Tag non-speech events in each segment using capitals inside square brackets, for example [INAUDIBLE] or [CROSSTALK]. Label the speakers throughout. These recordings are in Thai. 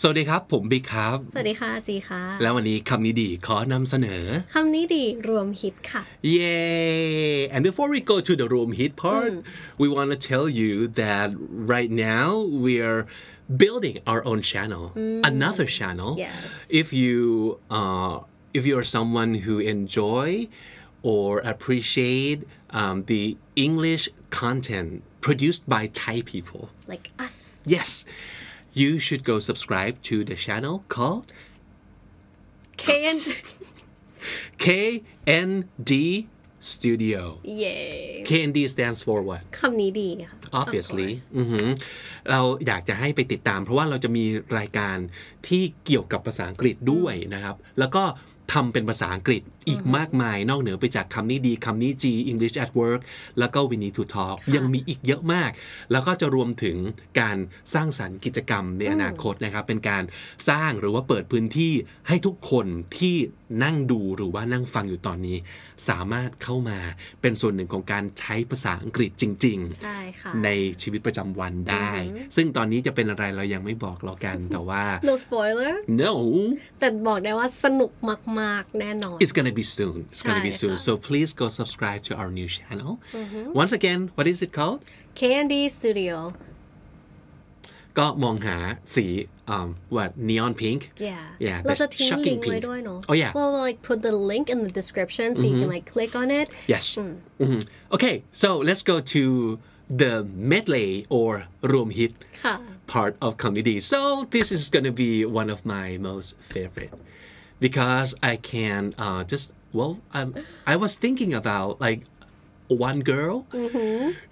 Speaker 1: สวัสดีครับ ผมบิ๊กครับ
Speaker 2: สวัสดีค่ะจีค่ะ
Speaker 1: แล้ววันนี้คำนี้ดีขอนำเสนอ
Speaker 2: คำนี้ดีรวมฮิตค่ะ
Speaker 1: Yay! And before we go to the room heat part,
Speaker 2: Mm.
Speaker 1: we want to tell you that right now we are building our own channel, another channel.
Speaker 2: Mm. Yes.
Speaker 1: If you uh, if you are someone who enjoy or appreciate um, the English content produced by Thai people,
Speaker 2: like us
Speaker 1: yes, you should go subscribe to the channel called
Speaker 2: can [LAUGHS]
Speaker 1: KND Studio.
Speaker 2: yay
Speaker 1: KND stands for what
Speaker 2: คำนี้ดีค่ะ Of
Speaker 1: obviously
Speaker 2: course
Speaker 1: อือหือเราอยากจะให้ไปติดตาม เพราะว่าเราจะมีรายการที่เกี่ยวกับภาษาอังกฤษด้วยนะครับ แล้วก็ทำเป็นภาษาอังกฤษอีกมากมาย นอกเหนือไปจากคำนี้ดีคำนี้จี English at work แล้วก็ we need to talk ยังมีอีกเยอะมาก แล้วก็จะรวมถึงการสร้างสรรค์กิจกรรมในอนาคตนะครับ เป็นการสร้างหรือว่าเปิดพื้นที่ให้ทุกคนที่นั่งดูหรือว่านั่งฟังอยู่ตอนนี้ สามารถเข้ามาเป็นส่วนหนึ่งของการใช้ภาษาอังกฤษจริง ๆ
Speaker 2: ใช่ค่ะ
Speaker 1: ในชีวิตประจำวันได้ ซึ่งตอนนี้จะเป็นอะไรเรายังไม่บอกเรากัน
Speaker 2: [LAUGHS]
Speaker 1: แต่ว่า
Speaker 2: no spoiler
Speaker 1: no
Speaker 2: แต่บอกได้ว่าสนุกมาก ๆ แน่นอน
Speaker 1: it's gonna be soon it's gonna be
Speaker 2: ใช่
Speaker 1: soon
Speaker 2: ค่ะ
Speaker 1: so please go subscribe to our new channel once again what is it called
Speaker 2: Candy Studio
Speaker 1: ก็มองหาสีอ่า what neon pink
Speaker 2: yeah
Speaker 1: Yeah,
Speaker 2: เราจะ
Speaker 1: that's
Speaker 2: ทิ้ง
Speaker 1: shocking
Speaker 2: ลิงก์ไว้
Speaker 1: pink.
Speaker 2: ด้วยเนาะ
Speaker 1: Oh, yeah.
Speaker 2: well we'll like put the link in the description so you can like click on it
Speaker 1: yes Mhm. okay so let's go to the medley or room hit
Speaker 2: ค่ะ
Speaker 1: part of comedy. So this is gonna be one of my most favorite because I can uh, just well, um, I was thinking about like one girl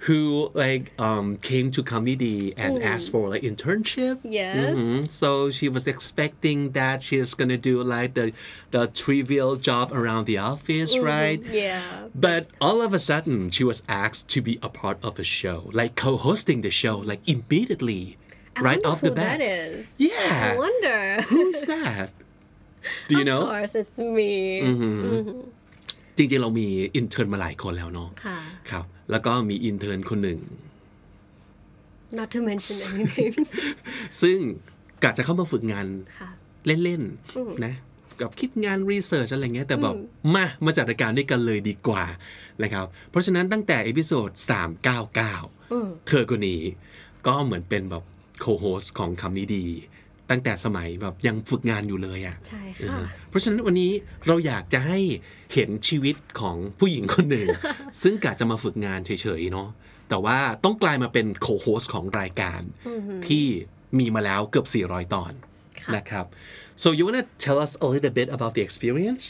Speaker 1: who like um, came to comedy and asked for like internship.
Speaker 2: yes
Speaker 1: Mhm. So she was expecting that she is gonna do like the the trivial job around the office, right?
Speaker 2: yeah
Speaker 1: But all of a sudden, she was asked to be a part of a show, like co-hosting the show, like immediately, right
Speaker 2: Wonder
Speaker 1: off the
Speaker 2: who
Speaker 1: bat.
Speaker 2: that is
Speaker 1: Yeah.
Speaker 2: I wonder
Speaker 1: Who's that? Do you know?
Speaker 2: of course it's me
Speaker 1: จริงๆ เรามีอินเทอร์นมาหลายคนแล้วเนาะ
Speaker 2: ค่ะ
Speaker 1: ครับ แล้วก็มีอินเทอร์นคนหนึ่ง
Speaker 2: not to mention
Speaker 1: [LAUGHS]
Speaker 2: any names
Speaker 1: ซึ่งกะจะเข้ามาฝึกงาน
Speaker 2: ค่ะ
Speaker 1: เล่นๆนะกับคิดงานรีเสิร์ชอะไรเงี้ยแต่แบบมามาจัดรายการด้วยกันเลยดีกว่านะครับ เพราะฉะนั้นตั้งแต่เอพิโซด399 เธอคนนี้ก็เหมือนเป็นแบบโคโฮสของคำนี้ดี ตั้งแต่สมัยแบบยังฝึกงานอยู่เลยอ่ะ
Speaker 2: ใช่ค่ะ
Speaker 1: เพราะฉะนั้นวันนี้เราอยากจะให้เห็นชีวิตของผู้หญิงคน
Speaker 2: [LAUGHS]
Speaker 1: หนึ่ง ซึ่งกะจะมาฝึกงานเฉยๆเนาะแต่ว่าต้องกลายมาเป็นโคโฮสของรายการที่มีมาแล้วเกือบ 400 ตอน
Speaker 2: ค่ะ
Speaker 1: นะครับ so you wanna tell us a little bit about the experience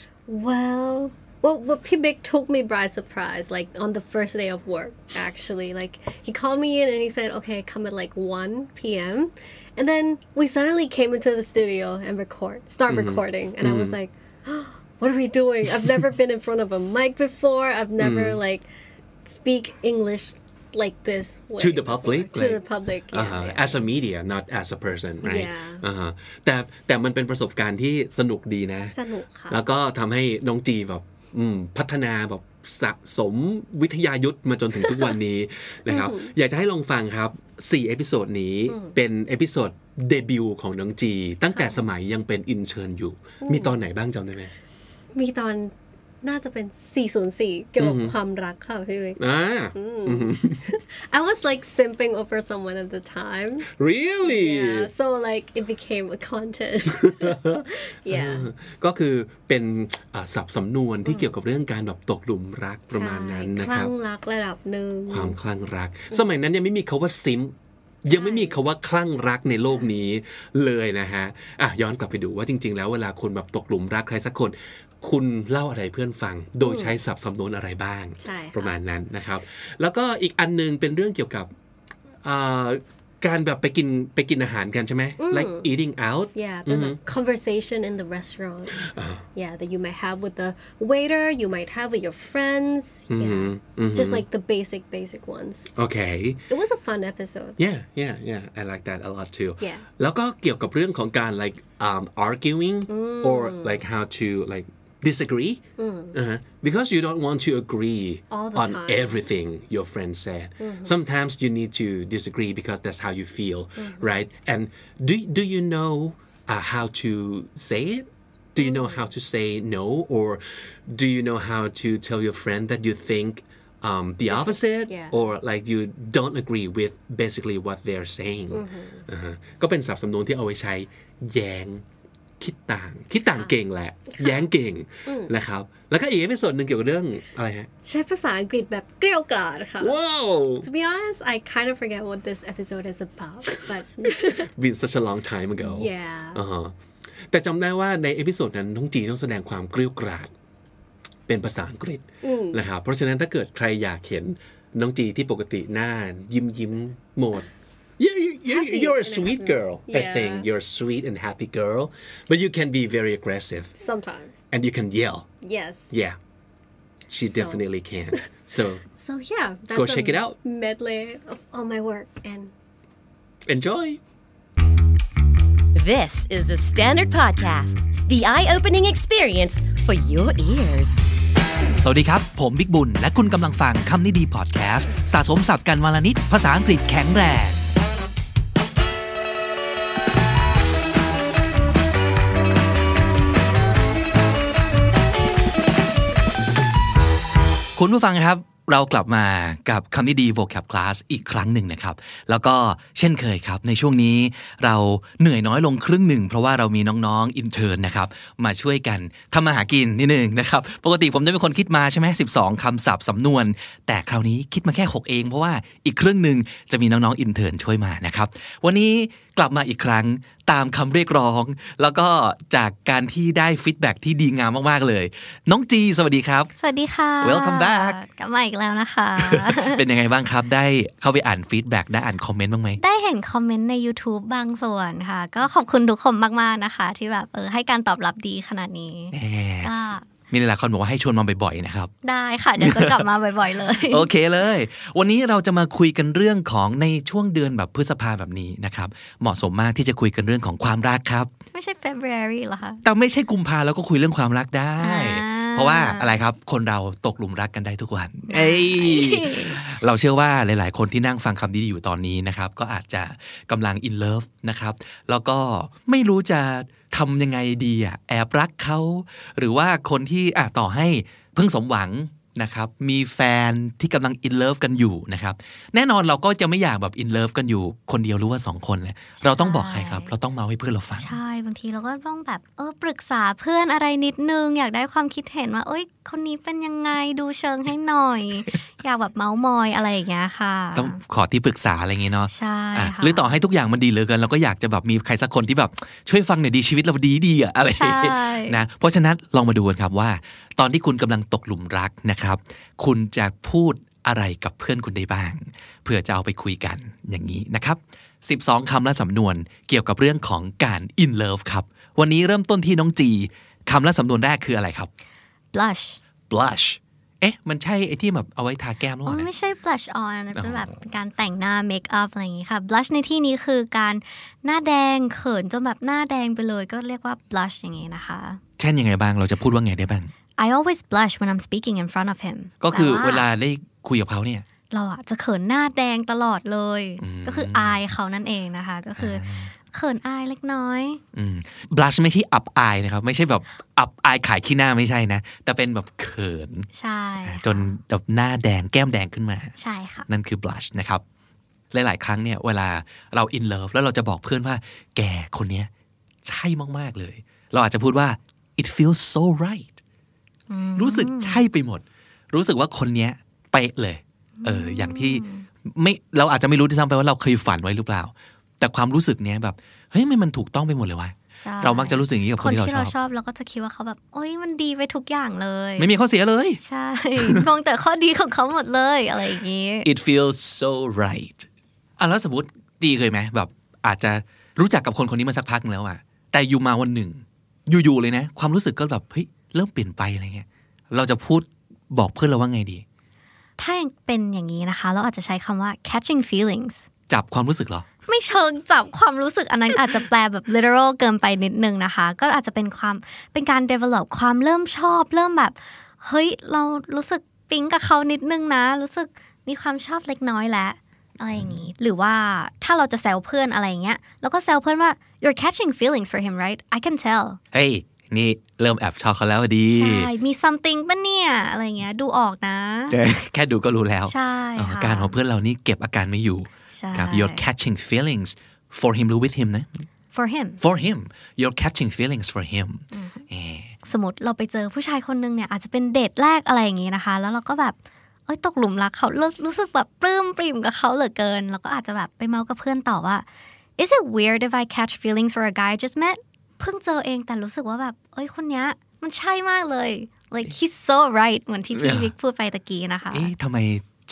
Speaker 2: Well, well, well, P. Big took me by surprise, like on the first day of work, actually. Like, he called me in and he said, okay, come at like 1 p.m. And then we suddenly came into the studio and record, start
Speaker 1: Mm-hmm.
Speaker 2: recording. And I was like, what are we doing? I've never been in front of a mic before. I've never
Speaker 1: Mm-hmm.
Speaker 2: like speak English like this. Way
Speaker 1: To the
Speaker 2: before.
Speaker 1: public,
Speaker 2: To
Speaker 1: like- uh-huh.
Speaker 2: the public. Yeah,
Speaker 1: อ่าฮะ
Speaker 2: yeah.
Speaker 1: as a media not as a person right
Speaker 2: Yeah.
Speaker 1: อ่าฮะแต่แต่มันเป็นประสบการณ์ที่สนุกดีนะ
Speaker 2: สนุกค่ะ
Speaker 1: แล้วก็ทำให้น้องจีแบบอืมพัฒนาแบบสะสมวิทยายุทธมาจนถึงทุกวันนี้ นะครับ อยากจะให้ลองฟังครับ 4 เอพิโซดนี้เป็นเอพิโซดเดบิวต์ของน้องจี ตั้งแต่สมัยยังเป็นอินเชิญอยู่ มีตอนไหนบ้างจำได้ไหม
Speaker 2: มีตอนน่าจะเป็น 404 เกี่ยวกับ
Speaker 1: Mm-hmm.
Speaker 2: ความรักค่ะพี่เบก
Speaker 1: อ่า
Speaker 2: I was like simping over someone at the time.
Speaker 1: really
Speaker 2: Yeah. So like it became a
Speaker 1: [LAUGHS]
Speaker 2: content. yeah.
Speaker 1: ก็คือเป็นอ่าศัพท์สำนวนที่เกี่ยวกับเรื่องการแบบตกหลุมรักประมาณนั้น
Speaker 2: ใช่
Speaker 1: นะ
Speaker 2: ค
Speaker 1: ครั
Speaker 2: ลั่
Speaker 1: บ
Speaker 2: งรักระดับหนึ่ง
Speaker 1: ความคลั่งรัก สมัยนั้นยังไม่มีคาว่าซิม ยังไม่มีคาว่าคลั่งรักในโลกนี้เลยนะฮะอ่ะย้อนกลับไปดูว่าจริง ๆ แล้วเวลาคนแบบตกหลุมรักใครสักคน คุณเล่าอะไรให้เพื่อนฟัง โดยใช้ศัพท์สำนวนอะไรบ้าง
Speaker 2: ใช่ค่ะ
Speaker 1: ประมาณนั้นนะครับ แล้วก็อีกอันหนึงเป็นเรื่องเกี่ยวกับอ่าการแบบไปกินไปกินอาหารกันใช่ไหม like eating out
Speaker 2: Yeah, เป็นแบบ
Speaker 1: Mm-hmm.
Speaker 2: conversation in the restaurant.
Speaker 1: Uh-huh.
Speaker 2: Yeah, that you might have with the waiter, you might have with your friends.
Speaker 1: Mm-hmm,
Speaker 2: Yeah, just like the basic, basic ones.
Speaker 1: okay
Speaker 2: It was a fun episode.
Speaker 1: yeah yeah yeah I like that a lot too
Speaker 2: Yeah.
Speaker 1: แล้วก็เกี่ยวกับเรื่องของการ like um, arguing
Speaker 2: Mm.
Speaker 1: or like how to like disagree uh-huh. because you don't want to agree
Speaker 2: All the
Speaker 1: on
Speaker 2: time.
Speaker 1: everything your friend said Mm-hmm. sometimes you need to disagree because that's how you feel right and do do you know uh, how to say it do you know how to say no or do you know how to tell your friend that you think um, the opposite
Speaker 2: Yeah.
Speaker 1: or like you don't agree with basically what they're saying อ่าฮะก็เป็นศัพท์สำนวนที่เอาไว้ใช้แย้ง คิดต่าง คิดต่างเก่งแหละ แย้งเก่งนะครับ แล้วก็อีกเป็นส่วนหนึ่งเกี่ยวกับเรื่องอะไรฮะ
Speaker 2: ใช้ภาษาอังกฤษแบบเกลียวกราดค่ะ
Speaker 1: ว้าว
Speaker 2: To be honest, I kind of forget what this episode is about,
Speaker 1: [LAUGHS]
Speaker 2: but
Speaker 1: been such a long time ago
Speaker 2: yeah.
Speaker 1: อ่าฮะแต่จำได้ว่าในเอพิโซดนั้นน้องจีต้องแสดงความเกรี้ยวกราด เป็นภาษาอังกฤษนะครับ เพราะฉะนั้นถ้าเกิดใครอยากเห็นน้องจีที่ปกติหน้ายิ้มยิ้มๆโหมด You- you- you-
Speaker 2: Happy
Speaker 1: You're a
Speaker 2: and
Speaker 1: sweet
Speaker 2: happy.
Speaker 1: girl I
Speaker 2: Yeah.
Speaker 1: think you're a sweet and happy girl but you can be very aggressive
Speaker 2: Sometimes.
Speaker 1: and you can yell
Speaker 2: Yes.
Speaker 1: yeah she definitely can so
Speaker 2: So yeah, that's
Speaker 1: Go
Speaker 2: a
Speaker 1: check it out.
Speaker 2: Medley of all my work and
Speaker 1: enjoy
Speaker 3: This is the Standard Podcast, the eye opening experience for your ears.
Speaker 4: สวัสดีครับ ผมบิ๊กบุญ และคุณกำลังฟังคำนี้ดีพอดแคสต์ สะสมสับกันวลนิด ภาษาอังกฤษแข็งแรง คุณผู้ฟังครับ เรากลับมากับคำนี้ดี vocab class อีกครั้งหนึ่งนะครับ แล้วก็เช่นเคยครับ ในช่วงนี้เราเหนื่อยน้อยลงครึ่งหนึ่ง เพราะว่าเรามีน้องๆอินเทอร์นะครับ มาช่วยกันทำมาหากินนิดนึงนะครับ ปกติผมจะเป็นคนคิดมาใช่ไหม12 คำศัพท์สำนวน แต่คราวนี้คิดมาแค่ 6 เอง เพราะว่าอีกครึ่งหนึ่งจะมีน้องๆอินเทอร์ช่วยมานะครับ วันนี้กลับมาอีกครั้งตามคำเรียกร้อง แล้วก็จากการที่ได้ฟีดแบ็กที่ดีงามมากๆเลย น้องจีสวัสดีครับ
Speaker 5: สวัสดีค่ะ
Speaker 4: Welcome back
Speaker 5: กลับมาอีกแล้ว
Speaker 4: [LAUGHS]
Speaker 5: นะคะ
Speaker 4: เป็นยังไงบ้างครับ ได้เข้าไปอ่านฟีดแบ็กได้อ่านคอมเมนต์บ้างไหม
Speaker 5: ได้เห็นคอมเมนต์ใน YouTube บางส่วนค่ะ ก็ขอบคุณทุกคนมาก ๆ นะคะ ที่แบบเออให้การตอบรับดีขนาดนี้
Speaker 4: แหม
Speaker 5: ก็
Speaker 4: มีหลายๆคนบอกว่าให้ชวนมาบ่อยๆนะครับ
Speaker 5: ได้ค่ะ เดี๋ยวจะกลับมาบ่อยๆเลย
Speaker 4: โอเคเลย วันนี้เราจะมาคุยกันเรื่องของในช่วงเดือนแบบพฤษภาแบบนี้นะครับ เหมาะสมมากที่จะคุยกันเรื่องของความรักครับ
Speaker 5: ไม่ใช่ February เหรอคะ
Speaker 4: แต่ไม่ใช่กุมภาเราก็คุยเรื่องความรักได้
Speaker 5: อ่า
Speaker 4: เพราะว่าอะไรครับ คนเราตกหลุมรักกันได้ทุกวัน เอ้ย เราเชื่อว่าหลาย ๆ คนที่นั่งฟังคำนี้อยู่ตอนนี้นะครับ ก็อาจจะกำลัง in love นะครับ แล้วก็ไม่รู้จะทำยังไงดีอะแอบรักเขา หรือว่าคนที่อ่ะต่อให้เพิ่งสมหวังนะครับ มีแฟนที่กำลัง in love กันอยู่นะครับ แน่นอนเราก็จะไม่อยากแบบ in love กันอยู่คนเดียวหรือว่าสองคนเลยเราต้องบอกใครครับ เราต้องเมาให้เพื่อนเราฟัง
Speaker 5: ใช่ บางทีเราก็ต้องแบบเออปรึกษาเพื่อนอะไรนิดนึง อยากได้ความคิดเห็นว่า เอ้ย คนนี้เป็นยังไงดูเชิงให้หน่อย อยากแบบเมาส์มอยอะไรอย่างเงี้ยค่ะ
Speaker 4: ต้องขอที่ปรึกษาอะไรอย่างเงี้ยเนาะ
Speaker 5: ใช่
Speaker 4: อ่ะ
Speaker 5: ค่ะ
Speaker 4: หรือต่อให้ทุกอย่างมันดีเหลือเกินเราก็อยากจะแบบมีใครสักคนที่แบบช่วยฟังหน่อยดีชีวิตเราดีดีๆอะอะไรอย่างเงี้ย
Speaker 5: ใช่
Speaker 4: นะเพราะฉะนั้นลองมาดูกันครับว่า ตอนที่คุณกำลังตกหลุมรักนะครับ คุณจะพูดอะไรกับเพื่อนคุณได้บ้าง เพื่อจะเอาไปคุยกันอย่างนี้นะครับ 12คำและสำนวนเกี่ยวกับเรื่องของการ in love ครับ วันนี้เริ่มต้นที่น้องจีคำและสำนวนแรกคืออะไรครับ
Speaker 5: blush
Speaker 4: blush เอ๊ะมันใช่ไอ้ที่แบบเอาไว้ทาแก้มหรือเป
Speaker 5: อ๋
Speaker 4: ล่า
Speaker 5: อ
Speaker 4: เนี่ย
Speaker 5: ไม่ใช่ blush on อันนั้นเป็นแบบการแต่งหน้า make up อะไรอย่างงี้ค่ะ blush ในที่นี้คือการหน้าแดงเขินจนแบบหน้าแดงไปเลยก็เรียกว่า blush อย่างงี้นะคะ
Speaker 4: เช่นยังไงบ้างเราจะพูดว่าไงได้บ้าง
Speaker 5: I always blush when I'm speaking in front of him
Speaker 4: ก็คือ
Speaker 5: แต่
Speaker 4: เวลาได้คุยกับเขาเนี่ย
Speaker 5: เราอะจะเขินหน้าแดงตลอดเลย
Speaker 4: อืม
Speaker 5: ก็คืออายเขานั่นเองนะคะ ก็คืออเขินอายเล็กน้อย
Speaker 4: อืม blush ไม่ใช่อับอายนะครับ ไม่ใช่แบบอับอายขายขี้หน้าไม่ใช่นะ แต่เป็นแบบเขิน
Speaker 5: ใช่
Speaker 4: จนแบบหน้าแดงแก้มแดงขึ้นมา
Speaker 5: ใช่ค่ะ
Speaker 4: นั่นคือ blush นะครับ หลาย ๆ ครั้งเนี่ยเวลาเรา in love แล้วเราจะบอกเพื่อนว่า แกคนเนี้ยใช่มาก ๆ เลย เราอาจจะพูดว่า it feels so right รู้สึกใช่ไปหมด รู้สึกว่าคนเนี้ยเป๊ะเลย เออ อย่างที่ไม่เราอาจจะไม่รู้ที่ซ้ำไปว่าเราเคยฝันไว้หรือเปล่า แต่ความรู้สึกเนี้ยแบบเฮ้ยมันมันถูกต้องไปหมดเลยวะ
Speaker 5: ใช่
Speaker 4: เรามักจะรู้สึกอย่างนี้กับ
Speaker 5: ค
Speaker 4: คน
Speaker 5: น
Speaker 4: ที่เราช
Speaker 5: ที่เรา
Speaker 4: อบ
Speaker 5: ชอบเราก็จะคิดว่าเขาแบบโอ้ยมันดีไปทุกอย่างเลย
Speaker 4: ไม่มีข้อเสียเลย
Speaker 5: ใช่ [LAUGHS] มองแต่ข้อดีของเขาหมดเลยอะไรอย่างนี้
Speaker 4: it feels so right อ่ะแล้วสมมติดีเคยไหมแบบอาจจะรู้จักกับคนคนนี้มาสักพักหนึ่งแล้วอะแต่อยู่มาวันหนึ่ง อยู่ๆเลยนะ ความรู้สึกก็แบบเฮ้ยเริ่มเปลี่ยนไปอะไรเงี้ยเราจะพูดบอกเพื่อนเราว่าไงดี
Speaker 5: ถ้ายังเป็นอย่างนี้นะคะ เราอาจจะใช้คำว่า catching feelings
Speaker 4: จับความรู้สึกเหรอ
Speaker 5: ไม่เชิงจับความรู้สึกอันนั้น อาจจะแปลแบบ literal เกินไปนิดนึงนะคะ ก็อาจจะเป็นความเป็นการ develop ความเริ่มชอบ เริ่มแบบ เฮ้ย เรารู้สึกปิ๊งกับเขานิดนึงนะ รู้สึกมีความชอบเล็กน้อยแล้วอะไรอย่างนี้ หรือว่าถ้าเราจะแซวเพื่อนอะไรอย่างเงี้ยเราก็แซวเพื่อนว่า you're catching feelings for him right I can tell
Speaker 4: เฮ้ย นี่เริ่มแอบชอบเขาแล้วดี
Speaker 5: ใช่ มี something ปะเนี่ย อะไรเงี้ย ดูออกนะ
Speaker 4: [LAUGHS] แค่ดูก็รู้แล้ว
Speaker 5: ใช่
Speaker 4: อ๋อ
Speaker 5: ค่ะ
Speaker 4: การของเพื่อนเรานี่เก็บอาการไม่อยู่
Speaker 5: ใช่
Speaker 4: ครับ you're catching feelings for him หรือ with him นะ
Speaker 5: for him
Speaker 4: for him you're catching feelings for him เอ่อ
Speaker 5: สมมติเราไปเจอผู้ชายคนหนึงเนี่ยอาจจะเป็นเดทแรกอะไรอย่างงี้นะคะ แล้วเราก็แบบเอ้ยตกหลุมรักเขารู้รู้สึกแบบปลื้มปริ่มกับเขาเหลือเกิน แล้วก็อาจจะแบบไปเมาส์กับเพื่อนต่อว่า is it weird if I catch feelings for a guy I just met เพิ่งเจอเองแต่รู้สึกว่าแบบเอ้ยคนเนี้ยมันใช่มากเลย like he's so right เหมือนที่พี่วิกพูดไปตะกี้นะคะ
Speaker 4: เอ๊ะทำไม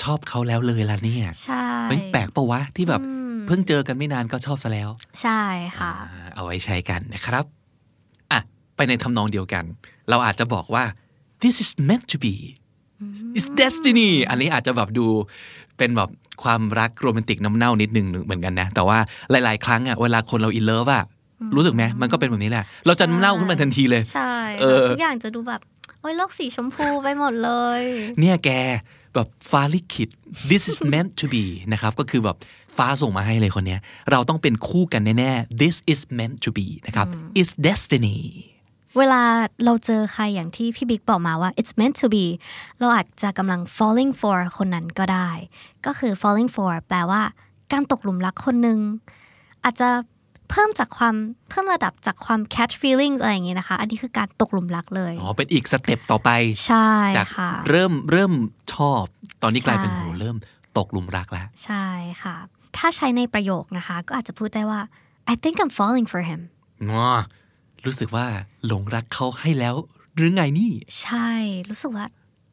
Speaker 4: ชอบเขาแล้วเลยล่ะเนี่ย
Speaker 5: ใช่
Speaker 4: เฮ้ยแปลกปะวะ ที่แบบ
Speaker 5: อืม
Speaker 4: เพิ่งเจอกันไม่นานก็ชอบซะแล้ว
Speaker 5: ใช่ค่ะ
Speaker 4: อ่าเอาไว้ใช้กันนะครับ อ่ะ ไปในทำนองเดียวกัน เราอาจจะบอกว่า this is meant to be it's destiny อันนี้อาจจะแบบดูเป็นแบบความรักโรแมนติกน้ำเน่านิดนึงเหมือนกันนะ แต่ว่าหลาย ๆ ครั้งอ่ะเวลาคนเราอินเลิฟอ่ะรู้สึกไหมมันก็เป็นแบบนี้แหละ เราจะเน่าขึ้นมาทันทีเลย
Speaker 5: ใช่
Speaker 4: เออ
Speaker 5: ทุกอย่างจะดูแบบ โอ้ยโลกสีชมพูไปหมดเลย
Speaker 4: เนี่ยแกแบบฟ้าลิขิต this is meant to be นะครับ ก็คือแบบฟ้าส่งมาให้เลยคนเนี้ย เราต้องเป็นคู่กันแน่ ๆ this is meant to be นะครับ is destiny
Speaker 5: เวลาเราเจอใครอย่างที่พี่บิ๊กบอกมาว่า it's meant to be เราอาจจะกำลัง falling for คนนั้นก็ได้ ก็คือ falling for แปลว่า การตกหลุมรักคนหนึ่งอาจจะเพิ่มจากความเพิ่มระดับจากความ catch feelings อะไรอย่างงี้นะคะ อันนี้คือการตกหลุมรักเลย
Speaker 4: อ๋อ เป็นอีกสเต็ปต่อไป
Speaker 5: ใช่
Speaker 4: จาก
Speaker 5: ค่ะ
Speaker 4: เริ่มเริ่มชอบ ตอนนี้กลายเป็น
Speaker 5: ใช่
Speaker 4: โหเริ่มตกหลุมรักแล้ว
Speaker 5: ใช่ค่ะ ถ้าใช้ในประโยคนะคะ ก็อาจจะพูดได้ว่า I think I'm falling for him
Speaker 4: งอ รู้สึกว่าหลงรักเขาให้แล้ว หรือไงนี่
Speaker 5: ใช่ รู้สึกว่า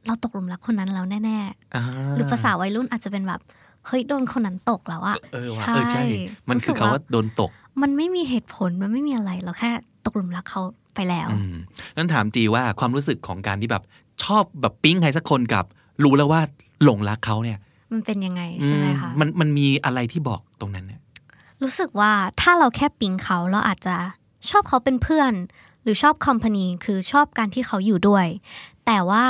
Speaker 5: เราตกหลุมรักคนนั้นแล้วแน่
Speaker 4: อ่า
Speaker 5: ๆ หรือภาษาวัยรุ่นอาจจะเป็นแบบ เฮ้ย โดนคนนั้นตกแล้วอะ
Speaker 4: เออว่ะเออใช่ มันคือ
Speaker 5: รู้สึก
Speaker 4: คาว่าโดนตก
Speaker 5: มันไม่มีเหตุผล มันไม่มีอะไร เราแค่ตกหลุมรักเขาไปแล้ว
Speaker 4: อืมนั้นถามจีว่าความรู้สึกของการที่แบบชอบแบบปิ๊งใครสักคนกับ รู้แล้วว่าหลงรักเขาเนี่ย
Speaker 5: มันเป็นยังไง
Speaker 4: อื
Speaker 5: ใช่
Speaker 4: ม
Speaker 5: ไหมคะ
Speaker 4: มันมันมีอะไรที่บอกตรงนั้นเนี่ย
Speaker 5: รู้สึกว่าถ้าเราแค่ปิ๊งเขาเราอาจจะชอบเขาเป็นเพื่อน หรือชอบคอมพานีคือชอบการที่เขาอยู่ด้วย แต่ว่า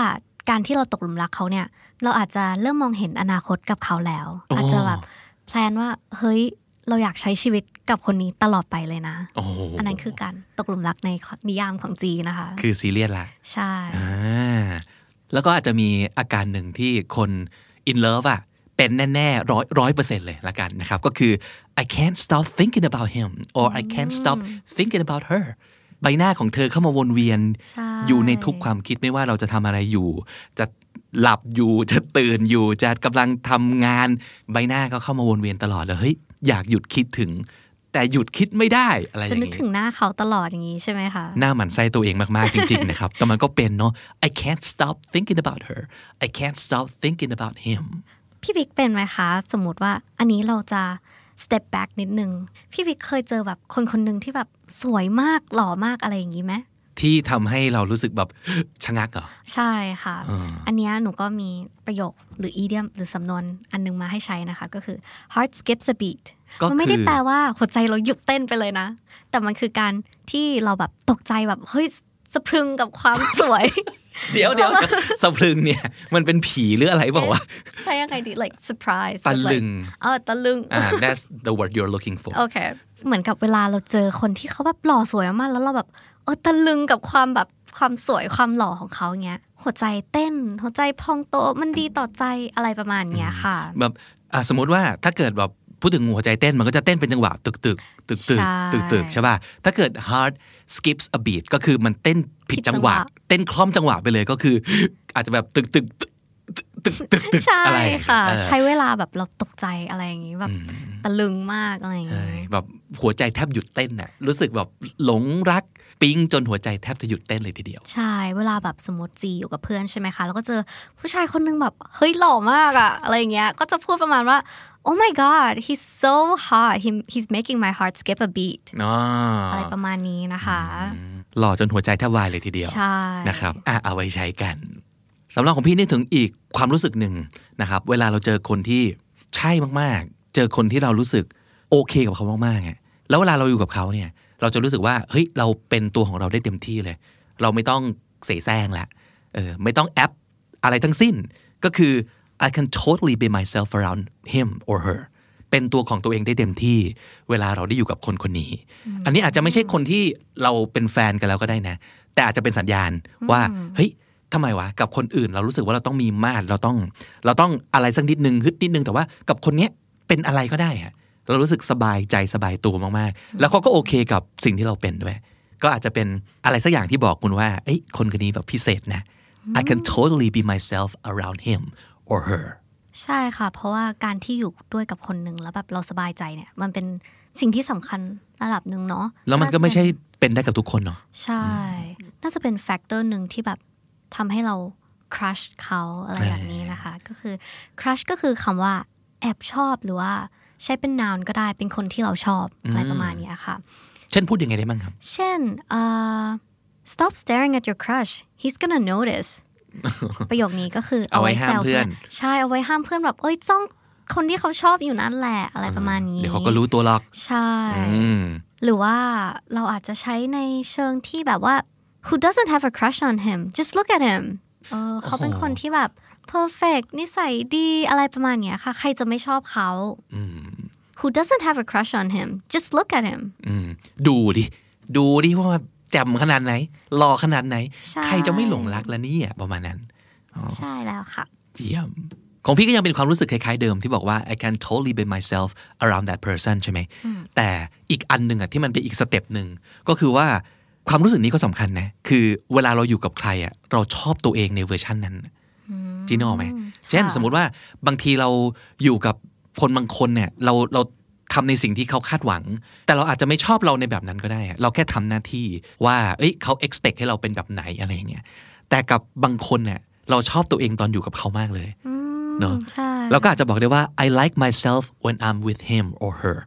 Speaker 5: การที่เราตกหลุมรักเขาเนี่ย เราอาจจะเริ่มมองเห็นอนาคตกับเขาแล้ว อาจจะแบบแพลนว่าเฮ้ยเราอยากใช้ชีวิตกับคนนี้ตลอดไปเลยนะ
Speaker 4: โอ้โห
Speaker 5: อันนั้นคือการตกหลุมรักในนิยามของจีนะคะ
Speaker 4: คือซีเรียสละ
Speaker 5: ใช่
Speaker 4: อ่าแล้วก็อาจจะมีอาการหนึ่งที่คนอินเลิฟอะเป็นแน่ๆร้อยร้อยเปอร์เซ็นต์เลยละกันนะครับ ก็คือ I can't stop thinking about him or I can't stop thinking about her ใบหน้าของเธอเข้ามาวนเวียน
Speaker 5: ใช่
Speaker 4: อยู่ในทุกความคิดไม่ว่าเราจะทำอะไรอยู่ จะหลับอยู่ จะตื่นอยู่ จะกำลังทำงาน ใบหน้าก็เข้ามาวนเวียนตลอดเลยเฮ้ยอยากหยุดคิดถึง แต่หยุดคิดไม่ได้อะไรอย่า
Speaker 5: จะ
Speaker 4: ง
Speaker 5: นึก
Speaker 4: นี้
Speaker 5: ถึงหน้าเขาตลอดอย่างนี้ใช่ไหมคะ
Speaker 4: หน้าหมันไส้ตัวเองมาก ๆ จริง ๆ นะครับ แต่มันก็เป็นเนาะ I can't stop thinking about her I can't stop thinking about him
Speaker 5: พี่บิ๊กเป็นไหมคะ สมมติว่าอันนี้เราจะ step back นิดนึง พี่บิ๊กเคยเจอแบบคนคนหนึ่งที่แบบสวยมากหล่อมากอะไรอย่างนี้ไหม
Speaker 4: ที่ทำให้เรารู้สึกแบบ ชะงักเหรอ
Speaker 5: ใช่ค่ะ
Speaker 4: อ่า
Speaker 5: อันเนี้ยหนูก็มีประโยคหรือ idiom หรือสำนวนอันนึงมาให้ใช้นะคะ ก็คือ heart skips a beat
Speaker 4: ก็
Speaker 5: มันไม่ได้แปลว่าหัวใจเราหยุดเต้นไปเลยนะ แต่มันคือการที่เราแบบตกใจแบบเฮ้ยสะพรึงกับความสวย
Speaker 4: [LAUGHS] เดี๋ยวเดี๋ยวสะพรึงเนี่ย มันเป็นผีหรืออะไรบอกว่า
Speaker 5: ใช่ยังไงดี like surprise
Speaker 4: ตะลึง
Speaker 5: เออตะลึง
Speaker 4: อ่า that's the word you're looking for
Speaker 5: โอเค เหมือนกับเวลาเราเจอคนที่เขาแบบหล่อสวยมากๆแล้วเราแบบเออตะลึงกับความแบบความสวยความหล่อของเขาเงี้ย หัวใจเต้น หัวใจพองโตมันดีต่อใจอะไรประมาณเนี้ยค่ะ
Speaker 4: แบบอ่ะสมมติว่าถ้าเกิดแบบพูดถึงหัวใจเต้นมันก็จะเต้นเป็นจังหวะตึกตึกตึกตึก
Speaker 5: ใช่
Speaker 4: ตึกตึกใช่ป่ะถ้าเกิด heart skips a beat ก็คือมันเต้นผิดจังหวะ
Speaker 5: ผิดจังหวะ
Speaker 4: เต้นคล่อมจังหวะไปเลยก็คือ อาจจะแบบตึกตึกตึกตึกตึกตึก
Speaker 5: ใช่
Speaker 4: อะไรอย่างเงี้ย
Speaker 5: ค่ะ
Speaker 4: เออ
Speaker 5: ใช้เวลาแบบเราตกใจอะไรอย่างงี้แบบตะลึงมากอะไรอย่าง
Speaker 4: ใช่
Speaker 5: งี้
Speaker 4: แบบหัวใจแทบหยุดเต้นน่ะรู้สึกแบบหลงรักปิ๊งจนหัวใจแทบจะหยุดเต้นเลยทีเดียว
Speaker 5: ใช่เวลาแบบสมมติจีอยู่กับเพื่อนใช่ไหมคะ แล้วก็เจอผู้ชายคนนึงแบบเฮ้ยหล่อมากอะอะไรอย่างเงี้ย ก็จะพูดประมาณว่า oh my god he's so hot he he's making my heart skip a beat
Speaker 4: อ๋อ
Speaker 5: อะไรประมาณนี้นะคะ
Speaker 4: อืมหล่อจนหัวใจแทบวายเลยทีเดียว
Speaker 5: ใช่
Speaker 4: นะครับอ่ะเอาไว้ใช้กันสำหรับของพี่นี่ถึงอีกความรู้สึกหนึ่งนะครับ เวลาเราเจอคนที่ใช่มากๆ เจอคนที่เรารู้สึกโอเคกับเขามากๆอะแล้วเวลาเราอยู่กับเขาเนี่ย เราจะรู้สึกว่าเฮ้ยเราเป็นตัวของเราได้เต็มที่เลย เราไม่ต้องเสแสร้งละเออไม่ต้องแอปอะไรทั้งสิ้น ก็คือ I can totally be myself around him or her เป็นตัวของตัวเองได้เต็มที่ เวลาเราได้อยู่กับคนคนนี้ อันนี้อาจจะไม่ใช่คนที่เราเป็นแฟนกันแล้วก็ได้นะ แต่อาจจะเป็นสัญญาณว่า เฮ้ยทำไมวะ กับคนอื่นเรารู้สึกว่าเราต้องมีมาดเราต้อง เราต้องอะไรสักนิดนึงฮึดนิดนึงแต่ว่ากับคนเนี้ยเป็นอะไรก็ได้อะเรารู้สึกสบายใจสบายตัวมากๆ แล้วเขาก็โอเคกับสิ่งที่เราเป็นด้วย ก็อาจจะเป็นอะไรสักอย่างที่บอกคุณว่าเอ้ยคนคนนี้แบบพิเศษนะ I can totally be myself around him or her
Speaker 5: ใช่ค่ะ เพราะว่าการที่อยู่ด้วยกับคนหนึ่งแล้วแบบเราสบายใจเนี่ย มันเป็นสิ่งที่สำคัญระดับหนึ่งเนาะ
Speaker 4: แล้วมันก็ไม่ใช่เป็นได้กับทุกคนเนาะ
Speaker 5: ใช่ น่าจะเป็นแฟกเตอร์หนึ่งที่แบบทำให้เรา crush เขาอะไรแบบนี้นะคะ ก็คือ crush ก็คือคำว่าแอบชอบหรือว่าใช้เป็น noun ก็ได้เป็นคนที่เราชอบอะไรประมาณเนี้ยค่ะ
Speaker 4: เช่นพูดยังไงได้บ้างครับ
Speaker 5: เช่นเอ่อ stop staring at your crush he's gonna
Speaker 4: [LAUGHS]
Speaker 5: notice ประโยคนี้ก็คือ
Speaker 4: เอาไว้ห้าม
Speaker 5: แซว
Speaker 4: เพื่อน
Speaker 5: ใช่ เอาไว้ห้ามเพื่อนแบบ เอ้ยจ้องคนที่เขาชอบอยู่นั่นแหละ อะไรประมาณนี้
Speaker 4: เดี๋ยวเขาก็รู้ตัวหรอก
Speaker 5: ใช่
Speaker 4: อืม
Speaker 5: หรือว่าเราอาจจะใช้ในเชิงที่แบบว่า who doesn't have a crush on him just look at him เออเขาเป็นคนที่แบบ perfect นิสัยดีอะไรประมาณเนี้ยค่ะ ใครจะไม่ชอบเขา
Speaker 4: อืม
Speaker 5: who doesn't have a crush on him just look at him
Speaker 4: อืม ดูดิ ดูดิว่าแจ่มขนาดไหนหล่อขนาดไหน
Speaker 5: ใช่
Speaker 4: ใครจะไม่หลงรักละเนี่ยประมาณนั้น
Speaker 5: ใช่แล้วค่ะ
Speaker 4: เยี่ยม ของพี่ก็ยังเป็นความรู้สึกคล้ายๆเดิมที่บอกว่า I can totally be myself around that person ใช่ไหม แต่อีกอันหนึ่งอ่ะที่มันเป็นอีกสเต็ปหนึ่ง ก็คือว่าความรู้สึกนี้ก็สำคัญนะ คือเวลาเราอยู่กับใครอ่ะเราชอบตัวเองในเวอร์ชันนั้น จีนกออกไหม เช่น สมมุติว่าบางทีเราอยู่กับคนบางคนเนี่ยเราเราทำในสิ่งที่เขาคาดหวัง แต่เราอาจจะไม่ชอบเราในแบบนั้นก็ได้อะเราแค่ทำหน้าที่ว่าเอ้ยเขา expect ให้เราเป็นแบบไหนอะไรอย่างเงี้ยแต่กับบางคนเนี่ยเราชอบตัวเองตอนอยู่กับเขามากเลย
Speaker 5: อืม
Speaker 4: เนอะ
Speaker 5: ใช่
Speaker 4: เราก็อาจจะบอกได้ว่า I like myself when I'm with him or her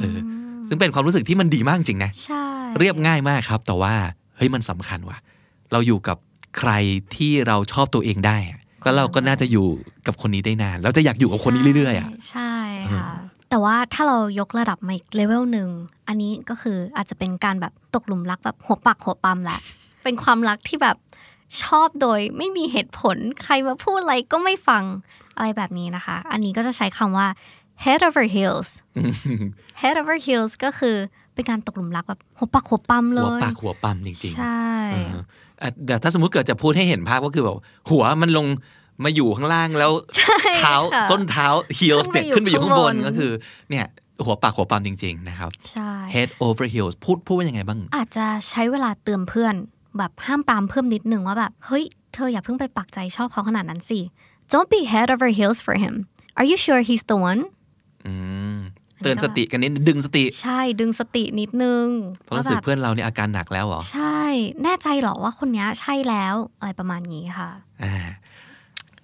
Speaker 4: เออซึ่งเป็นความรู้สึกที่มันดีมากจริงนะ
Speaker 5: ใช่
Speaker 4: เรียบง่ายมากครับ แต่ว่าเฮ้ยมันสำคัญว่ะ เราอยู่กับใครที่เราชอบตัวเองได้อะแล้วเราก็น่าจะอยู่กับคนนี้ได้นาน แล้วจะอยากอยู่กับคนนี้เรื่อยๆอ่ะ
Speaker 5: ใช่ค่ะ แต่ว่าถ้าเรายกระดับมาอีกเลเวลหนึ่ง อันนี้ก็คืออาจจะเป็นการแบบตกหลุมรักแบบหัวปักหัวปั๊ม
Speaker 4: [LAUGHS]
Speaker 5: แหละ เป็นความรักที่แบบชอบโดยไม่มีเหตุผลใครมาพูดอะไรก็ไม่ฟังอะไรแบบนี้นะคะ อันนี้ก็จะใช้คำว่า head over heels head over heels ก็คือเป็นการตกหลุมรักแบบหัวปักหัวปั๊มเล
Speaker 4: หัวย ปากหัวปั๊มจริง
Speaker 5: ใช่
Speaker 4: ๆอ่าอ่ะแต่ถ้าสมมุติเกิดจะพูดให้เห็นภาพก็คือแบบหัวมันลงมาอยู่ข้างล่างแล้วเท้า
Speaker 5: ค่ะ
Speaker 4: ส้นเท้า heels เนี่ย
Speaker 5: ขึ้
Speaker 4: ขึ้น
Speaker 5: น
Speaker 4: ไปอ
Speaker 5: ไปอยู่
Speaker 4: ยู่ข้างบน
Speaker 5: ข้างบน
Speaker 4: ก็คือเนี่ยหัวปากหัวปั๊มจริง ๆ นะครับ
Speaker 5: ใช่
Speaker 4: head over heels พูดพูดว่ายังไงบ้าง
Speaker 5: อาจจะใช้เวลาเตือนเพื่อน แบบห้ามปรามเพื่อนนิดนึงว่าแบบ เฮ้ย เธออย่าเพิ่งไปปักใจชอบเขาขนาดนั้นสิ Don't be head over heels for him Are you sure he's the one
Speaker 4: อืมเตือนสติกันนิดดึงสติ
Speaker 5: ใช่ ดึงสตินิดนึง
Speaker 4: เพราะรู้สึก
Speaker 5: ว่าแบบ
Speaker 4: เพื่อนเราเนี่ยอาการหนักแล้วเหรอ
Speaker 5: ใช่ แน่ใจเหรอว่าคนเนี้ยใช่แล้ว อะไรประมาณนี้ค่ะ
Speaker 4: อ่า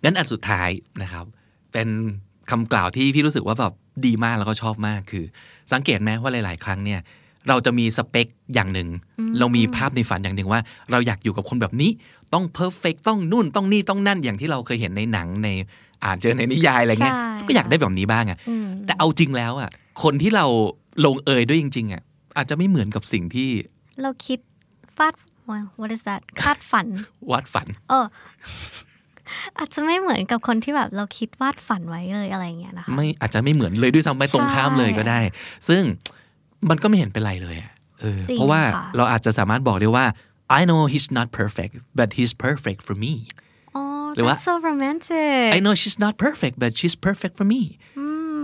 Speaker 4: งั้นอันสุดท้ายนะครับ เป็นคำกล่าวที่พี่รู้สึกว่าแบบดีมากแล้วก็ชอบมากคือ สังเกตไหมว่าหลาย ๆ ครั้งเนี่ย เราจะมีสเปคอย่างหนึ่ง เรามีภาพในฝันอย่างหนึ่งว่า เราอยากอยู่กับคนแบบนี้ ต้องเพอร์เฟกต้องนู่นต้องนี่ต้องนั่นอย่างที่เราเคยเห็นในหนังในอ่านเจอในนิยายอะไรเงี้ย
Speaker 5: ใช่
Speaker 4: ก็อยากได้แบบนี้บ้างอะ
Speaker 5: อืม
Speaker 4: แต่เอาจริงแล้วอะคนที่เราลงเอยด้วยจริง ๆอะอาจจะไม่เหมือนกับสิ่งที่
Speaker 5: เราคิดฟาด what is that คาดฝัน
Speaker 4: วาดฝัน
Speaker 5: เออ อาจจะไม่เหมือนกับคนที่แบบเราคิดวาดฝันไว้เลยอะไรอย่างเงี้ยนะคะ
Speaker 4: ไม่อาจจะไม่เหมือนเลยด้วยซ้ำไปตรงข้ามเลยก็ได้ ซึ่งมันก็ไม่เห็นเป็นไรเลยอะเออ
Speaker 5: จริง
Speaker 4: เพราะว่า
Speaker 5: ค่ะ
Speaker 4: เราอาจจะสามารถบอกได้ว่า I know he's not perfect but he's perfect for me
Speaker 5: อ๋อ
Speaker 4: หรือว่า
Speaker 5: that's so romantic
Speaker 4: I know she's not perfect but she's perfect for me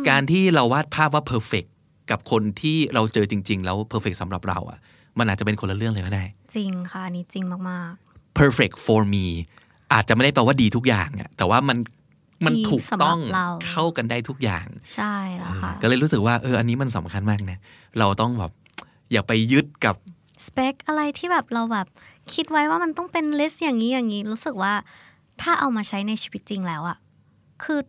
Speaker 4: การที่เราวาดภาพว่า perfect กับคนที่เราเจอจริง ๆ แล้ว perfect สำหรับเราอะมันอาจจะเป็นคนละเรื่องเลยก็ได้
Speaker 5: จริงค่ะ อันนี้จริงมาก
Speaker 4: perfect for me อาจจะไม่ได้แปลว่าดีทุกอย่างอะแต่ว่ามันมัน
Speaker 5: ดี
Speaker 4: ถูกต้อง
Speaker 5: สำหรับเรา
Speaker 4: เข้ากันได้ทุกอย่าง
Speaker 5: ๆ ใช่แล้วค่ะ
Speaker 4: ก็เลยรู้สึกว่าเอออันนี้มันสำคัญมากนะเราต้องแบบอย่าไปยึดกับ
Speaker 5: สเปคอะไรที่แบบเราแบบคิดไว้ว่ามันต้องเป็นลิสต์อย่างนี้อย่างนี้ รู้สึกว่าถ้าเอามาใช้ในชีวิตจริงแล้วอะคือ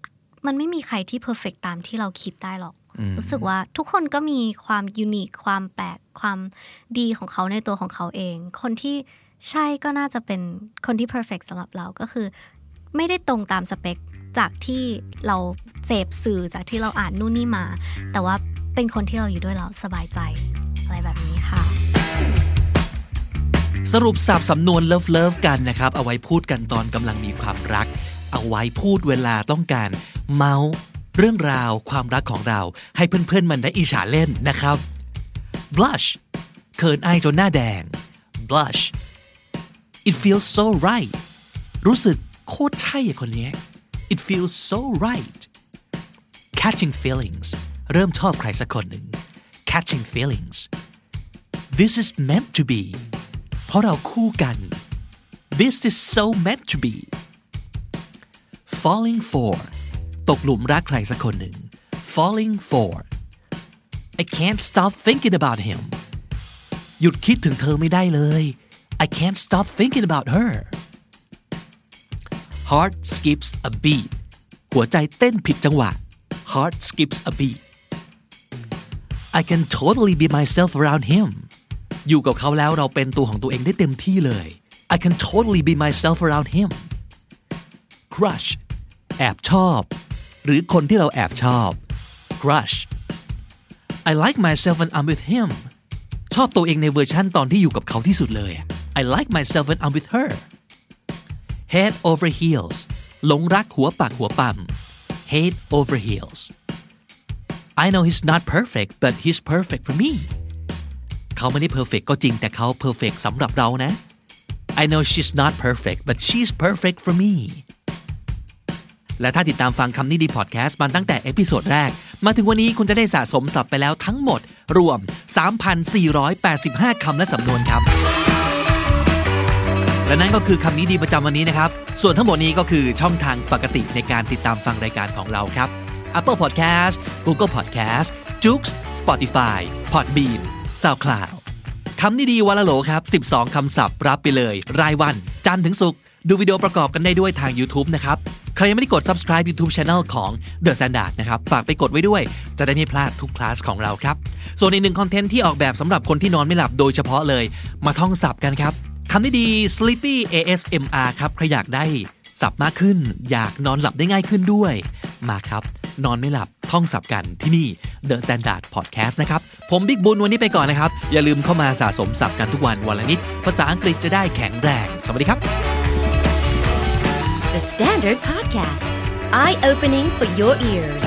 Speaker 5: มันไม่มีใครที่เพอร์เฟกตามที่เราคิดได้หรอก
Speaker 4: อืม
Speaker 5: รู้สึกว่าทุกคนก็มีความยูนิคความแปลกความดีของเขาในตัวของเขาเอง คนที่ใช่ก็น่าจะเป็นคนที่เพอร์เฟกสำหรับเราก็คือ ไม่ได้ตรงตามสเปคจากที่เราเสพสื่อจากที่เราอ่านนู่นนี่มา แต่ว่าเป็นคนที่เราอยู่ด้วยแล้วสบายใจอะไรแบบนี้ค่ะ
Speaker 4: สรุปสับสำนวนเลิฟเลิฟๆกันนะครับ เอาไว้พูดกันตอนกำลังมีความรัก เอาไว้พูดเวลาต้องการ เมาส์ เรื่องราวความรักของเราให้เพื่อนๆมันได้อิจฉาเล่นนะครับ blush เขินอายจนหน้าแดง blush it feels so right รู้สึกโคตรใช่อะคนเนี้ย it feels so right catching feelings เริ่มชอบใครสักคนหนึ่ง catching feelings this is meant to be เพราะเราคู่กัน this is so meant to be falling for ตกหลุมรักใครสักคนหนึ่ง falling for I can't stop thinking about him หยุดคิดถึงเธอไม่ได้เลย I can't stop thinking about her heart skips a beat หัวใจเต้นผิดจังหวะ heart skips a beat I can totally be myself around him อยู่กับเขาแล้วเราเป็นตัวของตัวเองได้เต็มที่เลย I can totally be myself around him crush แอบชอบ หรือคนที่เราแอบชอบ crush I like myself when I'm with him ชอบตัวเองในเวอร์ชั่นตอนที่อยู่กับเขาที่สุดเลย I like myself when I'm with her head over heels หลงรักหัวปักหัวปั๊ม head over heels I know he's not perfect but he's perfect for me เขาไม่ได้ perfect ก็จริงแต่เขา perfect สำหรับเรานะ I know she's not perfect but she's perfect for me และถ้าติดตามฟังคำนี้ดีพอดแคสต์มาตั้งแต่เอพิโซดแรก มาถึงวันนี้คุณจะได้สะสมศัพท์ไปแล้วทั้งหมด รวม 3,485 คำและสำนวนครับ และนั่นก็คือคำนี้ดีประจำวันนี้นะครับ ส่วนทั้งหมดนี้ก็คือช่องทางปกติในการติดตามฟังรายการของเราครับ Apple Podcast Google Podcast j o o x Spotify Podbean SoundCloud คำนี้ดีวันละโหลครับ 12 คำศัพท์รับไปเลย รายวัน จันทร์ถึงศุกร์ดูวิดีโอประกอบกันได้ด้วยทาง YouTube นะครับ ใครยังไม่ได้กด subscribe YouTube Channel ของ The Standard นะครับ ฝากไปกดไว้ด้วย จะได้ไม่พลาดทุกคลาสของเราครับ ส่วนอีกหนึ่งคอนเทนต์ที่ออกแบบสำหรับคนที่นอนไม่หลับโดยเฉพาะเลย มาท่องศัพท์กันครับ คำนี้ดี sleepy ASMR ครับ ใครอยากได้ศัพท์มากขึ้น อยากนอนหลับได้ง่ายขึ้นด้วย มาครับ นอนไม่หลับท่องศัพท์กันที่นี่ The Standard Podcast นะครับ ผมบิ๊กบุญวันนี้ไปก่อนนะครับ อย่าลืมเข้ามาสะสมศัพท์กันทุกวันวันละนิด ภาษาอังกฤษจะได้แข็งแรง สวัสดีครับ
Speaker 3: The Standard Podcast, eye opening for your ears.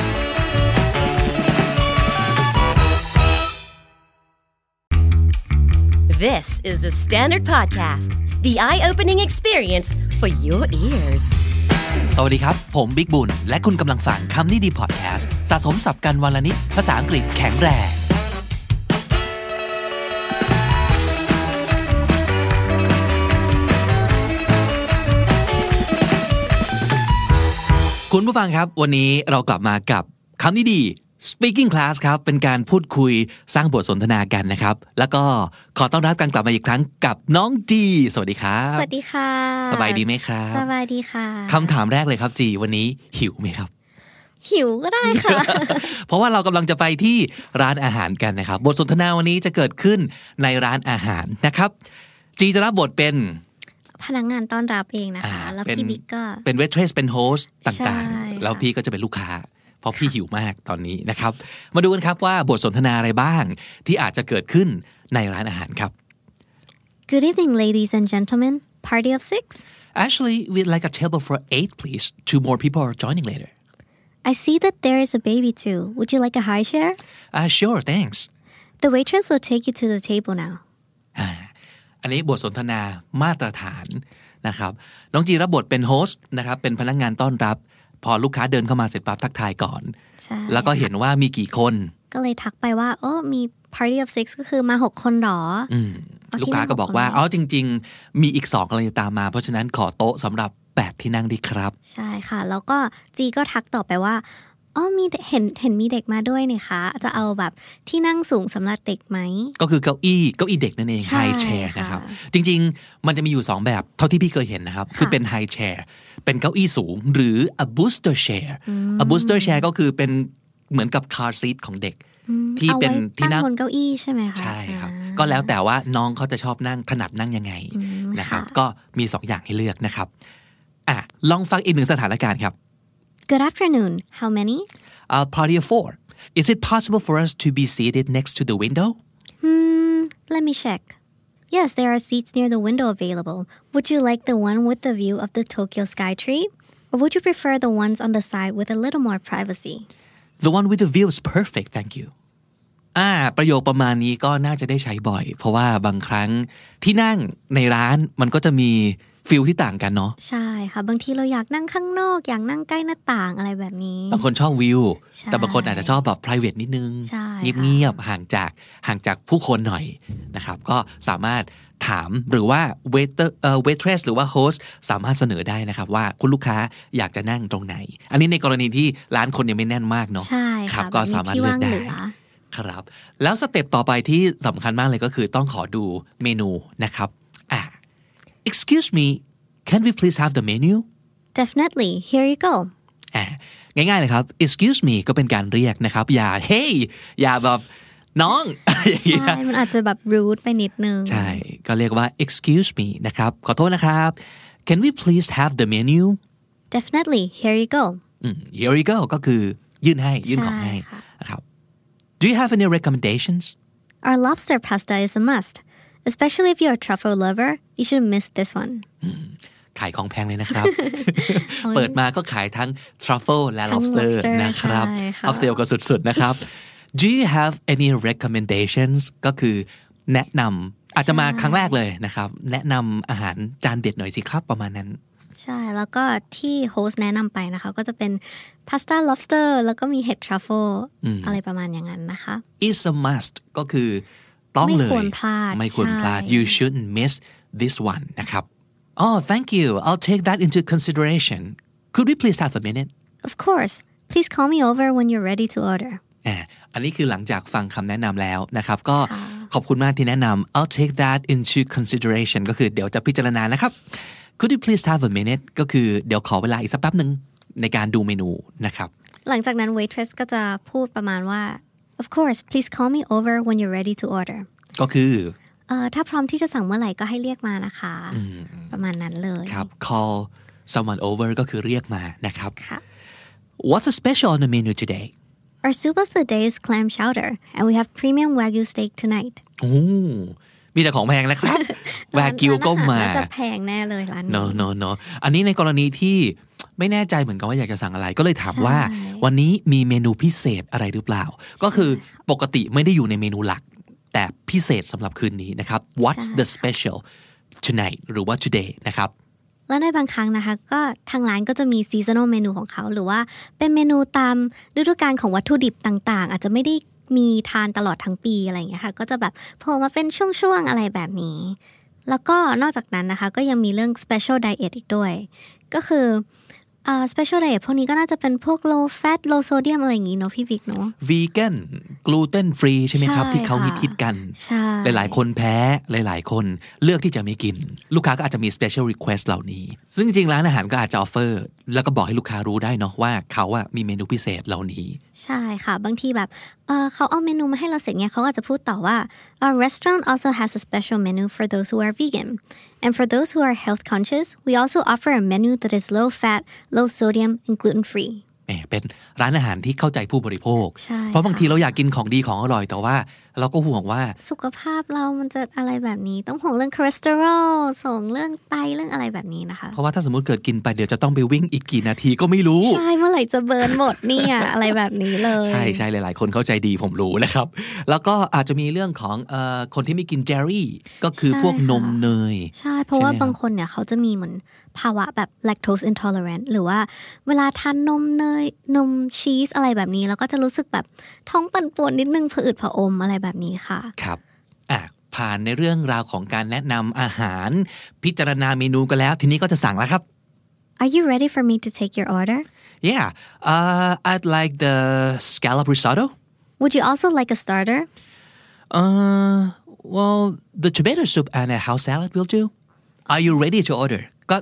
Speaker 3: This is the Standard Podcast, the eye opening experience for your ears.
Speaker 4: สวัสดีครับ ผมบิ๊กบุญ และคุณกำลังฟังคำนี้ดีพอดแคสต์สะสมศัพท์กันวันละนิด ภาษาอังกฤษแข็งแรง คุณผู้ฟังครับ วันนี้เรากลับมากับคำนี้ดี Speaking Class ครับ เป็นการพูดคุยสร้างบทสนทนากันนะครับ แล้วก็ขอต้อนรับการกลับมาอีกครั้งกับน้องจี สวัสดีครับ
Speaker 5: สวัสดีค่ะ
Speaker 4: สบายดีไหมครับ
Speaker 5: สบายดีค่ะ
Speaker 4: คำถามแรกเลยครับจี วันนี้หิวไหมครับ
Speaker 5: หิวก็ได้
Speaker 4: [LAUGHS]
Speaker 5: ค่ะ
Speaker 4: เพราะว่าเรากำลังจะไปที่ร้านอาหารกันนะครับ บทสนทนาวันนี้จะเกิดขึ้นในร้านอาหารนะครับ จีจะรับบทเป็น
Speaker 5: พนักงานต้อนรับเองนะ
Speaker 4: อ่า
Speaker 5: คะ แล้ว
Speaker 4: เป็น
Speaker 5: พี่บิ๊กก็
Speaker 4: เป็นเวทเทรสเป็นโฮสต่าง
Speaker 5: ใช่
Speaker 4: ๆ
Speaker 5: ค่ะ
Speaker 4: แล้วพี่ก็จะเป็นลูกค้า เพราะพี่หิวมากตอนนี้นะครับ มาดูกันครับว่าบทสนทนาอะไรบ้าง ที่อาจจะเกิดขึ้นในร้านอาหารครับ
Speaker 5: Good evening ladies and gentlemen party of six
Speaker 4: Actually we'd like a table for eight please two more people are joining later
Speaker 5: I see that there is a baby too would you like a high chair
Speaker 4: ah sure thanks
Speaker 5: the waitress will take you to the table now
Speaker 4: อ่าอันนี้บทสนทนามาตรฐานนะครับ น้องจีรับบทเป็นโฮสต์นะครับ เป็นพนักงานต้อนรับ พอลูกค้าเดินเข้ามาเสร็จปั๊บทักทายก่อน
Speaker 5: ใช่
Speaker 4: แล้วก็เห็นว่ามีกี่คน
Speaker 5: ก็เลยทักไปว่าโอ้มี party of six ก็คือมาหกคนเหรออ
Speaker 4: อืม
Speaker 5: เอาที่
Speaker 4: ลูกค้าก็บอกว่า
Speaker 5: นั่งก่อน
Speaker 4: อ๋อจริง ๆ มีอีกสองกำลังจะตามมา เพราะฉะนั้นขอโต๊ะสำหรับ 8 ที่นั่งดีครับ
Speaker 5: ใช่ค่ะ แล้วก็จีก็ทักต่อไปว่าอ๋อมีเด็กเห็นเห็นมีเด็กมาด้วยนี่คะ จะเอาแบบที่นั่งสูงสำหรับเด็กไหม
Speaker 4: ก็คือเก้าอี้เก้าอี้เด็กนั่นเอง
Speaker 5: ใช่
Speaker 4: ไฮแชร์
Speaker 5: ค่ะ
Speaker 4: นะครับ จริง ๆ มันจะมีอยู่ 2 แบบ เท่าที่พี่เคยเห็นนะครับ คือเป็นไฮแชร์เป็นเก้าอี้สูง หรือ a booster chair a booster chair ก็คือเป็นเหมือนกับ car seat ของเด็ก ที่
Speaker 5: อา
Speaker 4: เป็น
Speaker 5: ไว้
Speaker 4: ที่นั่
Speaker 5: ตั้
Speaker 4: ง
Speaker 5: งบนเก้าอี้ใช่ไหมคะ
Speaker 4: ใช่ครับ
Speaker 5: อ่า
Speaker 4: ก็แล้วแต่ว่าน้องเขาจะชอบนั่งถนัดนั่งยังไง
Speaker 5: อืม
Speaker 4: นะครับ
Speaker 5: ค่ะ
Speaker 4: ก็มี 2 อย่างให้เลือกนะครับอ่ะลองฟังอีกหนึ่งสถานการณ์ครับ
Speaker 5: Good afternoon how many
Speaker 4: a party of four is it possible for us to be seated next to the window
Speaker 5: hmm let me check yes there are seats near the window available would you like the one with the view of the Tokyo sky tree or would you prefer the ones on the side with a little more privacy
Speaker 4: the one with the view is perfect thank you อ่าประโยคประมาณนี้ก็น่าจะได้ใช้บ่อย เพราะว่าบางครั้งที่นั่งในร้านมันก็จะมีฟิลที่ต่างกันเนาะ
Speaker 5: ใช่ค่ะ บางทีเราอยากนั่งข้างนอก อยากนั่งใกล้หน้าต่างอะไรแบบนี้
Speaker 4: บางคนชอบวิว
Speaker 5: ใช่
Speaker 4: แต่บางคนอาจจะชอบแบบ private นิดนึง
Speaker 5: ใช่
Speaker 4: เงียบ
Speaker 5: ค่ะ
Speaker 4: เงียบๆห่างจากห่างจากผู้คนหน่อยนะครับ ก็สามารถถามหรือว่า waiter เอ่อ waitress หรือว่า host สามารถเสนอได้นะครับ ว่าคุณลูกค้าอยากจะนั่งตรงไหน อันนี้ในกรณีที่ร้านคนยังไม่แน่นมากเนาะ
Speaker 5: ใช่
Speaker 4: ครับ
Speaker 5: ค่ะ
Speaker 4: ก็
Speaker 5: แบบมี
Speaker 4: สามารถ
Speaker 5: ที่
Speaker 4: เลือ
Speaker 5: ว่าก ง
Speaker 4: ได้
Speaker 5: เหลือ
Speaker 4: ครับ แล้วสเต็ปต่อไปที่สำคัญมากเลยก็คือต้องขอดูเมนูนะครับอ่า excuse me can we please have the menu
Speaker 5: definitely here you
Speaker 4: [LAUGHS]
Speaker 5: go
Speaker 4: อ่าง่ายๆเลยครับ excuse me ก็เป็นการเรียกนะครับ อย่า hey อย่าแบบน้อง อย่างเงี้ย
Speaker 5: ใช่มันอาจจะแบบ rude ไปนิดนึง
Speaker 4: ใช่ ก็เรียกว่า excuse me นะครับ ขอโทษนะครับ can we please have the menu
Speaker 5: definitely here you go
Speaker 4: อืม here you go ก็คือยื่นให้ ยื่นของให้
Speaker 5: ใช่ค่ะ
Speaker 4: นะครับ do you have any recommendations
Speaker 5: Our lobster pasta is a must. Especially if you're a truffle lover, you shouldn't miss this one.
Speaker 4: ขายของแพงเลยนะครับ เปิดมาก็ขายทั้ง truffle และ
Speaker 5: ทั้ง
Speaker 4: lobster
Speaker 5: lobster
Speaker 4: นะครับ
Speaker 5: ใช่ค่ะ
Speaker 4: lobster ก็สุดๆนะครับ Do you have any recommendations ก็คือแนะนำอาจจะมาครั้งแรกเลยนะครับ แนะนำอาหารจานเด็ดหน่อยสิครับประมาณนั้น
Speaker 5: ใช่ แล้วก็ที่โฮสต์แนะนำไปนะคะ ก็จะเป็นพาสต้า lobster แล้วก็มีเห็ด truffle อะไรประมาณอย่างนั้นนะคะ
Speaker 4: is a must ก็คือต้องเลย
Speaker 5: ไม่ควรพลาด
Speaker 4: ไม่ควรพลาด
Speaker 5: ใช่
Speaker 4: you shouldn't miss this one นะครับ oh thank you I'll take that into consideration could we please have a minute
Speaker 5: Of course please call me over when you're ready to order
Speaker 4: อ่ะอันนี้คือหลังจากฟังคำแนะนำแล้วนะครับ ก็ขอบคุณมากที่แนะนำ I'll take that into consideration ก็คือเดี๋ยวจะพิจารณานะครับ Could you please have a minute ก็คือเดี๋ยวขอเวลาอีกสักแป๊บหนึ่งในการดูเมนูนะครับ
Speaker 5: หลังจากนั้น waitress ก็จะพูดประมาณว่า Of course please call me over when you're ready to order
Speaker 4: ก็คือ
Speaker 5: เอ่อถ้าพร้อมที่จะสั่งเมื่อไหร่ก็ให้เรียกมานะคะ ประมาณนั้นเลย
Speaker 4: ครับ call someone over ก็คือเรียกมานะครับ
Speaker 5: ค่ะ
Speaker 4: What's a special on the menu today
Speaker 5: Our soup of the day is clam chowder, and we have premium wagyu steak tonight.
Speaker 4: โอ้มีแต่ของแพงนะครับ แวกิวก็มา
Speaker 5: [LAUGHS] ร้นอหรน่าจะแพงแน่เลยร้านนี้
Speaker 4: เนาะเนาะเนาะอันนี้ในกรณีที่ไม่แน่ใจเหมือนกันว่าอยากจะสั่งอะไร ก็เลยถามว่า
Speaker 5: ใช่
Speaker 4: วันนี้มีเมนูพิเศษอะไรหรือเปล่า ก็คือปกติไม่ได้อยู่ในเมนูหลัก แต่พิเศษสำหรับคืนนี้นะครับ What's the special tonight หรือว่า today นะครับ
Speaker 5: แล้วในบางครั้งนะคะ ก็ทางร้านก็จะมี seasonal เมนูของเขา หรือว่าเป็นเมนูตามฤดูกาลของวัตถุดิบต่างๆ อาจจะไม่ได้มีทานตลอดทั้งปีอะไรอย่างเงี้ยค่ะ ก็จะแบบโผล่มาเป็นช่วงๆ อะไรแบบนี้ แล้วก็นอกจากนั้นนะคะ ก็ยังมีเรื่อง special diet อีกด้วย ก็คือเอ่อ special diet พวกนี้ก็น่าจะเป็นพวก low fat low sodium อะไรอย่างงี้เนาะพี่บิ๊กเนาะ
Speaker 4: vegan gluten free ใช่ไหมครับ
Speaker 5: ใช่
Speaker 4: ที่เขา
Speaker 5: ค่ะ
Speaker 4: ฮิตๆกัน
Speaker 5: ใช่
Speaker 4: หลายๆ คนแพ้หลายๆ คนเลือกที่จะไม่กิน ลูกค้าก็อาจจะมี special request เหล่านี้ ซึ่งจริงๆร้านอาหารก็อาจจะ offer แล้วก็บอกให้ลูกค้ารู้ได้เนาะว่าเขาอะมีเมนูพิเศษเหล่านี้
Speaker 5: ใช่ค่ะ บางทีแบบเอ่อเขาเอาเมนูมาให้เราเสร็จเนี่ยเขาอาจจะพูดต่อว่า our restaurant also has a special menu for those who are vegan and for those who are health conscious we also offer a menu that is low fat low sodium and gluten free
Speaker 4: แหมเป็นร้านอาหารที่เข้าใจผู้บริโภค
Speaker 5: ใช่
Speaker 4: เพราะบาง
Speaker 5: ค่ะ
Speaker 4: ทีเราอยากกินของดีของอร่อยแต่ว่า เราก็ห่วงว่า
Speaker 5: สุขภาพเรามันจะอะไรแบบนี้ ต้องห่วงเรื่องคอเลสเตอรอลส่งเรื่องไตเรื่องอะไรแบบนี้นะคะ
Speaker 4: เพราะว่าถ้าสมมติเกิดกินไปเดี๋ยวจะต้องไปวิ่งอีกกี่นาทีก็ไม่รู้
Speaker 5: ใช่เมื่อไหร่จะเบิร์นหมดเนี่ย อะไรแบบนี้เลย
Speaker 4: ใช่ใช่หลาย ๆ คนเข้าใจดีผมรู้นะครับ แล้วก็อาจจะมีเรื่องของเออคนที่ไม่กินเจลรี่ ก็คือ
Speaker 5: ใช่
Speaker 4: พวกนม
Speaker 5: ค่ะ
Speaker 4: เนย
Speaker 5: ใช่ เพราะว่า
Speaker 4: ใช่ไหมครับ
Speaker 5: บางคนเนี่ยเขาจะมีเหมือนภาวะแบบ lactose intolerant หรือว่าเวลาทานนมเนยนมชีสอะไรแบบนี้ แล้วก็จะรู้สึกแบบท้องปั่นป่วนนิดนึงผะอืดผะอมอะไรแบบนี้ค่ะ
Speaker 4: ครับอ่ะผ่านในเรื่องราวของการแนะนำอาหาร พิจารณาเมนูกันแล้ว ทีนี้ก็จะสั่งแล้วครับ
Speaker 5: Are you ready for me to take your order?
Speaker 4: yeah uh, I'd like the scallop risotto
Speaker 5: Would you also like a starter?
Speaker 4: Uh, well, the tomato soup and a house salad will do. Are you ready to order? ก็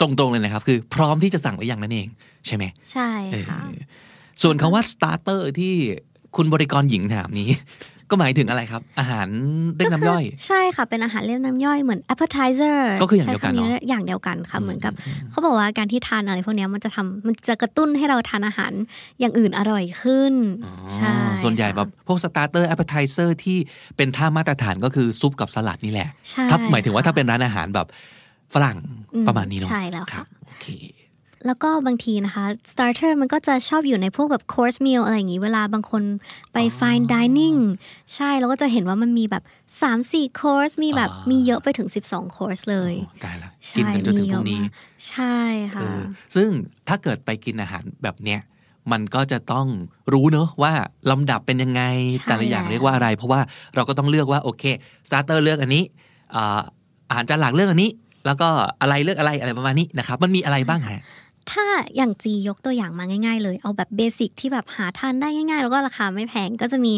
Speaker 4: ตรงๆเลยนะครับ คือพร้อมที่จะสั่งหรือยังนั่นเอง ใช่ไหม
Speaker 5: ใช่ค่ะ
Speaker 4: ส่วนคำว่า starter ที่คุณบริกรหญิงถามนี้ [LAUGHS] ก็หมายถึงอะไรครับ อาหารเรียกน้ำย่อย
Speaker 5: ใช่ค่ะ เป็นอาหารเรียกน้ำย่อยเหมือน appetizer
Speaker 4: ก็คืออย่างเดียวกัน
Speaker 5: ใช้คำ
Speaker 4: เนอะ
Speaker 5: ลยอย่างเดียวกันค่ะ เหมือนกับเขาบอกว่าการที่ทานอะไรพวกเนี้ยมันจะทำมันจะกระตุ้นให้เราทานอาหารอย่างอื่นอร่อยขึ้นใช่
Speaker 4: อ๋อส่วนใหญ่
Speaker 5: ค่ะ
Speaker 4: แบบพวก starter appetizer ที่เป็นท่ามาตรฐานก็คือซุปกับสลัดนี่แหละ
Speaker 5: ใช่
Speaker 4: ถ้าหมายถึงว่า
Speaker 5: ค่ะ
Speaker 4: ถ้าเป็นร้านอาหารแบบฝรั่ง
Speaker 5: อืม
Speaker 4: ประมาณนี้เนาะ
Speaker 5: ใช่แล้ว
Speaker 4: รั
Speaker 5: ค่ะ
Speaker 4: บโอเค
Speaker 5: แล้วก็บางทีนะคะ starter มันก็จะชอบอยู่ในพวกแบบ course meal อะไรอย่างนี้ เวลาบางคนไป fine dining ใช่แล้วก็จะเห็นว่ามันมีแบบ 3-4 course มีแบบ
Speaker 4: อ่ามี
Speaker 5: มีเยอะไปถึง 12 course เลย
Speaker 4: โอ้ตายละ
Speaker 5: ใช่
Speaker 4: กินกันจนถึง
Speaker 5: มี
Speaker 4: พ
Speaker 5: เย
Speaker 4: รุ่
Speaker 5: อะ
Speaker 4: งนี้
Speaker 5: มากใช่
Speaker 4: เอ
Speaker 5: ค่ะ
Speaker 4: อซึ่งถ้าเกิดไปกินอาหารแบบเนี้ยมันก็จะต้องรู้เนอะว่าลำดับเป็นยังไง
Speaker 5: ใช่
Speaker 4: แต่ละอย่าง
Speaker 5: แล้ว
Speaker 4: เรียกว่าอะไร เพราะว่าเราก็ต้องเลือกว่าโอเคสตาร์เตอร์เลือกอันนี้อ่าอาหารจานหลักเลือกอันนี้ แล้วก็อะไรเลือกอะไรอะไรประมาณนี้นะครับมันมีอะไรบ้างฮะ
Speaker 5: ถ้าอย่างจียกตัวอย่างมาง่าย ๆ เลย เอาแบบเบสิกที่แบบหาทานได้ง่าย ๆ แล้วก็ราคาไม่แพงก็จะมี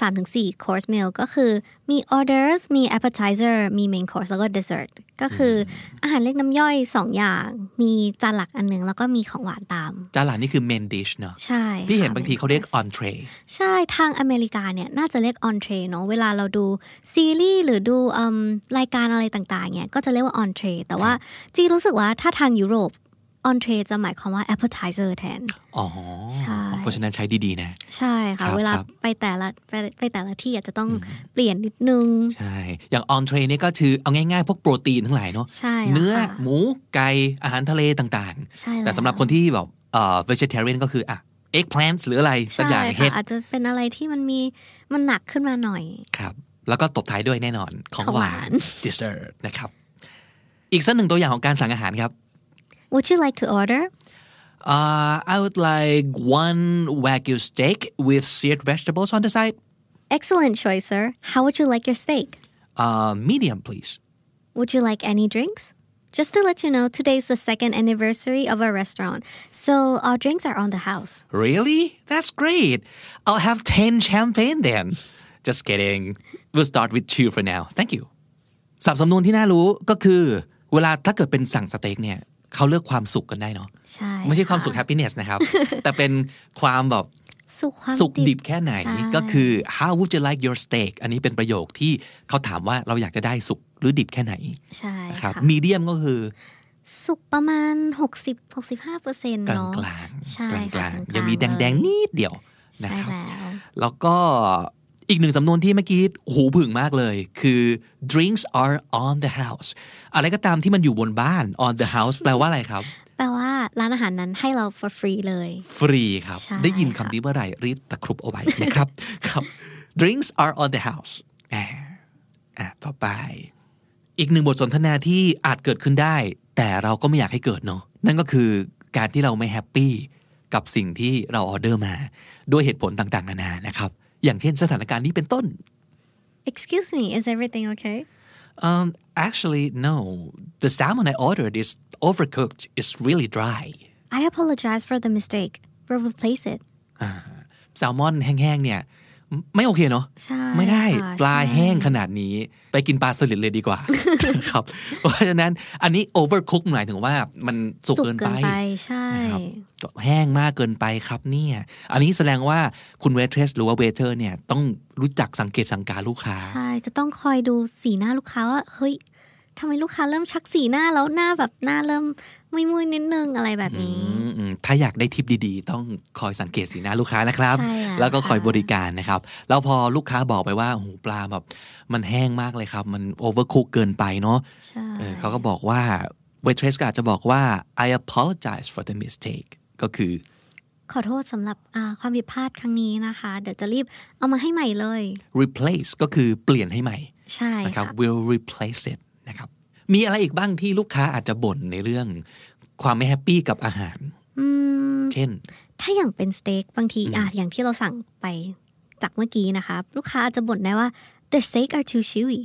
Speaker 5: สามถึงสี่ course meal ก็คือมี orders มี appetizer มี main course แล้วก็ dessert ก็คืออาหารเล็กน้ำย่อย 2 อย่าง มีจานหลักอันหนึง แล้วก็มีของหวานตาม
Speaker 4: จานหลักนี่คือ main dish เนอะ
Speaker 5: ใช่
Speaker 4: ที่เห็น
Speaker 5: ค่ะ
Speaker 4: บางที
Speaker 5: main
Speaker 4: เขาเรียก
Speaker 5: course
Speaker 4: entree
Speaker 5: ใช่ทางอเมริกาเนี่ย น่าจะเรียกออนเทรเนาะเวลาเราดูซีรีส์หรือดูอืมรายการอะไรต่างๆเนี่ยก็จะเรียกว่าออนเทรแต่ว่าจีรู้สึกว่าถ้าทางยุโรปออนเทรจะหมายความว่า appetizer แทน
Speaker 4: อ๋อ
Speaker 5: ใช่
Speaker 4: เพราะฉะนั้นใช้ดีๆ นะ
Speaker 5: ใช่
Speaker 4: ครั
Speaker 5: ค่ะ
Speaker 4: บ
Speaker 5: เวลา
Speaker 4: ครับ
Speaker 5: ไปแต่ละไปไปแต่ละที่อาจจะต้องเปลี่ยนนิดนึง
Speaker 4: ใช่ อย่าง entree นี่ก็คือเอาง่ายๆ พวกโปรตีนทั้งหลายเนาะ
Speaker 5: ใช่
Speaker 4: เนื้อ
Speaker 5: ค่ะ
Speaker 4: หมู ไก่ อาหารทะเลต่าง
Speaker 5: ใช่
Speaker 4: ๆ
Speaker 5: ล้ว
Speaker 4: แต่สำหรับคนที่แบบเอ่อ vegetarian ก็คืออ่ะ eggplants หรืออะไร สัก
Speaker 5: ใช่
Speaker 4: อย่างเห็
Speaker 5: ค่ะ
Speaker 4: ด
Speaker 5: อาจจะเป็นอะไรที่มันมีมันหนักขึ้นมาหน่อย
Speaker 4: ครับ แล้วก็ตบท้ายด้วยแน่นอนของ
Speaker 5: ของ
Speaker 4: ห
Speaker 5: ห
Speaker 4: วาว
Speaker 5: าน น
Speaker 4: dessert นะครับ อีกสักหนึ่งตัวอย่างของการสั่งอาหารครับ
Speaker 5: Would you like to order
Speaker 4: Uh, I would like one wagyu steak with seared vegetables on the side.
Speaker 5: Excellent choice sir How would you like your steak
Speaker 4: Uh, medium, please.
Speaker 5: Would you like any drinks? Just to let you know, today is the second anniversary of our restaurant, so our drinks are on the house.
Speaker 4: Really? That's great. I'll have 10 champagne then. Just kidding. We'll start with two for now. Thank you. สับสำนวนที่น่ารู้ก็คือ เวลาถ้าเกิดเป็นสั่งสเต็กเนี่ยเขาเลือกความสุขกันได้เนาะ
Speaker 5: ใช่
Speaker 4: ไม่ใช่ความสุข happiness นะครับ
Speaker 5: [LAUGHS]
Speaker 4: แต่เป็นความแบบ
Speaker 5: สุขความ
Speaker 4: สุขดิบแค่ไหน
Speaker 5: ใช่
Speaker 4: ก็คือ how would you like your steak อันนี้เป็นประโยคที่เขาถามว่าเราอยากจะได้สุกหรือดิบแค่ไหน
Speaker 5: ใช่
Speaker 4: นะค
Speaker 5: ครั
Speaker 4: รั
Speaker 5: บบ
Speaker 4: medium ก็คือ
Speaker 5: สุขประมาณ 60 65เปอร์เซ็นต์
Speaker 4: กลาง
Speaker 5: เนาะ
Speaker 4: กลาง
Speaker 5: ใช่
Speaker 4: กลางก
Speaker 5: ค่ะ
Speaker 4: ลาง
Speaker 5: กลางๆ
Speaker 4: ยังมี
Speaker 5: เลย
Speaker 4: แดงๆนิดเดียวนะ
Speaker 5: ใช่
Speaker 4: ครับ
Speaker 5: แล้ว
Speaker 4: แล้วก็อีกหนึ่งสำนวนที่เมื่อกี้หูผึ่งมากเลยคือ drinks are on the house อะไรก็ตามที่มันอยู่บนบ้าน on the house แปลว่าอะไรครับ
Speaker 5: แปลว่าร้านอาหารนั้นให้เรา for free เลย
Speaker 4: ฟรีครับ
Speaker 5: ใช่
Speaker 4: ได้ยินคำนี้เมื่อไหร่รีบตะครุบเอาไว้นะครับ ครับ drinks are on the house อ่าอ่ะต่อไป อีกหนึ่งบทสนทนาที่อาจเกิดขึ้นได้ แต่เราก็ไม่อยากให้เกิดเนาะนั่นก็คือการที่เราไม่แฮปปี้กับสิ่งที่เราออเดอร์มา ด้วยเหตุผลต่างๆนานานะครับ อย่างเช่นสถานการณ์นี้เป็นต้น
Speaker 5: Excuse me is everything okay
Speaker 4: Um, actually, no. The salmon I ordered is overcooked. It's really dry.
Speaker 5: I apologize for the mistake we'll replace it
Speaker 4: แซลมอนแห้งๆ เนี่ย ไม่โอเคเนาะ
Speaker 5: ใช่
Speaker 4: ไม่ได้
Speaker 5: ค่ะ
Speaker 4: ปลา
Speaker 5: ใช่
Speaker 4: แห้งขนาดนี้ ไปกินปลาสลิดเลยดีกว่า
Speaker 5: [LAUGHS]
Speaker 4: ครับ เพราะฉะนั้นอันนี้ overcook หมายถึงว่ามันสุกเกินไป
Speaker 5: ใช่
Speaker 4: นะครับก็แห้งมากเกินไปครับเนี่ย อันนี้แสดงว่าคุณเวทเทสหรือว่าเวเทอร์เนี่ยต้องรู้จักสังเกตสังการลูกค้า
Speaker 5: ใช่ จะต้องคอยดูสีหน้าลูกค้าว่าเฮ้ยทำไมลูกค้าเริ่มชักสีหน้าแล้วหน้าแบบหน้าเริ่มมุยมุยๆนิดนึงอะไรแบบนี้
Speaker 4: อืมอืมถ้าอยากได้ทิปดีๆ ต้องคอยสังเกตสีหน้าลูกค้านะครับ
Speaker 5: ใช่แล้ว
Speaker 4: แล้วก็คอย
Speaker 5: ค่ะ
Speaker 4: บริการนะครับ แล้วพอลูกค้าบอกไปว่าโอ้โหปลาแบบมันแห้งมากเลยครับ มันโอเวอร์คุกเกินไปเนาะ
Speaker 5: ใช่
Speaker 4: เออเขาก็บอกว่า เวทเทสก็อาจจะบอกว่า I apologize for the mistake ก็คืออ
Speaker 5: ขอโทษสำหรับอ่าความผิดพลาดครั้งนี้นะคะ เดี๋ยวจะรีบเอามาให้ใหม่เลย
Speaker 4: replace ก็คือเปลี่ยนให้ใหม่
Speaker 5: ใช่
Speaker 4: นะครั
Speaker 5: ค่ะ
Speaker 4: บ will replace it นะครับ มีอะไรอีกบ้างที่ลูกค้าอาจจะบ่นในเรื่อง ความไม่แฮปปี้กับอาหาร
Speaker 5: อืม
Speaker 4: เช่น
Speaker 5: ถ้าอย่างเป็นสเต็กบางทีอ่ะอย่างที่เราสั่งไปจากเมื่อกี้นะคะ ลูกค้าอาจจะบ่นได้ว่า the steak are too chewy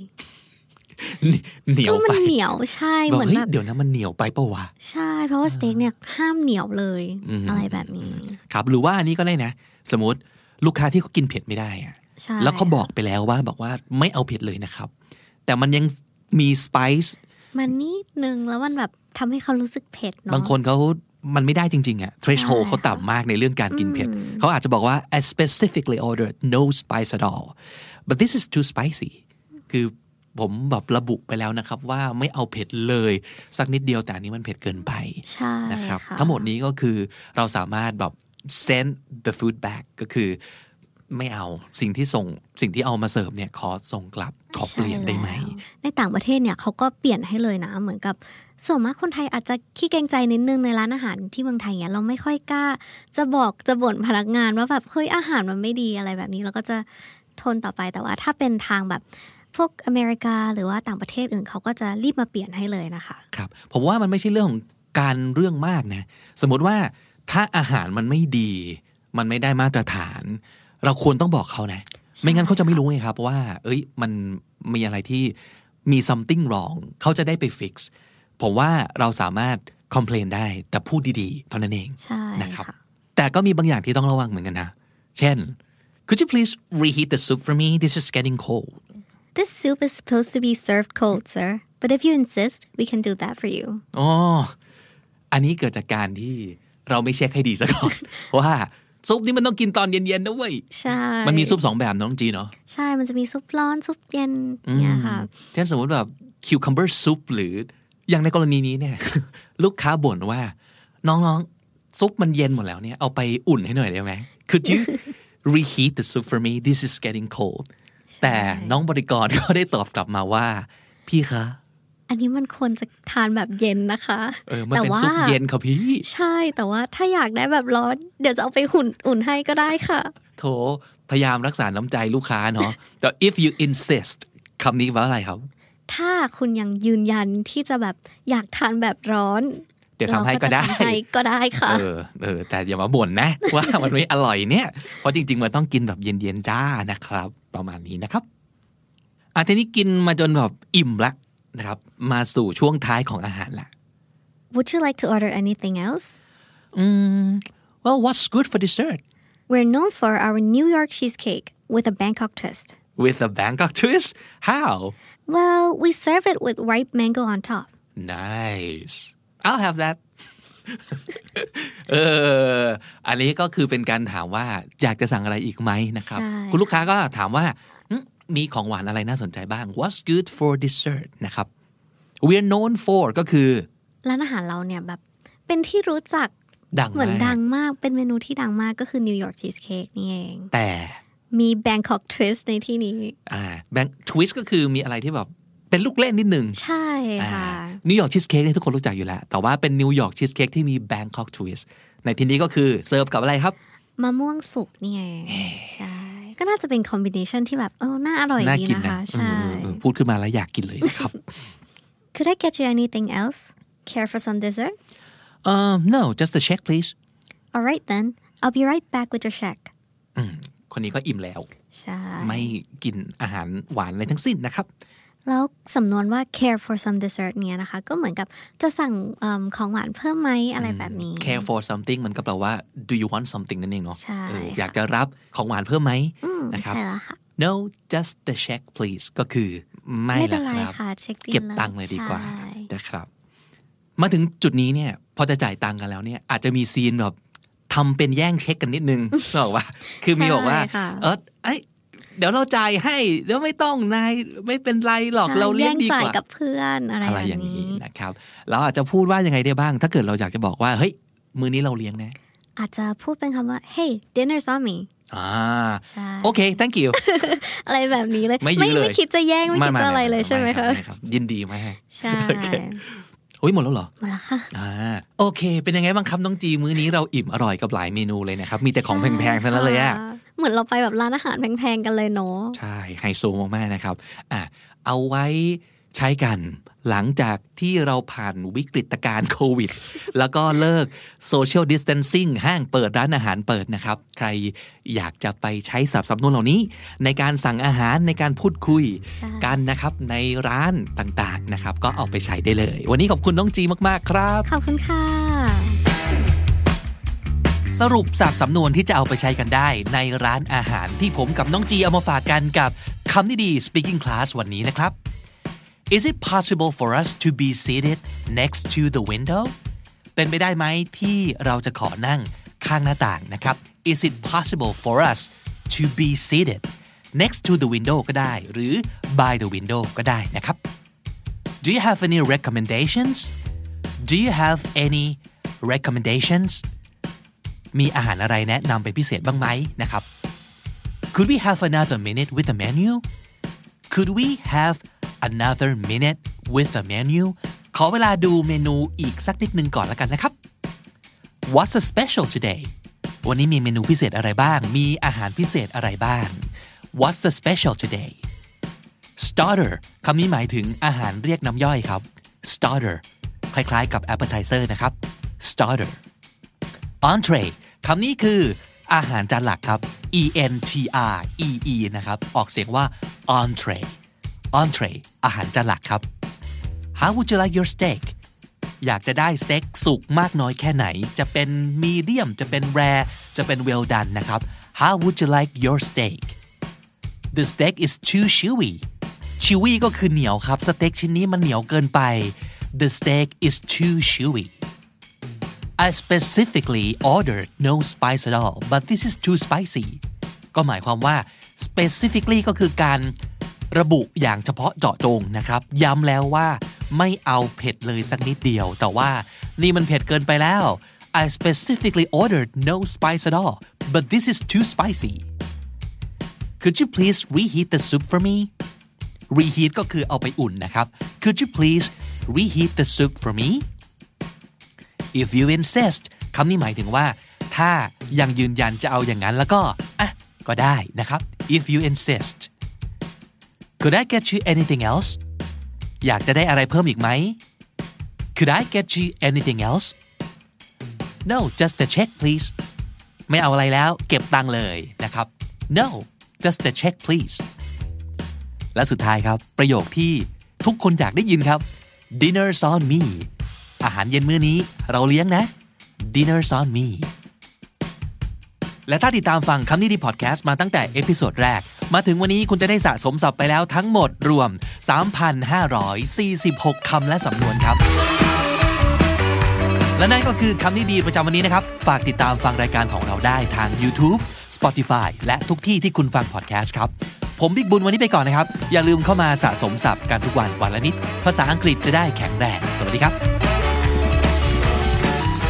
Speaker 4: เหนีย
Speaker 5: ก็
Speaker 4: ว
Speaker 5: มั
Speaker 4: ไป
Speaker 5: นเหนียวใช่
Speaker 4: บอก
Speaker 5: เหมือน
Speaker 4: เฮ้ย
Speaker 5: แบบ
Speaker 4: เดี๋ยวนะมันเหนียวไปปะวะ
Speaker 5: ใช่ เพราะว่าสเต็กเนี่ยห้ามเหนียวเลย
Speaker 4: อืม
Speaker 5: อะไรแบบนี้
Speaker 4: ครับหรือว่าอันนี้ก็ได้นะ สมมติลูกค้าที่เขากินเผ็ดไม่ได้อะ
Speaker 5: ใช่
Speaker 4: แล้วเขาบอกไปแล้วว่าบอกว่าไม่เอาเผ็ดเลยนะครับ แต่มันยังมีสไปซ์
Speaker 5: มันนิดนึงแล้วมันแบบทำให้เขารู้สึกเผ็ดเนาะ
Speaker 4: บางคนเขามันไม่ได้จริง ๆอะ threshold
Speaker 5: ใช่ค่ะ
Speaker 4: เขาต่ำมากในเรื่องการกินเผ็ด
Speaker 5: อืม
Speaker 4: เขาอาจจะบอกว่า I specifically ordered no spice at all but this is too spicy คือผมแบบระบุไปแล้วนะครับ ว่าไม่เอาเผ็ดเลย สักนิดเดียวแต่อันนี้มันเผ็ดเกินไป
Speaker 5: ใช่
Speaker 4: นะครับ
Speaker 5: ค่ะ
Speaker 4: ทั้งหมดนี้ก็คือเราสามารถแบบ send the food back ก็คือ ไม่เอาสิ่งที่ส่งสิ่งที่เอามาเสิร์ฟเนี่ยขอส่งกลับขอเปลี่ยนได้ไหม
Speaker 5: ในต่างประเทศเนี่ยเขาก็เปลี่ยนให้เลยนะ เหมือนกับส่วนมากคนไทยอาจจะขี้เกรงใจนิดนึงในร้านอาหารที่เมืองไทยเนี่ยเราไม่ค่อยกล้า จะบอกจะบ่นพนักงานว่าแบบเฮ้ยอาหารมันไม่ดีอะไรแบบนี้เราก็จะทนต่อไปแต่ว่าถ้าเป็นทางแบบพวกอเมริกาหรือว่าต่างประเทศอื่นเขาก็จะรีบมาเปลี่ยนให้เลยนะคะ
Speaker 4: ครับผมว่ามันไม่ใช่เรื่องของการเรื่องมากนะ สมมติว่าถ้าอาหารมันไม่ดี มันไม่ได้มาตรฐาน เราควรต้องบอกเขานะ ไม่งั้นเขาจะไม่รู้ไงครับว่า เอ้ยมันมีอะไรที่มี something wrong เขาจะได้ไป fix ผมว่าเราสามารถ complain ได้แต่พูดดีๆเท่านั้นเอง
Speaker 5: ใช่
Speaker 4: นะครับ
Speaker 5: ค่ะ
Speaker 4: แต่ก็มีบางอย่างที่ต้องระวังเหมือนกันนะ เช่น could you please reheat the soup for me this is getting cold
Speaker 5: This soup is supposed to be served cold sir but if you insist we can do that for you
Speaker 4: อ๋อ อันนี้เกิดจากการที่เราไม่เช็คให้ดีซะก่อน [LAUGHS] ว่าซุปนี่มันต้องกินตอนเย็นๆนะเว้ย
Speaker 5: ใช่
Speaker 4: มันมีซุปสองแบบน้องจีเนาะ
Speaker 5: ใช่มันจะมีซุปร้อนซุปเย็นเนี่ยค่ะ
Speaker 4: เช่นสมมติแบบ cucumber soup หรืออย่างในกรณีนี้เนี่ย [LAUGHS] ลูกค้าบ่นว่า น้องๆ ซุปมันเย็นหมดแล้วเนี่ย เอาไปอุ่นให้หน่อยได้ไหม Could
Speaker 5: [LAUGHS]
Speaker 4: you reheat the soup for me this is getting cold แต่น้องบริกรก็ได้ตอบกลับมาว่า พี่คะ
Speaker 5: อันนี้มันควรจะทานแบบเย็นนะคะ
Speaker 4: เออมันเป็นซุปเย็นค่ะพี่
Speaker 5: ใช่แต่ว่าถ้าอยากได้แบบร้อน เดี๋ยวจะเอาไปหุ่นอุ่นให้ก็ได้ค่ะ
Speaker 4: โถพยายามรักษาน้ำใจลูกค้าเนาะ แต่ if you insist คำนี้ว่าอะไรครับ
Speaker 5: ถ้าคุณยังยืนยันที่จะแบบอยากทานแบบร้อน
Speaker 4: เดี๋ยวทำให้ก็ได้
Speaker 5: เราจะทำให้ก็ได้ค่ะ
Speaker 4: เออ เออ แต่อย่ามาบ่นนะ [LAUGHS] ว่ามันไม่อร่อยเนี่ย เพราะจริง ๆ มันต้องกินแบบเย็นๆจ้านะครับ ประมาณนี้นะครับ อ่ะทีนี้กินมาจนแบบอิ่มละนะครับ มาสู่ช่วงท้ายของอาหารละ
Speaker 5: Would you like to order anything else
Speaker 4: อืม well what's good for dessert
Speaker 5: We're known for our New York cheesecake with a Bangkok twist
Speaker 4: with a Bangkok twist how
Speaker 5: Well we serve it with ripe mango on top
Speaker 4: nice I'll have that [LAUGHS] เออ อันนี้ก็คือเป็นการถามว่าอยากจะสั่งอะไรอีกไหมนะครับ
Speaker 5: ใช่
Speaker 4: คุณลูกค้าก็ถามว่าอืมมีของหวานอะไรน่าสนใจบ้าง What's good for dessert นะครับ We're known for ก็คือ
Speaker 5: ร้านอาหารเราเนี่ยแบบเป็นที่รู้จัก
Speaker 4: ดัง
Speaker 5: เหมือน
Speaker 4: มา
Speaker 5: ดั
Speaker 4: ก
Speaker 5: งมากเป็นเมนูที่ดังมากก็คือ New York cheesecake นี่เอง
Speaker 4: แต่
Speaker 5: มี Bangkok twist ในที่นี้
Speaker 4: อ่าแบงทวิสก็คือมีอะไรที่แบบเป็นลูกเล่นนิดนึง
Speaker 5: ใช่ค่ะ
Speaker 4: นิวยอร์กชีสเค้กนี่ทุกคนรู้จักอยู่แล้ว แต่ว่าเป็นนิวยอร์กชีสเค้กที่มีแบงคอกทวิสในที่นี้ก็คือเสิร์ฟกับอะไรครับ
Speaker 5: มะม่วงสุกเนี่ยใช่ ก็น่าจะเป็นคอมบิเนชันที่แบบ เออน่าอร่อย
Speaker 4: น่า
Speaker 5: ดี
Speaker 4: กิน
Speaker 5: นะ
Speaker 4: นะคะ
Speaker 5: ใช่
Speaker 4: อืมอืมอืมพูดขึ้นมาแล้วอยากกินเลยนะครับ
Speaker 5: Could I get you anything else? Care for some dessert?
Speaker 4: Um, no just the check please
Speaker 5: Alright then I'll be right back with your check
Speaker 4: คนนี้ก็อิ่มแล้ว
Speaker 5: ใช่
Speaker 4: ไม่กินอาหารหวานอะไรทั้งสิ้นนะครับ
Speaker 5: แล้วสำนวนว่า care for some dessert เนี่ยนะคะ ก็เหมือนกับจะสั่งเอิ่มของหวานเพิ่มไหมอะไรแบบนี้
Speaker 4: care for something มันก็แปลว่า do you want something นั่นเองเนาะ
Speaker 5: ใช่
Speaker 4: เออ
Speaker 5: ค่ะ
Speaker 4: อยากจะรับของหวานเพิ่มไหม
Speaker 5: อืม
Speaker 4: นะครับ
Speaker 5: ใช่แล้วค่ะ
Speaker 4: no just the check please ก็คือไม่
Speaker 5: ไม่เป็
Speaker 4: ละ
Speaker 5: นไร
Speaker 4: ครับ
Speaker 5: ค่ะ เช็คบิน
Speaker 4: เก็บตังค์เลยดีกว่า
Speaker 5: ใช่
Speaker 4: นะครับ มาถึงจุดนี้เนี่ย พอจะจ่ายตังค์กันแล้วเนี่ย อาจจะมีซีนแบบทำเป็นแย่งเช็คกันนิดนึง บอกว่า คือมีบอกว่า
Speaker 5: ใช่ค่ะ
Speaker 4: เออไอยเดี๋ยวเราจ่ายให้เดี๋ยวไม่ต้องนายไม่เป็นไรหรอก
Speaker 5: ใช่
Speaker 4: เราเลี้ยงดี
Speaker 5: แจ่
Speaker 4: ก
Speaker 5: ย
Speaker 4: ว่า
Speaker 5: กับเพื่อนอะไร
Speaker 4: อะไรอ
Speaker 5: แบ
Speaker 4: ย่า
Speaker 5: บ
Speaker 4: งนี้
Speaker 5: นี้
Speaker 4: นะครับ เราอาจจะพูดว่ายังไงได้บ้าง ถ้าเกิดเราอยากจะบอกว่า เฮ้ย มือนี้เราเลี้ยงนะ
Speaker 5: อาจจะพูดเป็นคำว่า hey dinner's on me
Speaker 4: อ่า
Speaker 5: ใช่
Speaker 4: โอเค thank you
Speaker 5: อะไรแบบนี้เลย
Speaker 4: ไม่ยื้อเลย
Speaker 5: ไม่คิดจะแย่ง ไม่คิดจะอะไรเลยใช่ไหมคะ
Speaker 4: รับยินดีมาก
Speaker 5: ใช่
Speaker 4: โอ้ยหมดแล้วเหรอ
Speaker 5: หมดและค่ะ
Speaker 4: อ่าโอเค เป็นยังไงบ้างครับน้องจีมื้อนี้เราอิ่มอร่อยกับหลายเมนูเลยนะครับ มีแต่ของแพงๆทั้งนั้นเลยอ่ะ
Speaker 5: เหมือนเราไปแบบร้านอาหารแพงๆกันเลยเนาะ
Speaker 4: ใช่ไฮโซมากๆนะครับอ่ะเอาไว้ใช้กันหลังจากที่เราผ่านวิกฤตการณ์โควิด [LAUGHS] แล้วก็เลิกโซเชียลดิส a ทนซิ่งห้างเปิดร้านอาหารเปิดนะครับ ใครอยากจะไปใช้สับสำนวนเหล่านี้ ในการสั่งอาหารในการพูดคุย
Speaker 5: ใช่
Speaker 4: กันนะครับ ในร้านต่างๆนะครับ ก็เอาไปใช้ได้เลย วันนี้ขอบคุณน้องจีมากๆครับ
Speaker 5: ขอบคุณค่ะ
Speaker 4: สรุปสับสำนวนที่จะเอาไปใช้กันได้ในร้านอาหารที่ผมกับน้องจีเอามาฝากกันกับคำนี้ดี Speaking Class วันนี้นะครับ Is it possible for us to be seated next to the window เป็นไปได้ไหมที่เราจะขอนั่งข้างหน้าต่างนะครับ Is it possible for us to be seated next to the window ก็ได้ หรือ by the window ก็ได้นะครับ Do you have any recommendations Do you have any recommendations มีอาหารอะไรแนะนำเป็นพิเศษบ้างไหมนะครับ Could we have another minute with the menu? Could we have another minute with the menu? ขอเวลาดูเมนูอีกสักนิดหนึ่งก่อนแล้วกันนะครับ What's a special today? วันนี้มีเมนูพิเศษอะไรบ้าง มีอาหารพิเศษอะไรบ้าง What's a special today? Starter คำนี้หมายถึงอาหารเรียกน้ำย่อยครับ Starter คล้ายๆกับ appetizer นะครับ Starter entree คำนี้คืออาหารจานหลักครับ e n t r e e นะครับ ออกเสียงว่า entree entree อาหารจานหลักครับ How would you like your steak อยากจะได้สเต็กสุกมากน้อยแค่ไหน จะเป็นมีเดียม จะเป็นแรจะเป็น well done นะครับ How would you like your steak The steak is too chewy chewy ก็คือเหนียวครับ สเต็กชิ้นนี้มันเหนียวเกินไป The steak is too chewy I specifically ordered no spice at all but this is too spicy ก็หมายความว่า specifically ก็คือการระบุอย่างเฉพาะเจาะจงนะครับ ย้ำแล้วว่าไม่เอาเผ็ดเลยสักนิดเดียว แต่ว่านี่มันเผ็ดเกินไปแล้ว I specifically ordered no spice at all but this is too spicy Could you please reheat the soup for me reheat ก็คือเอาไปอุ่นนะครับ Could you please reheat the soup for me if you insist คำนี้หมายถึงว่า ถ้ายังยืนยันจะเอาอย่างนั้นแล้วก็ อ่ะ ก็ได้นะครับ if you insist could I get you anything else อยากจะได้อะไรเพิ่มอีกไหม could I get you anything else no just the check please ไม่เอาอะไรแล้วเก็บตังค์เลยนะครับ no just the check please และสุดท้ายครับ ประโยคที่ทุกคนอยากได้ยินครับ dinner's on me อาหารเย็นมื้อนี้เราเลี้ยงนะ dinner's on me และถ้าติดตามฟังคำนี้ดีพอดแคสต์มาตั้งแต่เอพิโซดแรก มาถึงวันนี้คุณจะได้สะสมศัพท์ไปแล้วทั้งหมดรวม 3,546 คำและสำนวนครับ และนั่นก็คือคำนี้ดีประจำวันนี้นะครับ ฝากติดตามฟังรายการของเราได้ทาง YouTube Spotify และทุกที่ที่คุณฟังพอดแคสต์ครับ ผมบิ๊กบุญวันนี้ไปก่อนนะครับ อย่าลืมเข้ามาสะสมศัพท์กันทุกวันวันละนิด ภาษาอังกฤษจะได้แข็งแรง สวัสดีครับ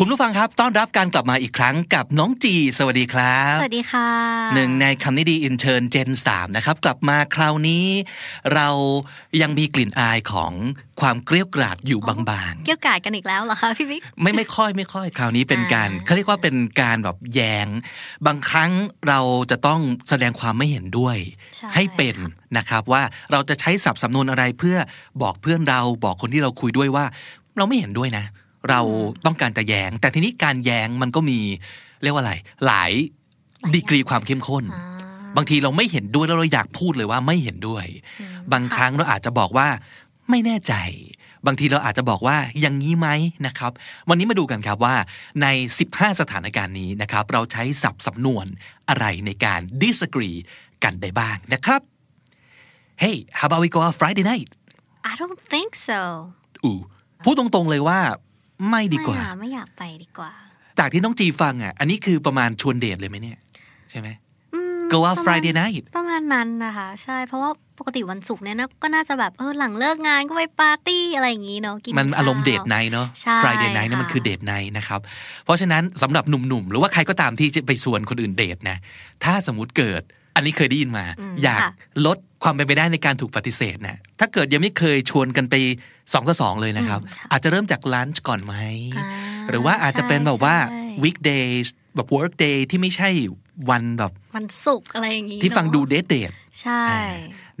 Speaker 4: คุณผู้ฟังครับ ต้อนรับการกลับมาอีกครั้งกับน้องจี สวัสดีครับ
Speaker 5: สวัสดีค่ะ
Speaker 4: หนึ่งในคำนิดีอินเทอร์เจน3นะครับ กลับมาคราวนี้ เรายังมีกลิ่นอายของความเกรียวกราดอยู่บาง
Speaker 5: เกี่ยวกราดกันอีกแล้วเหรอคะพี่บิ๊ก
Speaker 4: ๆ ไม่ไม่ค่อยไม่ค่อย คราวนี้เป็นการ
Speaker 5: อ่า
Speaker 4: เขาเรียกว่าเป็นการแบบแยง บางครั้งเราจะต้องแสดงความไม่เห็นด้วย
Speaker 5: ช่
Speaker 4: ให้เป็นนะครับว่าเราจะใช้ศัพท์สำนวนอะไรเพื่อบอกเพื่อนเราบอกคนที่เราคุยด้วยว่า เราไม่เห็นด้วยนะ เราต้องการจะแยง แต่ทีนี้การแยงมันก็มีเรียกว่าอะไร หลายดีกรีความเข้มข้น
Speaker 5: อ่า
Speaker 4: บางทีเราไม่เห็นด้วยแล้วเราอยากพูดเลยว่าไม่เห็นด้วย บางครั้งเราอาจจะบอกว่า ไม่แน่ใจ บางทีเราอาจจะบอกว่าอย่างนี้ไหมนะครับ วันนี้มาดูกันครับว่าใน 15 สถานการณ์นี้นะครับ เราใช้ศัพท์สำนวนอะไรในการ disagree กันได้บ้างนะครับ Hey how about we go out Friday night
Speaker 5: I don't think so
Speaker 4: อูพูดตรงๆเลยว่าไม่ดีกว่า
Speaker 5: ไม่อะไม่อยากไปดีกว่า
Speaker 4: จากที่น้องจีฟังอ่ะ อันนี้คือประมาณชวนเดทเลยไหมเนี่ย ใช่ไหม
Speaker 5: อืม
Speaker 4: go out
Speaker 5: ประมาณ
Speaker 4: Friday night
Speaker 5: ประมาณนั้นนะคะ ใช่เพราะว่าปกติวันศุกร์เนี่ยนะก็น่าจะแบบเออหลังเลิกงานก็ไปปาร์ตี้อะไรอย่างนี้เนาะกิน
Speaker 4: มัน
Speaker 5: ข้ว
Speaker 4: อารมณ์เดทไนท์เนาะ
Speaker 5: ใช่
Speaker 4: Friday night เนี่ยมันคือเดทไนท์นะครับ เพราะฉะนั้นสำหรับหนุ่มๆ หรือว่าใครก็ตามที่จะไปชวนคนอื่นเดทนะ ถ้าสมมติเกิด อันนี้เคยได้ยินมา
Speaker 5: อืม
Speaker 4: อยาก
Speaker 5: ค่ะ
Speaker 4: ลดความเป็นไปได้ในการถูกปฏิเสธนะ ถ้าเกิดยังไม่เคยชวนกันไปสองต่อสองเลยนะครับ อาจจะเริ่มจากลันช์ก่อนไหม
Speaker 5: อ่า
Speaker 4: หรือว่าอาจจะเป็นแบบว่า
Speaker 5: ใช่
Speaker 4: weekdays แบบ work day ที่ไม่ใช่วันแบบ
Speaker 5: วันศุกร์อะไรอย่างนี้
Speaker 4: ที่ฟัง
Speaker 5: เนอะ
Speaker 4: ดูเดทเดท
Speaker 5: ใช่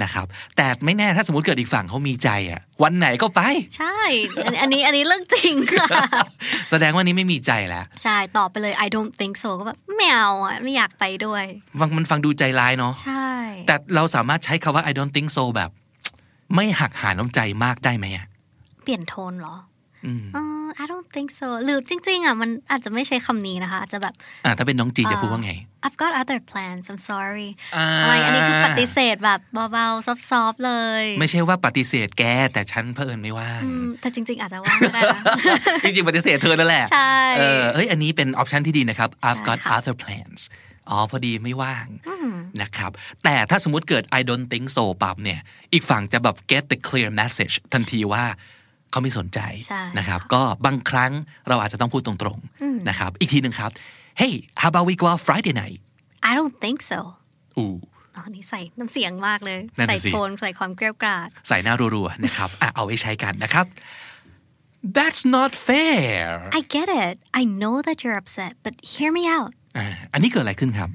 Speaker 4: นะครับ แต่ไม่แน่ถ้าสมมติเกิดอีกฝั่งเขามีใจอะวันไหนก็ไป
Speaker 5: ใช่ อันอันนี้อันนี้เรื่องจริง [LAUGHS] ค่ะ
Speaker 4: [LAUGHS] แสดงว่านี้ไม่มีใจแล้ว
Speaker 5: ใช่ตอบไปเลย I don't think so ก็แบบไม่เอาอะไม่อยากไปด้วย
Speaker 4: ฟังมันฟังดูใจร้ายเนาะ
Speaker 5: ใช่
Speaker 4: แต่เราสามารถใช้คำว่า I don't think so แบบ ไม่หักหาน้ำใจมากได้ไหมอะ
Speaker 5: เปลี่ยนโทนเหรอ
Speaker 4: อืม
Speaker 5: เออ I don't think so หรือจริง ๆ อ่ะ มันอาจจะไม่ใช้คำนี้นะคะ อาจจะแบบ
Speaker 4: อ่ะถ้าเป็นน้องจีจะพูดว่าไง
Speaker 5: I've got other plans I'm sorry
Speaker 4: อ่า
Speaker 5: อะไรอันนี้คือปฏิเสธแบบเบาๆ ซอฟๆ เลย
Speaker 4: ไม่ใช่ว่าปฏิเสธแก แต่ฉันเพิ่นไม่ว่าง
Speaker 5: อืมแต่จริง ๆ อาจจะว่างก็ได้นะ
Speaker 4: [LAUGHS]
Speaker 5: [LAUGHS]
Speaker 4: จริงๆปฏิเสธเธอนั่นแหละ
Speaker 5: ใช่
Speaker 4: เออเฮ้ย อันนี้เป็นออปชันที่ดีนะครับ I've got
Speaker 5: ใช่ค่ะ
Speaker 4: other plans อ๋อ พอดีไม่ว่าง
Speaker 5: อืม
Speaker 4: นะครับ แต่ถ้าสมมติเกิด I don't think so ปั๊บเนี่ย อีกฝั่งจะแบบ get the clear message ทันทีว่าเขาไม่สนใจ
Speaker 5: ใช่
Speaker 4: นะครับ ก็บางครั้งเราอาจจะต้องพูดตรงๆนะครับ อีกทีหนึ่งครับ Hey how about we go out Friday night
Speaker 5: I don't think so
Speaker 4: อู้
Speaker 5: อ๋อนี่ใส่น้ำเสียงมากเลย
Speaker 4: นั่น
Speaker 5: ใส่
Speaker 4: น่ะสิ
Speaker 5: โทน ใส่ความเกรียวกราด
Speaker 4: ใส่หน้ารัวๆนะครับอ่ะเอาไว้ใช้กันนะครับ That's not fair
Speaker 5: I get it I know that you're upset but hear me out
Speaker 4: อ่าอันนี้เกิดอะไรขึ้นครับ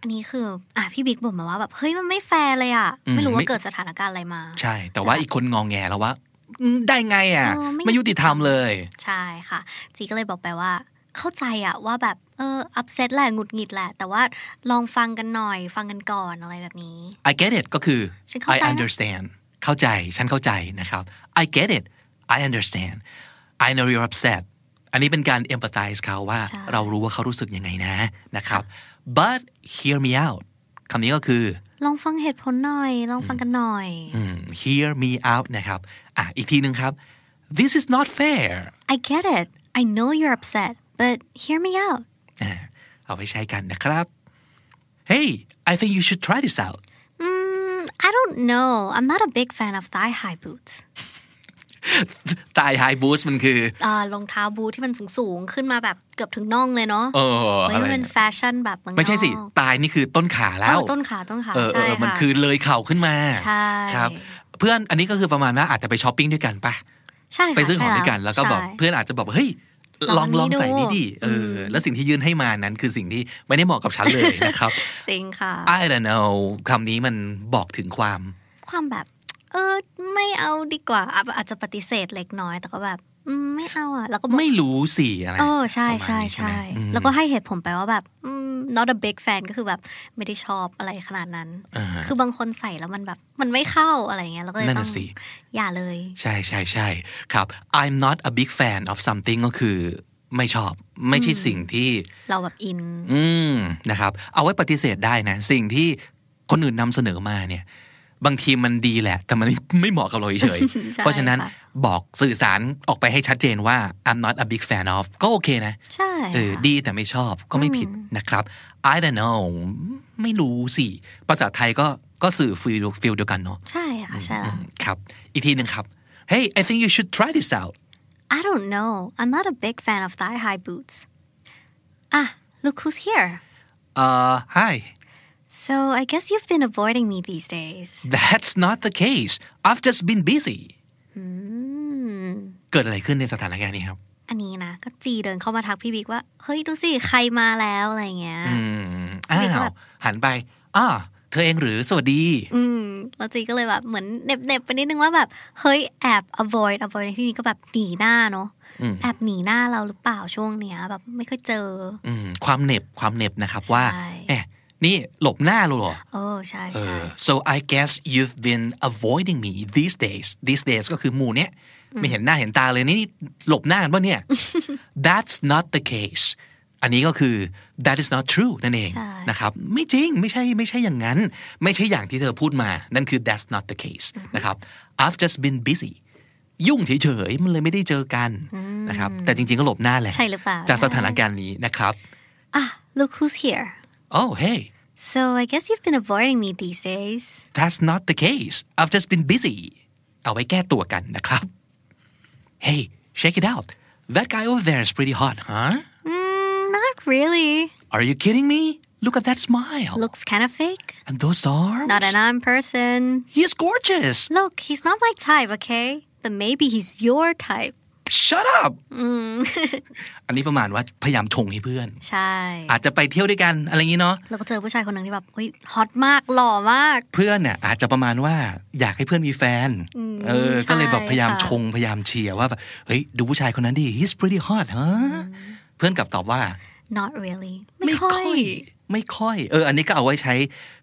Speaker 5: อันนี้คือ อ่ะพี่บิ๊กบ่นมาว่าแบบเฮ้ยมันไม่แฟร์เลยอ่ะ
Speaker 4: อืม
Speaker 5: ไม่รู้
Speaker 4: ไม่
Speaker 5: ว่าเกิดสถานการณ์อะไรมา
Speaker 4: ใช่ แต่ว่าอีกคนงองแงแล้วว่าอืมได้ไงอ่ะ
Speaker 5: เออไม่
Speaker 4: ไม่ยุติธรรมเลย
Speaker 5: ใช่ค่ะ จีก็เลยบอกไปว่า เข้าใจอะว่าแบบเอออับเซตแหละหงุดหงิดแหละ แต่ว่าลองฟังกันหน่อย ฟังกันก่อนอะไรแบบนี้
Speaker 4: I get it ก็คือ
Speaker 5: ฉันเข้า
Speaker 4: I
Speaker 5: ใจนะ
Speaker 4: understand เข้าใจ ฉันเข้าใจนะครับ I get it I understand I know you're upset อันนี้เป็นการ empathize เขาว่า
Speaker 5: ใช่
Speaker 4: เรารู้ว่าเขารู้สึกยังไงนะนะครับ but hear me out คำนี้ก็คือ
Speaker 5: ลองฟังเหตุผลหน่อย ลองฟังกันหน่อย
Speaker 4: อืม hear me out นะครับ อ่ะ อีกทีหนึ่งครับ this is not fair
Speaker 5: I get it I know you're upset but hear me out
Speaker 4: อ่ะเอาไปใช้กันนะครับ hey I think you should try this out
Speaker 5: mm, I don't know I'm not a big fan of thigh high boots
Speaker 4: ตายไฮบูสมันคือ
Speaker 5: อ่ารองเท้าบูทที่มันสูงๆ ขึ้นมาแบบเกือบถึงน่องเลยเนาะ
Speaker 4: เออ
Speaker 5: เฮ้ย
Speaker 4: อะไร
Speaker 5: มันเป็น
Speaker 4: เนี่ย
Speaker 5: แฟชั่นแบบเองนอก
Speaker 4: ไม่ใช่สิ ตายนี่คือต้นขาแล้ว
Speaker 5: เออต้นขาต้นขา
Speaker 4: เออเอ
Speaker 5: ใช่
Speaker 4: อมัน
Speaker 5: ค่ะ
Speaker 4: คือเลยเข่าขึ้นมา
Speaker 5: ใช่
Speaker 4: ครับ เพื่อนอันนี้ก็คือประมาณว่าอาจจะไปช้อปปิ้งด้วยกันปะ
Speaker 5: ใช่ค่ะ
Speaker 4: ไปซื้อของ
Speaker 5: ใช่
Speaker 4: ด้วยกันแล้วก็บอก
Speaker 5: ใช่
Speaker 4: เพื่อนอาจจะบอกว่าเฮ้ยล
Speaker 5: ล
Speaker 4: อ
Speaker 5: อง ง
Speaker 4: ลอง
Speaker 5: นี่ดู
Speaker 4: ใส่นี่ดิเอออ
Speaker 5: ม
Speaker 4: แล้วสิ่งที่ยื่นให้มานั้นคือสิ่งที่ไม่ได้เหมาะกับฉันเลยนะครับ
Speaker 5: จริงค่ะ
Speaker 4: I don't know คำนี้มันบอกถึงความ
Speaker 5: ความแบบ เออ ไม่เอาดีกว่าอ่ะอาจจะปฏิเสธเล็กน้อย แต่ก็แบบอืมไม่เอาอ่ะ แล้วก็บอก
Speaker 4: ไม่รู้สิอะไร
Speaker 5: เออใช่
Speaker 4: ประมาณ
Speaker 5: ใช่
Speaker 4: นี้ไหม
Speaker 5: ใช่
Speaker 4: อืม
Speaker 5: แล้วก็ให้เหตุผลไปว่าแบบอืม not a big fan ก็คือแบบไม่ได้ชอบอะไรขนาดนั้น
Speaker 4: อ่าฮะ
Speaker 5: คือบางคนใส่แล้วมันแบบ มันไม่เข้าอะไรเงี้ยเราก็เลย
Speaker 4: นั่น
Speaker 5: ต้อ
Speaker 4: น่ะ
Speaker 5: ง
Speaker 4: สิ
Speaker 5: อย่าเลย
Speaker 4: ใช่ใช่ใช่ครับ I'm not a big fan of something ก็คือ ไม่ชอบไม่ใช่สิ่งที่
Speaker 5: เราแบบอิน
Speaker 4: อืมนะครับ เอาไว้ปฏิเสธได้นะ สิ่งที่คนอื่นนำเสนอมาเนี่ย บางทีมันดีแหละ แต่มันไม่ไม่เหมาะกับเราเฉยๆ
Speaker 5: [LAUGHS] ใช่
Speaker 4: เพราะฉะนั้น
Speaker 5: ค่ะ
Speaker 4: บอกสื่อสารออกไปให้ชัดเจนว่า I'm not a big fan of ก็โอเคนะ
Speaker 5: ใช่
Speaker 4: เออ
Speaker 5: ค่ะ
Speaker 4: ดีแต่ไม่ชอบก็ไม่ผิดนะครับ I don't know ไม่รู้สิ ภาษาไทยก็ก็สื่อฟิลฟิลเดียวกันเนาะ
Speaker 5: ใช่ค่ะใช่
Speaker 4: อื
Speaker 5: แล้ว
Speaker 4: มครับ อีกทีหนึ่งครับ Hey I think you should try this out
Speaker 5: I don't know I'm not a big fan of thigh high boots ah look who's here
Speaker 4: uh hi
Speaker 5: so I guess you've been avoiding me these days
Speaker 4: that's not the case I've just been busy
Speaker 5: อืม
Speaker 4: เกิดอะไรขึ้นในสถานการณ์นี้ครับ
Speaker 5: อันนี้นะก็จีเดินเข้ามาทักพี่บิ๊กว่า เฮ้ย ดูสิ ใครมาแล้วอะไรเงี้ย
Speaker 4: อืมอ้า
Speaker 5: นี่ก็
Speaker 4: ว
Speaker 5: แบบ
Speaker 4: หันไปอ้าเธอเองหรือสวัสดี
Speaker 5: อืมแล้วจีก็เลยแบบเหมือนเหน็บเน็บๆไปนิดนึงว่าแบบ เฮ้ย แอบ avoid avoid ในที่นี้ก็แบบหนีหน้าเนาะ
Speaker 4: อืม
Speaker 5: แอบหนีหน้าเราหรือเปล่าช่วงเนี้ย แบบไม่ค่อยเจอ
Speaker 4: อืมความเหน็บความเหน็บนะครับว่า
Speaker 5: ใช่
Speaker 4: แหมนี่หลบหน้าเราเหรอ
Speaker 5: โอ้ใช่
Speaker 4: เอ
Speaker 5: ใช่
Speaker 4: อ so I guess you've been avoiding me these days these days ก็คือหมู่เนี้ยไม่เห็นหน้าเห็นตาเลยนี่หลบหน้ากันปะเนี่ย
Speaker 5: [LAUGHS]
Speaker 4: that's not the case อันนี้ก็คือ that is not true นั่นเอง
Speaker 5: ใช่
Speaker 4: นะครับไม่จริงไม่ใช่ไม่ใช่อย่างนั้น ไม่ใช่อย่างที่เธอพูดมา นั่นคือ that's not the case นะครับ I've just been busy ยุ่งเฉยๆมันเลยไม่ได้เจอกันนะครับแต่จริงๆก็หลบหน้าแหละ
Speaker 5: ใช่หรือเปล่า
Speaker 4: จากสถานการณ์นี้นะครับ
Speaker 5: อ่ะ look who's here
Speaker 4: oh hey
Speaker 5: so I guess you've been avoiding me these days
Speaker 4: That's not the case. I've just been busy. เอาไว้แก้ตัวกันนะครับ Hey, check it out. That guy over there is pretty hot, huh?
Speaker 5: mm, not really
Speaker 4: Are you kidding me? Look at that smile.
Speaker 5: looks kind of fake
Speaker 4: And those arms.
Speaker 5: not an arm person
Speaker 4: He's gorgeous.
Speaker 5: look he's not my type okay but maybe he's your type
Speaker 4: Shut up.
Speaker 5: [LAUGHS]
Speaker 4: อันนี้ประมาณว่าพยายามชงให้เพื่อน
Speaker 5: ใช่
Speaker 4: อาจจะไปเที่ยวด้วยกันอะไรอย่างนี้เนาะ
Speaker 5: แล้วก็เจอผู้ชายคนหนึ่งที่แบบเฮ้ยฮอตมากหล่อมาก
Speaker 4: เพื่อนเนี่ยอาจจะประมาณว่าอยากให้เพื่อนมีแฟน เออ
Speaker 5: ใช่
Speaker 4: ก็เลยแบบพยายาม
Speaker 5: ค่ะ
Speaker 4: ชงพยายามเชียร์ว่าแบบเฮ้ยดูผู้ชายคนนั้นดิ he's pretty hot ฮะ เพื่อนกลับตอบว่า
Speaker 5: not really ไม่ค่อย
Speaker 4: ไม่ค่อย เออ อันนี้ก็เอาไว้ใช้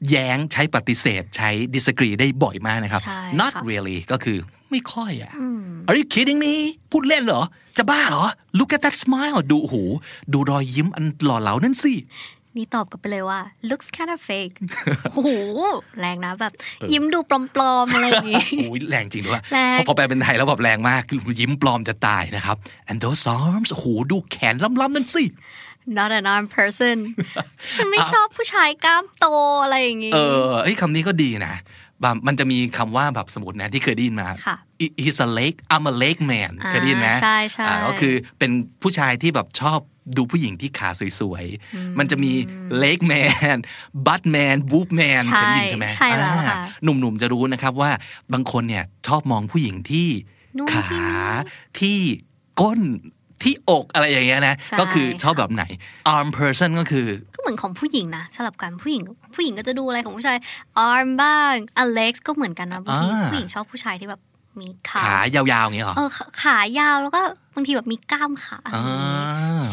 Speaker 4: แย้ง ใช้ปฏิเสธ ใช้ disagree ได้บ่อยมากนะครับ
Speaker 5: ใช่
Speaker 4: not
Speaker 5: ค่ะ
Speaker 4: really ก็คือ ไม่ค่อยอ่ะ Are you kidding me พูดเล่นเหรอ จะบ้าเหรอ Look at that smile ดูโอ้โหดูรอยยิ้มอันหล่อเหลานั่นสิ
Speaker 5: นี่ตอบกลับไปเลยว่า looks kind of [LAUGHS] fake โอ้โหแรงนะแบบ ยิ้มดูปลอมๆอะไรอย่างงี้ [LAUGHS]
Speaker 4: โอ้ยแรงจริงด้วย
Speaker 5: แรง
Speaker 4: พอพอแปลเป็นไทยแล้วแบบแรงมากยิ้มปลอมจะตายนะครับ and those arms โอ้โหดูแขนล้ำๆนั่นสิ
Speaker 5: not an arm person ฉันไม่ชอบผู้ชายกล้ามโตอะไรอย่างงี้
Speaker 4: เออเฮ้ยคำนี้ก็ดีนะบางมันจะมีคำว่าแบบสมมตินะที่เคยได้ยินมา
Speaker 5: ค่ะ
Speaker 4: He- he's a lake I'm a lake man
Speaker 5: อ่า
Speaker 4: เคยได้ยินไหม
Speaker 5: ใช่ใช่
Speaker 4: อ่าก็คือเป็นผู้ชายที่แบบชอบดูผู้หญิงที่ขาสวยๆ มันจะมี lake man butt man boob man เคยได้ยินใช่ไหม
Speaker 5: ใช่ใช่แล้วค่ะ
Speaker 4: อ่าหนุ่มๆจะรู้นะครับว่าบางคนเนี่ยชอบมองผู้หญิงที่
Speaker 5: นู่น
Speaker 4: ขา
Speaker 5: ที่นี่
Speaker 4: ที่ก้นที่อกอะไรอย่างเงี้ยนะ
Speaker 5: ใช่
Speaker 4: ก็คือชอบแบบไหน arm person ก็คือ
Speaker 5: ก็เหมือนของผู้หญิงนะสลับกันผู้หญิง ผู้หญิงก็จะดูอะไรของผู้ชาย arm บ้าง Alex ก็เหมือนกันนะบางที
Speaker 4: อ่า
Speaker 5: ผู้หญิงชอบผู้ชายที่แบบมีขา
Speaker 4: ขายาวๆอย่างเงี้ยเหรอ
Speaker 5: เออขาขายาวแล้วก็บางทีแบบมีกล้ามขา
Speaker 4: อ่า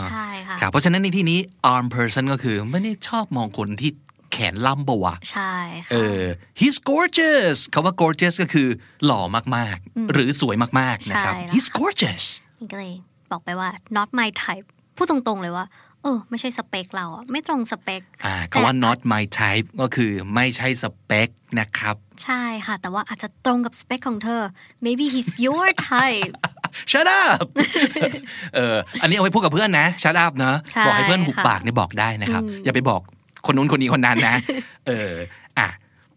Speaker 5: ใช่ค่ะ
Speaker 4: ครับเพราะฉะนั้นในที่นี้ arm person ก็คือไม่ได้ชอบมองคนที่แขนล่ำบวะ
Speaker 5: ใช่ค่ะ
Speaker 4: เออ he's gorgeous คำว่า gorgeous ก็คือหล่อมากๆ หรือสวยมากๆนะครับ
Speaker 5: ใช่แล้ว
Speaker 4: he's gorgeous
Speaker 5: นี่ก็เลยบอกไปว่า not my type พูดตรงๆเลยว่า เออ ไม่ใช่สเปคเราอะไม่ตรงสเปค
Speaker 4: อ่าคำว่า not my type ก็คือไม่ใช่สเปคนะครับ
Speaker 5: ใช่ค่ะ แต่ว่าอาจจะตรงกับสเปคของเธอ maybe he's your type
Speaker 4: shut up [LAUGHS] เอออันนี้เอาไว้พูดกับเพื่อนนะ shut up เนอะ
Speaker 5: ใช่
Speaker 4: บอกให้เพื่อนหุบ
Speaker 5: ค่ะ
Speaker 4: ปากเนี่ยบอกได้นะครับ อย่าไปบอกคนนู้นคนนี้คนนั้นนะ เอออ่ะ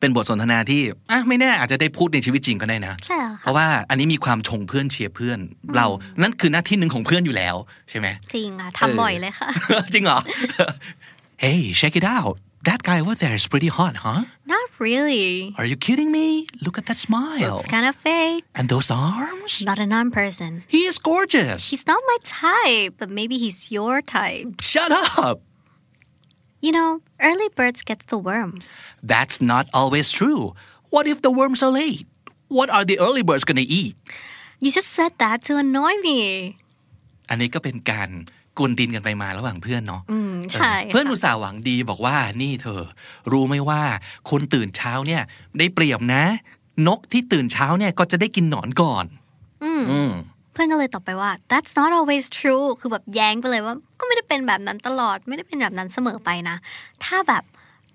Speaker 4: เป็นบทสนทนาที่อ่ะไม่แน่อาจจะได้พูดในชีวิตจริงก็ได้นะ
Speaker 5: ใช่แล้วค่ะ
Speaker 4: เพราะว่าอันนี้มีความชงเพื่อนเชียร์เพื่อน เรา นั่นคือหน้าที่หนึ่งของเพื่อนอยู่แล้วใช่ไหม [LAUGHS]
Speaker 5: จริงอะ
Speaker 4: เออ
Speaker 5: ทำบ่อยเลยค่ะ
Speaker 4: จริงเหรอ Hey check it out that guy over there is pretty hot huh
Speaker 5: not really
Speaker 4: Are you kidding me Look at that smile
Speaker 5: it's kind of fake
Speaker 4: and those arms
Speaker 5: not a non person
Speaker 4: He is gorgeous
Speaker 5: he's not my type but maybe he's your type
Speaker 4: Shut up
Speaker 5: you know early birds gets the worm
Speaker 4: That's not always true What if the worms are late What are the early birds gonna eat
Speaker 5: you just said that to annoy me
Speaker 4: อันนี้ก็เป็นการกวนดินกันไปมาระหว่างเพื่อนเนาะ
Speaker 5: อืมใช่
Speaker 4: เออเพื่อน
Speaker 5: ค่ะ
Speaker 4: อุตส่าห์หวังดีบอกว่านี่เธอ รู้ไหมว่าคนตื่นเช้าเนี่ย ได้เปรียบนะ นกที่ตื่นเช้าเนี่ยก็จะได้กินหนอนก่อน
Speaker 5: อืม
Speaker 4: ม
Speaker 5: เพื่อนก็เลยตอบไปว่า that's not always true คือแบบแย้งไปเลยว่า ก็ไม่ได้เป็นแบบนั้นตลอด ไม่ได้เป็นแบบนั้นเสมอไปนะ ถ้าแบบ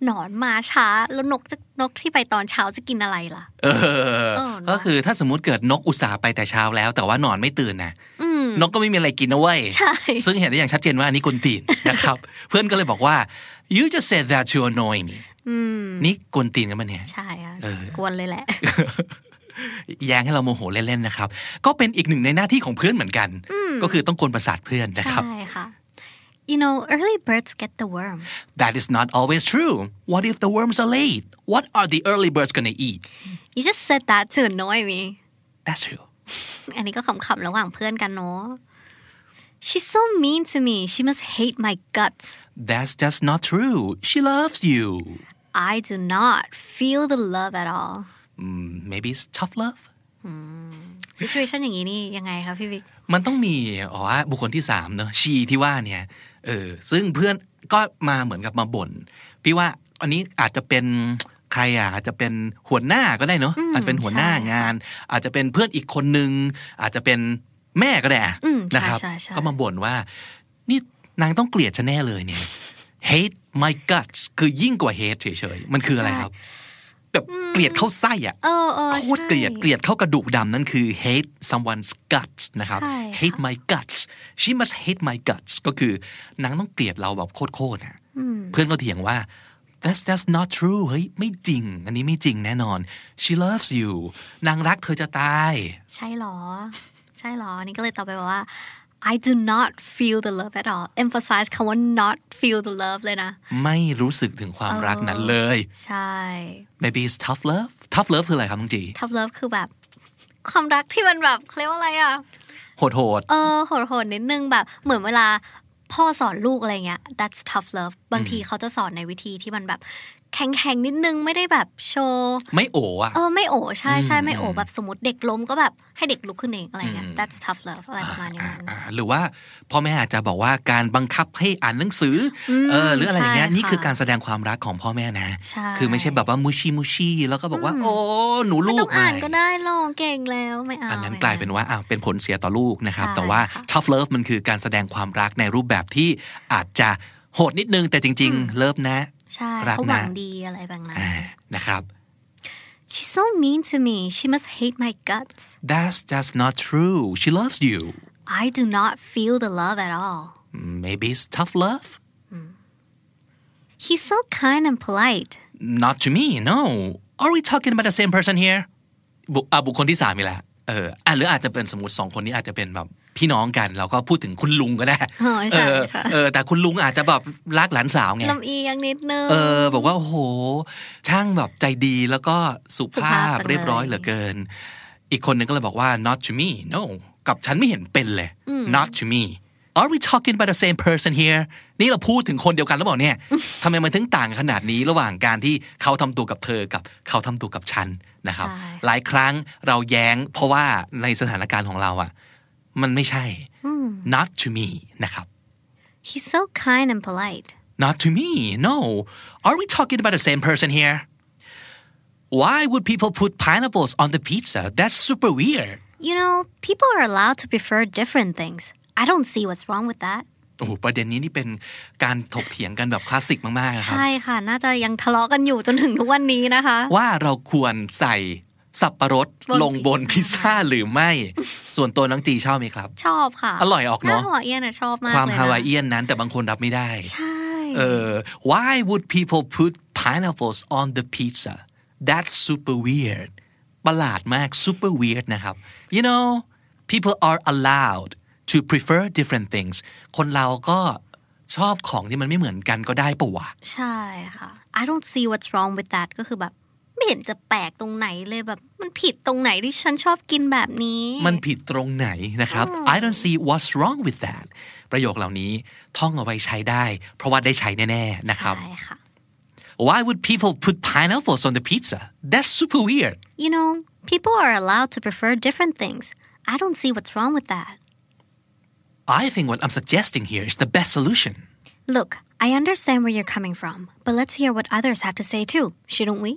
Speaker 5: หนอนมาช้า แล้วนกจะนกที่ไปตอนเช้าจะกินอะไรล่ะ
Speaker 4: เออ
Speaker 5: เออเนอะ
Speaker 4: ก็คือถ้าสมมติเกิดนกอุตส่าห์ไปแต่เช้าแล้ว แต่ว่าหนอนไม่ตื่นนะ
Speaker 5: อืม
Speaker 4: นกก็ไม่มีอะไรกินนะเว้ย
Speaker 5: ใช่
Speaker 4: ซึ่งเห็นได้อย่างชัดเจนว่าอันนี้กวนตีน นะครับ เพื่อนก็เลยบอกว่า you just said that to annoy me
Speaker 5: อืม
Speaker 4: นี่กวนตีนกันปะเนี่ย
Speaker 5: ใช่ค่ะ
Speaker 4: เออ
Speaker 5: กวนเลยแหละ
Speaker 4: แย้งให้เราโมโหเล่นๆนะครับ ก็เป็นอีกหนึ่งในหน้าที่ของเพื่อนเหมือนกัน ก็คือต้องกวนประสาทเพื่อนนะครับ
Speaker 5: ใช่ค่ะ you know early birds get the worm
Speaker 4: That is not always true. What if the worms are late? What are the early birds gonna eat?
Speaker 5: you just said that to annoy me
Speaker 4: That's true.
Speaker 5: อันนี้ก็ขำๆระหว่างเพื่อนกันเนาะ she's so mean to me she must hate my guts
Speaker 4: That's just not true. She loves you.
Speaker 5: I do not feel the love at all
Speaker 4: Mm, Maybe it's tough love.
Speaker 5: situation อย่างนี้นี่ยังไงคะพี่วิก
Speaker 4: มันต้องมีอ๋อว่าบุคคลที่สามเนอะชีที่ว่าเนี่ยเออซึ่งเพื่อนก็มาเหมือนกับมาบ่นพี่ว่าอันนี้อาจจะเป็นใครอ่ะอาจจะเป็นหัวหน้าก็ได้เนอะอาจจะเป็นหัวหน้างาน อาจจะเป็นเพื่อนอีกคนนึง อาจจะเป็นแม่ก็ได้อะ
Speaker 5: อืมใช่
Speaker 4: นะครับ
Speaker 5: ใช่ใช่
Speaker 4: ก็มาบ่นว่า นี่นางต้องเกลียดฉันแน่เลยเนี่ย hate my guts คือยิ่งกว่า hate เฉยๆ มันคืออะไรครับแบบเกลียดเข้าไส้อ่ะ
Speaker 5: เออเออ
Speaker 4: โคตร
Speaker 5: ใช่
Speaker 4: เกลียดเกลียดเข้ากระดูกดำนั่นคือ hate someone's guts นะครับ
Speaker 5: ใช่
Speaker 4: hate my guts she must hate my guts ก็คือนางต้องเกลียดเราแบบโคตรๆนะเพื่อนก็เถียงว่า that's that's not true เฮ้ยไม่จริง อันนี้ไม่จริงแน่นอน she loves you นางรักเธอจะตาย
Speaker 5: ใช่หรอ ใช่หรอ นี่ก็เลยตอบไปบอกว่า I do not feel the love at all emphasize คำว่า not feel the love เลยนะ
Speaker 4: ไม่รู้สึกถึงความรักนั้นเลย
Speaker 5: ใช่
Speaker 4: maybe it's tough love tough love คืออะไรครับน้องจี
Speaker 5: tough love คือแบบ ความรักที่มันแบบเขาเรียกว่าอะไรอ่ะ
Speaker 4: โหด
Speaker 5: เออโหดๆนิดนึงแบบ เหมือนเวลาพ่อสอนลูกอะไรเงี้ย that's tough love บางทีเขาจะสอนในวิธีที่มันแบบ แข็งๆนิดนึงไม่ได้แบบโชว์
Speaker 4: ไม่โออ่ะ
Speaker 5: เออไม่โอใช่ใช่
Speaker 4: อืม
Speaker 5: ไม่โอแบบสมมติเด็กล้มก็แบบให้เด็กลุกขึ้นเองอะไรเงี้ย
Speaker 4: อืม
Speaker 5: that's tough love อะไรประมาณอย่าง
Speaker 4: อ่า
Speaker 5: นั้น
Speaker 4: อ่าหรือว่าพ่อแม่อาจจะบอกว่าการบังคับให้อ่านหนังสืออ
Speaker 5: ม
Speaker 4: เออหรืออะไรอย่างเงี้ย
Speaker 5: ใช่ค่ะ
Speaker 4: นี่คือการแสดงความรักของพ่อแม่นะ
Speaker 5: ใช่
Speaker 4: คือไม่ใช่แบบว่ามุชิมุชิแล้วก็บอกว่า
Speaker 5: อืม
Speaker 4: โอ้หนู
Speaker 5: ไม่
Speaker 4: ลู
Speaker 5: ต้
Speaker 4: ก
Speaker 5: องอ่านก็ได้หรอกเก่งแล้วไม่เอา
Speaker 4: อันนั้น
Speaker 5: ไม่
Speaker 4: กลายเป็น
Speaker 5: อ
Speaker 4: ว่าอ้าวเป็นผลเสียต่อลูกนะครับ
Speaker 5: ใช่
Speaker 4: แต่ว่า
Speaker 5: ค่ะ
Speaker 4: tough love มันคือการแสดงความรักในรูปแบบที่อาจจะโหดนิดนึงแต่จริง ๆ เลิฟนะ
Speaker 5: ใช่
Speaker 4: รัก
Speaker 5: เขาหวัง
Speaker 4: นะ
Speaker 5: ดีอะไรบางนั้น
Speaker 4: อ่านะครับ
Speaker 5: she's so mean to me she must hate my guts
Speaker 4: that's just not true she loves you
Speaker 5: I do not feel the love at all
Speaker 4: maybe it's tough love
Speaker 5: he's so kind and polite
Speaker 4: not to me no are we talking about the same person here บุอ่ะบุคคลที่สามอีกแล้วเอออ่ะหรืออาจจะเป็นสมมติสองคนนี้อาจจะเป็นแบบพี่น้องกัน เราก็พูดถึงคุณลุงก็ได้
Speaker 5: อ๋อใช่
Speaker 4: เออ
Speaker 5: ค่ะ
Speaker 4: เออแต่คุณลุงอาจจะแบบรักหลานสาวไง
Speaker 5: ลำเอียงนิดนึง
Speaker 4: เออบอกว่าโอ้โห ช่างแบบใจดีแล้วก็สุ
Speaker 5: สุภา
Speaker 4: ภา
Speaker 5: พ
Speaker 4: พ
Speaker 5: จังเลย
Speaker 4: เรียบร้อยเหลือเกิน อีกคนหนึ่งก็เลยบอกว่า not to me no กับฉันไม่เห็นเป็นเลย not to me are we talking about the same person here นี่เราพูดถึงคนเดียวกันแล้วบอกเนี่ย
Speaker 5: [LAUGHS]
Speaker 4: ทำไมมันถึงต่างขนาดนี้ระหว่างการที่เขาทำตัวกับเธอกับเขาทำตัวกับฉันนะครับ
Speaker 5: ใช่
Speaker 4: หลายครั้งเราแย้งเพราะว่าในสถานการณ์ของเราอะมันไม่ใช่ not to me นะครับ
Speaker 5: He's so kind and polite.
Speaker 4: Not to me. No. Are we talking about the same person here? Why would people put pineapples on the pizza? That's super weird.
Speaker 5: You know, people are allowed to prefer different things. I don't see what's wrong with that.
Speaker 4: โอ้โหประเด็นนี้นี่เป็นการถกเถียงกันแบบคลาสสิกมากๆนะครับ
Speaker 5: ใช่ค่ะ น่าจะยังทะเลาะกันอยู่จนถึงทุกวันนี้นะคะ
Speaker 4: ว่าเราควรใส่สับปะรด
Speaker 5: บน
Speaker 4: ลงบน [LAUGHS] พิซซ่าหรือไม่ ส่วนตัวน้องจีชอบไหมครับ
Speaker 5: ชอบค่ะ
Speaker 4: อร่อยออกเนอะ
Speaker 5: หวเอียนอะชอบมาก
Speaker 4: ความ
Speaker 5: เลยนะ
Speaker 4: ฮาวายเอียนนั้นแต่บางคนรับไม่ได้
Speaker 5: ใช่
Speaker 4: เออ why would people put pineapples on the pizza that's super weird ประหลาดมาก super weird นะครับ you know people are allowed to prefer different things คนเราก็ชอบของที่มันไม่เหมือนกันก็ได้ปะวะ
Speaker 5: ใช่ค่ะ I don't see what's wrong with that ก็คือแบบ ไม่เห็นจะแปลกตรงไหนเลยแบบ มันผิดตรงไหนที่ฉันชอบกินแบบนี้
Speaker 4: มันผิดตรงไหนนะครับ I don't see what's wrong with that ประโยคเหล่านี้ท่องเอาไว้ใช้ได้ เพราะว่าได้ใช้แน่ๆนะครับ
Speaker 5: ใช่ค่ะ
Speaker 4: why would people put pineapples on the pizza that's super weird
Speaker 5: You know people are allowed to prefer different things I don't see what's wrong with that
Speaker 4: I think what I'm suggesting here is the best solution
Speaker 5: Look, I understand where you're coming from, but let's hear what others have to say too, shouldn't we?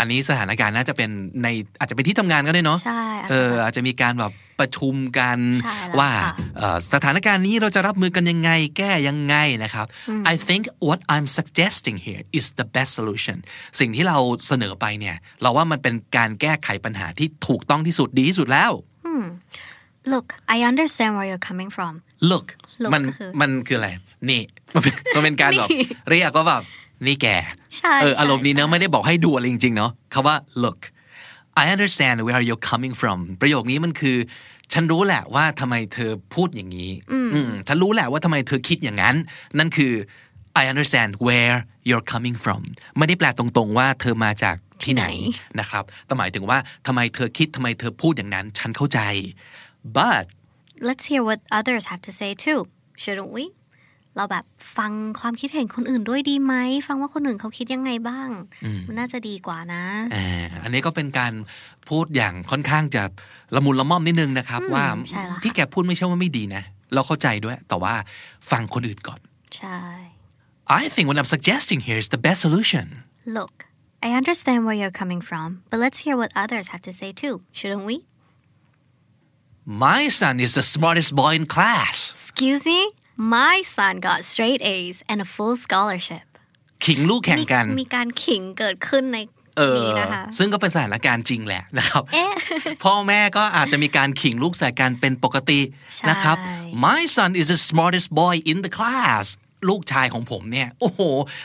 Speaker 4: อันนี้สถานการณ์น่าจะเป็นในอาจจะเป็นที่ทำงานก็ได้เนาะ
Speaker 5: ใช่
Speaker 4: เอออาจจะมีการแบบประชุมกัน
Speaker 5: ใช่แล้ว
Speaker 4: ว่า
Speaker 5: ค่ะ
Speaker 4: เอ่อสถานการณ์นี้เราจะรับมือกันยังไงแก้ยังไงนะครับ I think what I'm suggesting here is the best solution สิ่งที่เราเสนอไปเนี่ย เราว่ามันเป็นการแก้ไขปัญหาที่ถูกต้องที่สุดดีที่สุดแล้ว
Speaker 5: Look, I understand where you're coming from.
Speaker 4: look
Speaker 5: Look
Speaker 4: มัน
Speaker 5: คือ
Speaker 4: มันคืออะไร นี่ [LAUGHS] มันเป็นมันเป็นการแบบเรียกว่าแบบนี่แก
Speaker 5: ใช่
Speaker 4: เออ
Speaker 5: ใช่
Speaker 4: อารมณ์นี้เนอะ
Speaker 5: ใช่
Speaker 4: ไม่ได้บอกให้ดูอะไรจริงๆเนาะคำว่า look I understand where you're coming from ประโยคนี้มันคือ ฉันรู้แหละว่าทำไมเธอพูดอย่างนี้อืมฉันรู้แหละว่าทำไมเธอคิดอย่างนั้น นั่นคือ I understand where you're coming from ไม่ได้แปลตรงๆว่าเธอมาจากที่ไหน นะครับแต่หมายถึงว่าทำไมเธอคิดทำไมเธอพูดอย่างนั้น ฉันเข้าใจ but
Speaker 5: Let's hear what others have to say too, shouldn't we? เราแบบฟังความคิดเห็นคนอื่นด้วยดีไหม ฟังว่าคนอื่นเขาคิดยังไงบ้าง มันน่าจะดีกว่านะ
Speaker 4: อ่าอันนี้ก็เป็นการพูดอย่างค่อนข้างจะละมุนละม่อมนิดนึงนะครับ ว่า
Speaker 5: ใช่แล้วค่ะ
Speaker 4: ที่แกพูดไม่ใช่ว่าไม่ดีนะ เราเข้าใจด้วย แต่ว่าฟังคนอื่นก่อน
Speaker 5: ใช่
Speaker 4: I think what I'm suggesting here is the best solution
Speaker 5: Look, I understand where you're coming from, but let's hear what others have to say too, shouldn't we?
Speaker 4: My son is the smartest boy in class
Speaker 5: Excuse me? My son got straight A's and a full scholarship.
Speaker 4: ขิงลูกแข่งกัน
Speaker 5: มีมีการขิงเกิดขึ้นใน
Speaker 4: เออ
Speaker 5: นี้นะคะ
Speaker 4: ซึ่งก็เป็นสถานการณ์จริงแหละนะครับ
Speaker 5: เอ๊ะ
Speaker 4: [LAUGHS] พ่อแม่ก็อาจจะมีการขิงลูกใส่กันเป็นปกตินะครับ
Speaker 5: ใช่
Speaker 4: My son is the smartest boy in the class ลูกชายของผมเนี่ย โอ้โห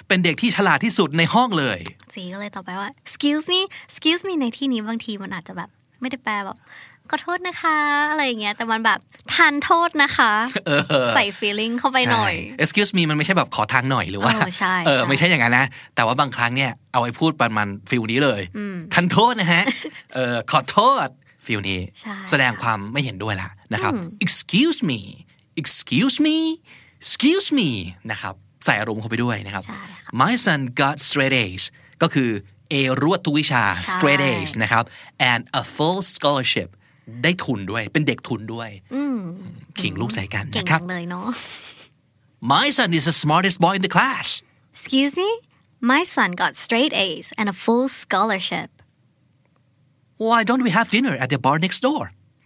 Speaker 4: เป็นเด็กที่ฉลาดที่สุดในห้องเลย
Speaker 5: จีก็เลยตอบไปว่า excuse me excuse me ในที่นี้บางทีมันอาจจะแบบ ไม่ได้แปลแบบขอโทษนะคะ อะไรอย่างเงี้ย แต่มันแบบทานโทษนะคะ ใส่ feeling เข้าไปหน่อย
Speaker 4: ใช่ excuse me มันไม่ใช่แบบขอทางหน่อยหรือว่า
Speaker 5: เออใช่
Speaker 4: เออ
Speaker 5: ใช่
Speaker 4: ไม่ใช่อย่างนั้นนะ แต่ว่าบางครั้งเนี่ยเอาไว้พูดประมาณฟิลนี้เลยทันโทษ
Speaker 5: [LAUGHS]
Speaker 4: นะฮะ เออขอโทษฟิลนี้
Speaker 5: ใช่
Speaker 4: แสดงความไม่เห็นด้วยละนะครับ excuse me excuse me excuse me นะครับ ใส่อารมณ์เข้าไปด้วยนะครับ
Speaker 5: ใช่ค่ะ
Speaker 4: My son got straight A's ก็คือ A รวดทุกวิชา
Speaker 5: ใช่
Speaker 4: straight A's นะครับ and a full scholarship ได้ทุนด้วยเป็นเด็กทุนด้วย
Speaker 5: อืม
Speaker 4: ขิงลูกใส่กัน
Speaker 5: เก่ง
Speaker 4: นะค
Speaker 5: จั
Speaker 4: รับ
Speaker 5: งเลยเนาะ
Speaker 4: My son is the smartest boy in the class
Speaker 5: Excuse me my son got straight A's and a full scholarship
Speaker 4: Why don't we have dinner at the bar next door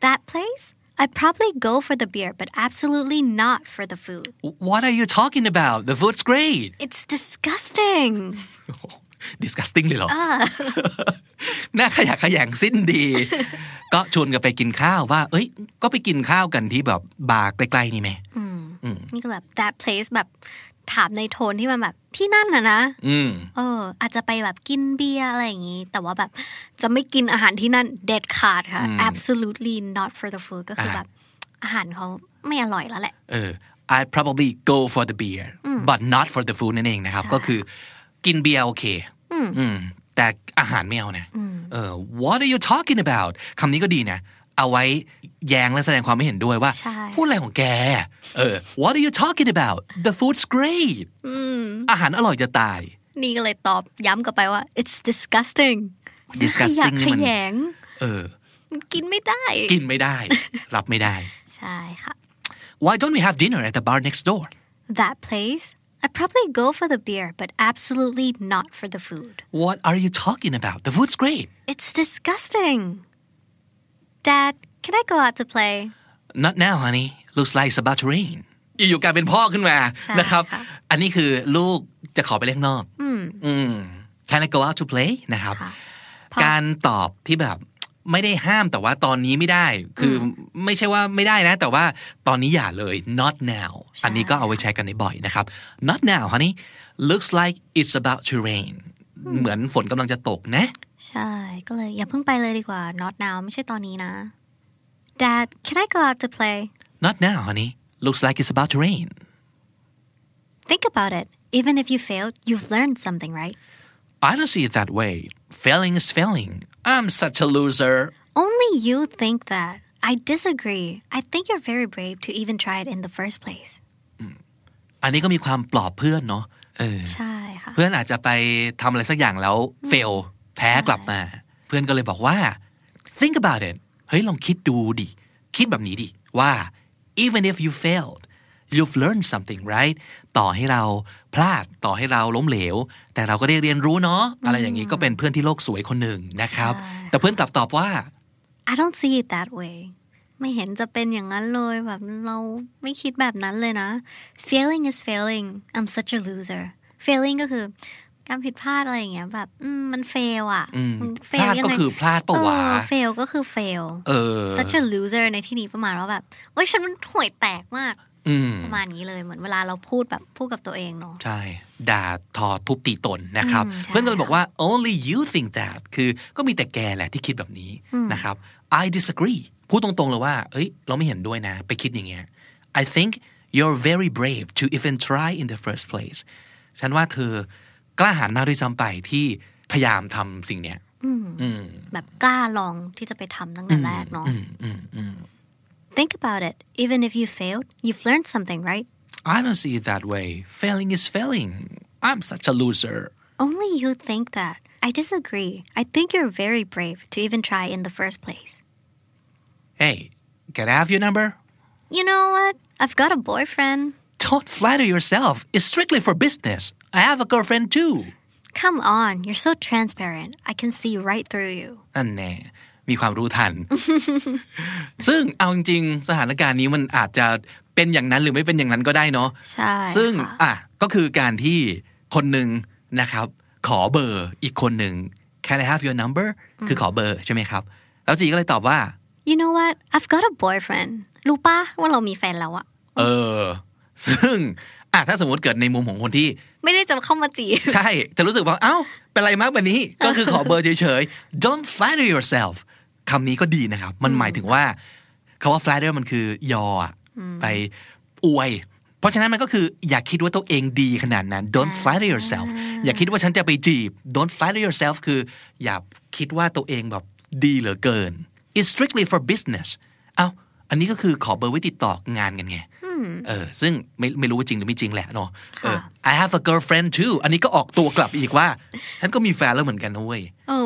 Speaker 5: that place I'd probably go for the beer but absolutely not for the food
Speaker 4: What are you talking about the food's great
Speaker 5: it's disgusting
Speaker 4: disgusting เลยเหรอหน้าขยะแขยงสิ้นดี ก็ชวนกันไปกินข้าวว่า เอ้ย ก็ไปกินข้าวกันที่แบบบาร์ใกล้ๆนี่ไหม
Speaker 5: นี่ก็แบบ that place แบบถามในโทนที่มันแบบที่นั่นน่ะนะ
Speaker 4: อืม
Speaker 5: เอออาจจะไปแบบกินเบียร์อะไรอย่างนี้ แต่ว่าแบบจะไม่กินอาหารที่นั่นเด็ดขาดค่ะ absolutely not for the food ก็คือแบบ อาหารเขาไม่อร่อยแล้วแหละ
Speaker 4: เออ I probably go for the beer but not for the food นั่นเองนะครับ ก็คือกินเบียร์โอเคอืมแต่อาหารไม่เอานะเออ What are you talking about คำนี้ก็ดีนะ เอาไว้แย้งและแสดงความไม่เห็นด้วยว่า
Speaker 5: ใช่
Speaker 4: พูดอะไรของแก เออ What are you talking about the food's great อาหารอร่อยจะตาย
Speaker 5: นี่ก็เลยตอบย้ำกลับไปว่า it's disgusting ขยะ
Speaker 4: disgusting
Speaker 5: แข
Speaker 4: นี่มัน
Speaker 5: ยง
Speaker 4: เออ
Speaker 5: มันกินไม่ได้
Speaker 4: กินไม่ [LAUGHS] ได้ รับไม่ได้
Speaker 5: ใช่ค่ะ
Speaker 4: Why don't we have dinner at the bar next door
Speaker 5: that place I probably go for the beer but absolutely not for the food
Speaker 4: What are you talking about the food's great
Speaker 5: it's disgusting dad can I go out to play
Speaker 4: Not now honey looks like it's about to rain อยู่ๆกลายเป็นพ่อขึ้นมา
Speaker 5: ใช่
Speaker 4: นะครับ
Speaker 5: ค่ะ
Speaker 4: อันนี้คือลูกจะขอไปเล่นข้างนอกอืม Can I go out to play นะครับ
Speaker 5: ค่ะพอ
Speaker 4: การตอบที่แบบไม่ได้ห้ามแต่ว่าตอนนี้ไม่ได้ คือไม่ใช่ว่าไม่ได้นะ แต่ว่าตอนนี้อย่าเลย not now อันนี้ก็เอาไว้ใช้กันได้บ่อยนะครับ not now honey looks like it's about to rain เหมือนฝนกำลังจะตกนะ
Speaker 5: ใช่ก็เลยอย่าเพิ่งไปเลยดีกว่า not now ไม่ใช่ตอนนี้นะ Dad can I go out to play
Speaker 4: not now honey looks like it's about to rain
Speaker 5: think about it even if you failed you've learned something right
Speaker 4: I don't see it that way failing is failing I'm such a loser
Speaker 5: only you think that I disagree I think you're very brave to even try it in the first place
Speaker 4: อันนี้ก็มีความปลอบเพื่อนเนาะเออ
Speaker 5: ใช่ค่ะ
Speaker 4: เพื่อนอาจจะไปทำอะไรสักอย่างแล้วเฟลแพ้กลับมา เพื่อนก็เลยบอกว่า think about it เฮ้ย ลองคิดดูดิ คิดแบบนี้ดิ ว่า even if you failed you've learned something right ต่อให้เราพลาดต่อให้เราล้มเหลว แต่เราก็ได้เรียนรู้เนาะอะไรอย่างนี้ก็เป็นเพื่อนที่โลกสวยคนหนึ่งนะครับ
Speaker 5: ใช่
Speaker 4: แต่เพื่อนกลับตอบว่า
Speaker 5: I don't see it that way ไม่เห็นจะเป็นอย่างนั้นเลยแบบเราไม่คิดแบบนั้นเลยนะ failing is failing I'm such a loser failing ก็คือการผิดพลาดอะไรอย่างเงี้ยแบบอืมมัน fail อ่ะ
Speaker 4: อืม
Speaker 5: มัน
Speaker 4: พลา
Speaker 5: fail
Speaker 4: ด
Speaker 5: ยัง
Speaker 4: ก็
Speaker 5: ไง
Speaker 4: คือพลาดปะวะ
Speaker 5: เออ fail ก็คือ fail
Speaker 4: เออ
Speaker 5: such a loser ในที่นี้ประมาณว่าแบบโอ้ยฉันมันห่วยแตกมาก
Speaker 4: อืม
Speaker 5: ประมาณนี้เลย เหมือนเวลาเราพูดแบบพูดกับตัวเองเนาะ
Speaker 4: ใช่ ด่าทอทุบตีตนนะครับ
Speaker 5: อืมใช่
Speaker 4: เพื่อนก็เลยบอกว่า only you think that คือก็มีแต่แกแหละที่คิดแบบนี้นะครับ I disagree พูดตรงๆเลยว่า เอ้ย เราไม่เห็นด้วยนะ ไปคิดอย่างเงี้ย I think you're very brave to even try in the first place ฉันว่าเธอกล้าหาญมากด้วยซ้ำไปที่พยายามทำสิ่งเนี้ย อืม
Speaker 5: แบบกล้าลองที่จะไปทำตั้งแต่แรกเนาะ
Speaker 4: อืม อืม อืม
Speaker 5: think about it even if you failed you've learned something right
Speaker 4: I don't see it that way failing is failing I'm such a loser
Speaker 5: only you think that I disagree I think you're very brave to even try in the first place
Speaker 4: Hey can I have your number
Speaker 5: you know what I've got a boyfriend
Speaker 4: Don't flatter yourself. It's strictly for business. I have a girlfriend too.
Speaker 5: come on you're so transparent I can see right through you
Speaker 4: อันแน่มีความรู้
Speaker 5: [LAUGHS]
Speaker 4: ทัน ซึ่งเอาจริงๆสถานการณ์นี้มันอาจจะเป็นอย่างนั้นหรือไม่เป็นอย่างนั้นก็ได้เนาะ
Speaker 5: ใช่
Speaker 4: ซึ่ง
Speaker 5: ค่ะ
Speaker 4: อ่ะก็คือการที่คนหนึ่งนะครับ ขอเบอร์อีกคนหนึ่ง Can I have your number คือขอเบอร์ใช่ไหมครับ แล้วจีก็เลยตอบว่า
Speaker 5: you know what I've got a boyfriend รู้ปะว่าเรามีแฟนแล้วอะ
Speaker 4: เออ ซึ่งอ่ะถ้าสมมติเกิดในมุมของคนที่
Speaker 5: ไม่ได้จะเข้ามาจี
Speaker 4: [LAUGHS]
Speaker 5: บ
Speaker 4: ใช่ จะรู้สึกว่า เอ้า เป็นไรมากแบบนี้ ก็คือขอเบอร์เฉยๆ don't flatter yourself คำนี้ก็ดีนะครับ มันหมายถึงว่าคาว่า flatter มันคือยออะไปอวย เพราะฉะนั้นมันก็คืออย่าคิดว่าตัวเองดีขนาดนั้น don't flatter yourself อย่าคิดว่าฉันจะไปจีบ don't flatter yourself คือ อย่าคิดว่าตัวเองแบบดีเหลือเกิน it's strictly for business เอ้า อันนี้ก็คือขอเบอร์ไว้ติดต่องานกันไง เออซึ่งไม่ไม่รู้ว่าจริงหรือไม่จริงแหละเนาะ
Speaker 5: ค่ะ
Speaker 4: เออ I have a girlfriend too อันนี้ก็ออกตัวกลับอีกว่าฉันก็มีแฟนแล้วเหมือนกันนะเว้ย
Speaker 5: โอ้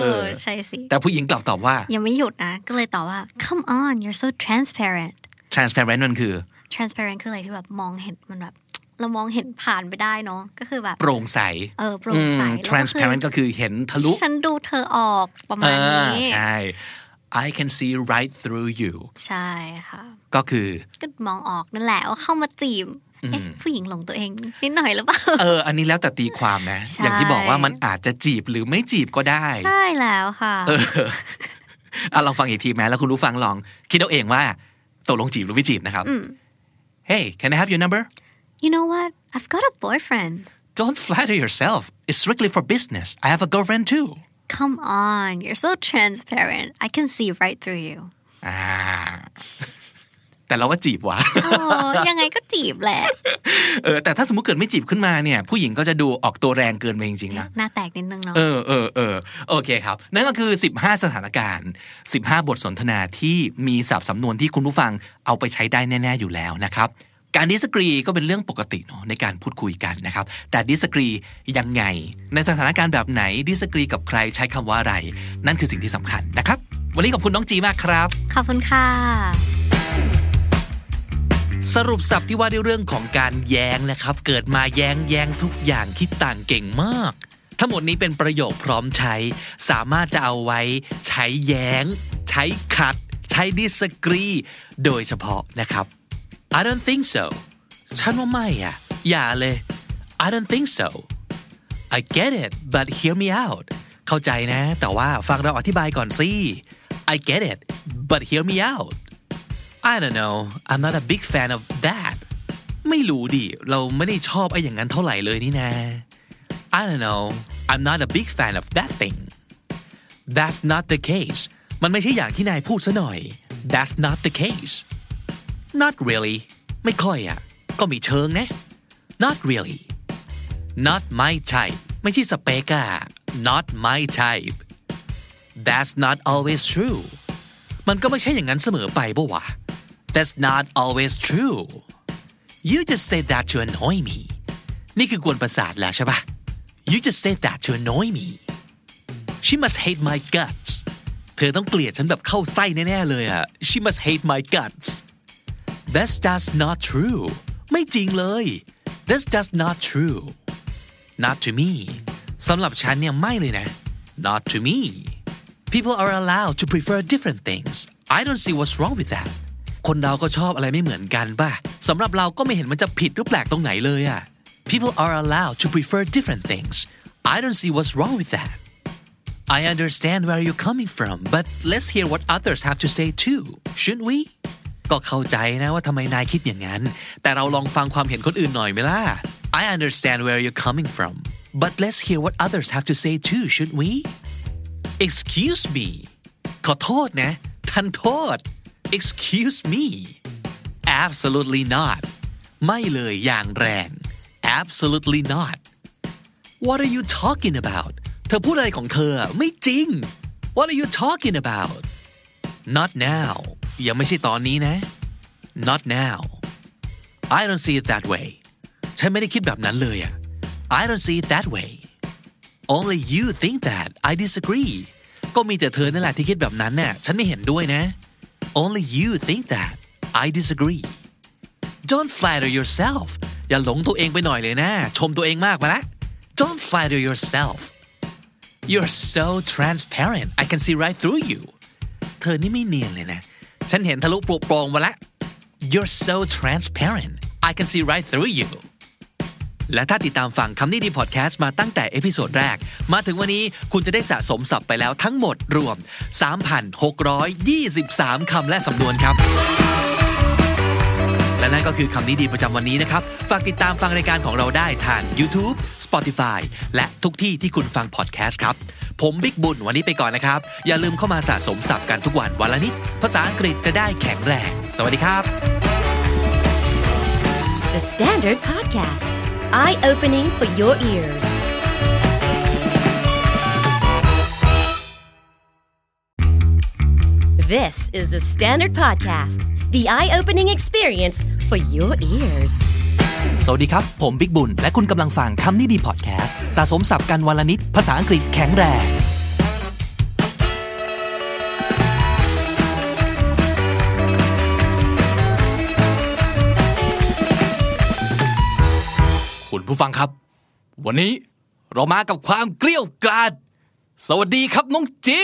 Speaker 4: เออ
Speaker 5: ใช่สิ
Speaker 4: แต่ผู้หญิงกลับตอบว่า
Speaker 5: ยังไม่หยุดนะ ก็เลยตอบว่า come on you're so transparent
Speaker 4: transparent มันคือ
Speaker 5: transparent คืออะไรที่แบบมองเห็นมันแบบ เรามองเห็นผ่านไปได้เนาะก็คือแบบ
Speaker 4: โปร่งใส
Speaker 5: เออโปร่งใส
Speaker 4: อืม
Speaker 5: แล้วก็คือ
Speaker 4: transparent ก็คือเห็นทะลุ
Speaker 5: ฉันดูเธอออกประมาณนี้
Speaker 4: อ่าใช่ I can see right through you
Speaker 5: ใช่ค่ะ
Speaker 4: ก็คือ
Speaker 5: ก็มองออกนั่นแหละว่าเข้ามาจีบเอ๊ะผู้หญิงหลงตัวเองนิดหน่อยหรือเป
Speaker 4: [LAUGHS]
Speaker 5: ล่า
Speaker 4: เออ อันนี้แล้วแต่ตีความนะ
Speaker 5: ใช่
Speaker 4: อย่างที่บอกว่ามันอาจจะจีบหรือไม่จีบก็ได้
Speaker 5: ใช่แล้วค่ะ
Speaker 4: เอออ่ะลองฟังอีกทีไหมแล้วคุณรู้ฟังลอง คิดเอาเองว่าตกลงจีบหรือไม่จีบนะครับ Hey can I have your number
Speaker 5: you know what I've got a boyfriend
Speaker 4: Don't flatter yourself it's strictly for business I have a girlfriend too
Speaker 5: come on you're so transparent I can see right through you
Speaker 4: อ่า [LAUGHS] แต่เราว่าจีบว่ะ [LAUGHS]
Speaker 5: โอ้ [LAUGHS] ยังไงก็จีบแหละ
Speaker 4: เออ แต่ถ้าสมมติเกิดไม่จีบขึ้นมาเนี่ย ผู้หญิงก็จะดูออกตัวแรงเกินไปจริงๆนะ
Speaker 5: หน้าแตกนิดนึงเนาะ
Speaker 4: เออเออเออโอเคครับ นั่นก็คือ 15 สถานการณ์ 15 บทสนทนาที่มีศัพท์สำนวนที่คุณผู้ฟังเอาไปใช้ได้แน่ ๆ อยู่แล้วนะครับ การดิสกรีก็เป็นเรื่องปกติเนาะในการพูดคุยกันนะครับ แต่ดิสกรียังไง ในสถานการณ์แบบไหนดิสกรีกับใครใช้คำว่าอะไร นั่นคือสิ่งที่สำคัญนะครับ วันนี้ขอบคุณน้องจีมากครับ
Speaker 5: ขอบคุณค่ะ
Speaker 4: สรุปสับที่ว่าด้วยเรื่องของการแย้งนะครับ เกิดมาแย้งแย้งทุกอย่างคิดต่างเก่งมาก ทั้งหมดนี้เป็นประโยคพร้อมใช้ สามารถจะเอาไว้ ใช้แย้ง ใช้ขัด ใช้ดิสกรี โดยเฉพาะนะครับ I don't think so ฉันว่าไม่อ่ะ อย่าเลย I don't think so I get it but hear me out เข้าใจนะ แต่ว่าฟังเราอธิบายก่อนสิ I get it but hear me out I don't know I'm not a big fan of that ไม่รู้ดิ เราไม่ได้ชอบไอ้อย่างนั้นเท่าไหร่เลยนี่นะ I don't know I'm not a big fan of that thing That's not the case มันไม่ใช่อย่างที่นายพูดซะหน่อย That's not the case Not really ไม่ค่อยอ่ะ ก็มีเชิงนะ Not really Not my type ไม่ใช่สเปกอะ Not my type That's not always true มันก็ไม่ใช่อย่างนั้นเสมอไปปะวะ That's not always true You just said that to annoy me นี่คือกวนประสาทแล้วใช่ปะ You just said that to annoy me She must hate my guts เธอต้องเกลียดฉันแบบเข้าไส้แน่ๆเลยอะ She must hate my guts That's just not true ไม่จริงเลย That's just not true Not to me สำหรับฉันเนี่ยไม่เลยนะ Not to me People are allowed to prefer different things. I don't see what's wrong with that. คนเราก็ชอบอะไรไม่เหมือนกันป่ะสำหรับเราก็ไม่เห็นมันจะผิดหรือแปลกตรงไหนเลยอะ People are allowed to prefer different things. I don't see what's wrong with that. I understand where you're coming from, but let's hear what others have to say too, shouldn't we? ก็เข้าใจนะว่าทำไมนายคิดอย่างนั้น แต่เราลองฟังความเห็นคนอื่นหน่อยไหมล่ะ I understand where you're coming from, but let's hear what others have to say too, shouldn't we? excuse me ขอโทษนะ ทันโทษ excuse me absolutely not ไม่เลยอย่างแรง absolutely not what are you talking about เธอพูดอะไรของเธอไม่จริง what are you talking about not now ยังไม่ใช่ตอนนี้นะ not now I don't see it that way ฉันไม่ได้คิดแบบนั้นเลยอะ I don't see it that way Only you think that I disagree ก็มีแต่เธอนั่นแหละที่คิดแบบนั้นน่ะฉันไม่เห็นด้วยนะ Only you think that I disagree Don't flatter yourself อย่าหลงตัวเองไปหน่อยเลยนะ ชมตัวเองมากไปละ Don't flatter yourself You're so transparent I can see right through you เธอนี่ไม่เนียนเลยนะ ฉันเห็นทะลุปลุกโปรงมาละ You're so transparent I can see right through you และถ้าติดตามฟังคำนี้ดีพอดแคสต์มาตั้งแต่เอพิโซดแรก มาถึงวันนี้คุณจะได้สะสมศัพท์ไปแล้วทั้งหมดรวม 3,623 คำและสำนวนครับ และนั่นก็คือคำนี้ดีประจำวันนี้นะครับ ฝากติดตามฟังรายการของเราได้ทาง YouTube Spotify และทุกที่ที่คุณฟังพอดแคสต์ครับ ผมบิ๊กบุญวันนี้ไปก่อนนะครับ อย่าลืมเข้ามาสะสมศัพท์กันทุกวันวันละนิด ภาษาอังกฤษจะได้แข็งแรง สวัสดีครับ
Speaker 3: The Standard Podcast. Eye opening for your ears. This is the Standard Podcast, the eye opening experience for your ears.
Speaker 4: สวัสดีครับ ผมบิ๊กบุญ และคุณกำลังฟังคำนี้ดีพอดแคสต์สะสมสับกันวันละนิด ภาษาอังกฤษแข็งแรง คุณผู้ฟังครับ วันนี้เรามากับความเกลี้ยวกลาด สวัสดีครับน้องจี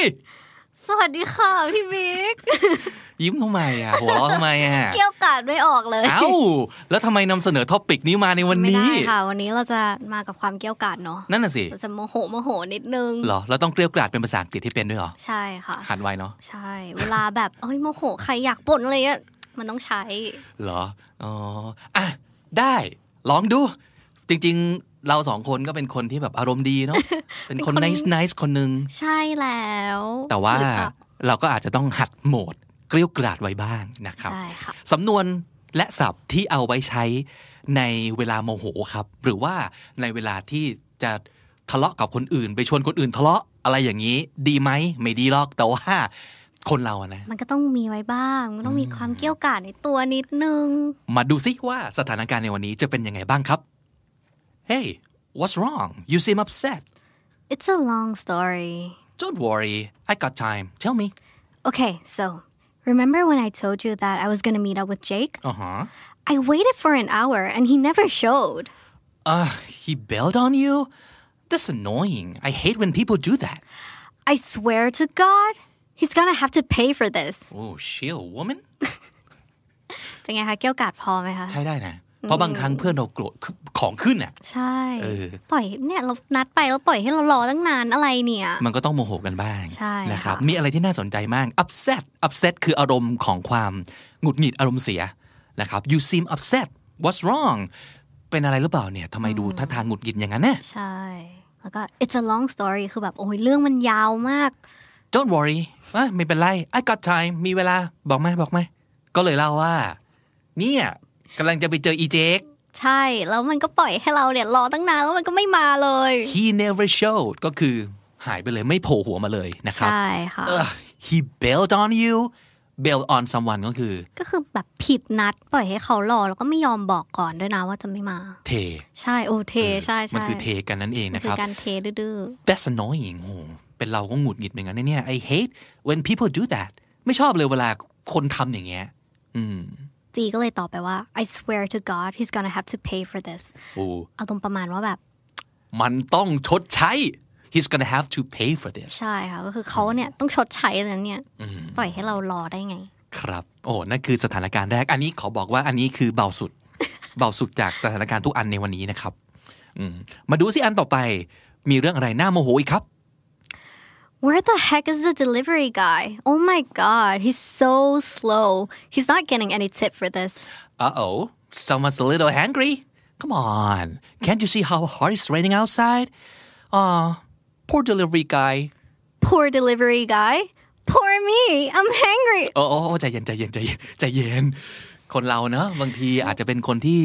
Speaker 5: สวัสดีค่ะพี่บิ๊ก
Speaker 4: ยิ้มทำไมอ่ะ หัวเราะทำไมอ่ะ
Speaker 5: เกี่ยวกาดไม่ออกเลย
Speaker 4: เอ้า แล้วทำไมนำเสนอท็อปิกนี้มาในวัน
Speaker 5: ไม่ได้
Speaker 4: นี้
Speaker 5: ค่ะ วันนี้เราจะมากับความเกี่ยวกาดเนาะ
Speaker 4: นั่นน่ะสิ
Speaker 5: เราจะโมโหโมโหนิดนึง
Speaker 4: เหรอ แล้วต้องเกลียวกราดเป็นภาษาอังกฤษที่เป็นด้วยเหรอ
Speaker 5: ใช่ค่ะ
Speaker 4: หันไวเนาะ
Speaker 5: ใช่ เวลาแบบเอ้ยโมโหใครอยากบ่นอะไรเงี้ยมันต้องใช้
Speaker 4: เหรอ อ๋อ อ่ะ ได้ ลองดู จริงๆ เราสองคนก็เป็นคนที่แบบอารมณ์ดีเนาะ
Speaker 5: [LAUGHS]
Speaker 4: เป็นคน
Speaker 5: เป็นคน
Speaker 4: nice nice คนหนึ่ง
Speaker 5: ใช่แล้ว
Speaker 4: แต่ว่า
Speaker 5: หรือเปล่
Speaker 4: เราก็อาจจะต้องหัดโหมดเกลียวกราดไว้บ้างนะครับ
Speaker 5: ใช่ค่ะ
Speaker 4: สำนวนและศัพท์ที่เอาไว้ใช้ในเวลาโมโหครับ หรือว่าในเวลาที่จะทะเลาะกับคนอื่น ไปชวนคนอื่นทะเลาะอะไรอย่างนี้ ดีไหมไม่ดีหรอกแต่ว่าคนเราอะนะ
Speaker 5: มันก็ต้องมีไว้บ้างมันต้องมีความเกี่ยวกาดในตัวนิดนึง
Speaker 4: มาดูซิว่าสถานการณ์ในวันนี้จะเป็นยังไงบ้างครับ Hey what's wrong you seem upset
Speaker 5: It's a long story
Speaker 4: don't worry I got time tell me
Speaker 5: Okay so remember when I told you that I was gonna meet up with Jake
Speaker 4: อ่าฮะ
Speaker 5: I waited for an hour and he never showed
Speaker 4: uh he bailed on you that's annoying I hate when people do that
Speaker 5: I swear to God he's gonna have to pay for this
Speaker 4: oh she a woman
Speaker 5: เป็นไงคะเกี่ยวกาดพอไหมคะ
Speaker 4: ใช่ได้นะ เพราะบางครั้งเพื่อนเราโกรธคือของขึ้นอ่ะ
Speaker 5: ใช่
Speaker 4: เออ
Speaker 5: ปล่อยเนี่ยเรานัดไปแล้วปล่อยให้เรารอตั้งนานอะไรเนี่ย
Speaker 4: มันก็ต้องโมโหกันบ้าง
Speaker 5: ใช่
Speaker 4: นะครับ
Speaker 5: ค่ะ
Speaker 4: มีอะไรที่น่าสนใจมาก upset upset คืออารมณ์ของความหงุดหงิดอารมณ์เสียนะครับ you seem upset what's wrong เป็นอะไรหรือเปล่าเนี่ยทำไมดูท่าทางหงุดหงิดอย่างนั้นนะ
Speaker 5: ใช่ แล้วก็ it's a long story คือแบบโอ้ยเรื่องมันยาวมาก
Speaker 4: don't worry อ่ะไม่เป็นไร I got time มีเวลาบอกมาบอกมาก็เลยเล่าว่า เนี่ยกำลังจะไปเจออีเจค
Speaker 5: ใช่ แล้วมันก็ปล่อยให้เราเนี่ยรอตั้งนานแล้วมันก็ไม่มาเลย
Speaker 4: he never showed ก็คือหายไปเลยไม่โผล่หัวมาเลยนะครับ
Speaker 5: ใช่ค่ะ
Speaker 4: Ugh, he bailed on you bail on someone ก็คือ
Speaker 5: ก็คือแบบผิดนัด ปล่อยให้เขารอแล้วก็ไม่ยอมบอกก่อนด้วยนะว่าจะไม่มา
Speaker 4: เท
Speaker 5: ใช่โอเท ใช่
Speaker 4: มัน
Speaker 5: ใช่
Speaker 4: คือเทกันนั่นเอง
Speaker 5: มัน
Speaker 4: นะค
Speaker 5: คือ
Speaker 4: รับ
Speaker 5: การเทดื้อ
Speaker 4: that's annoying โหเป็นเราก็หงุดหงิดเหมือนกันนะเนี่ย I hate when people do that ไม่ชอบเลยเวลาคนทำอย่างเงี้ย อืม
Speaker 5: ๆจีก็เลยตอบไปว่า I swear to God he's gonna have to pay for this
Speaker 4: โอ้
Speaker 5: อารมณ์ประมาณว่าแบบ
Speaker 4: มันต้องชดใช้ he's gonna have to pay for this
Speaker 5: ใช่ค่ะ ก็คือเขาเนี่ยต้องชดใช้อันนั้นเนี่ย ปล่อยให้เรารอได้ไง
Speaker 4: ครับ โอ้นั่นคือสถานการณ์แรก อันนี้ขอบอกว่าอันนี้คือเบาสุด [LAUGHS] เบาสุดจากสถานการณ์ทุกอันในวันนี้นะครับ อืมมาดูสิอันต่อไป มีเรื่องอะไรน่าโมโหอีกครับ
Speaker 5: Where the heck is the delivery guy? Oh my god, he's so slow. He's not getting any tip for this.
Speaker 4: Uh oh, someone's a little hungry. Come on, can't you see how hard it's raining outside? Ah, poor delivery guy.
Speaker 5: Poor delivery guy. Poor me. I'm hangry.
Speaker 4: โอ้โอ้โอ้ใจเย็นใจเย็นใจเย็นใจเย็น คนเราเนอะบางทีอาจจะเป็นคนที่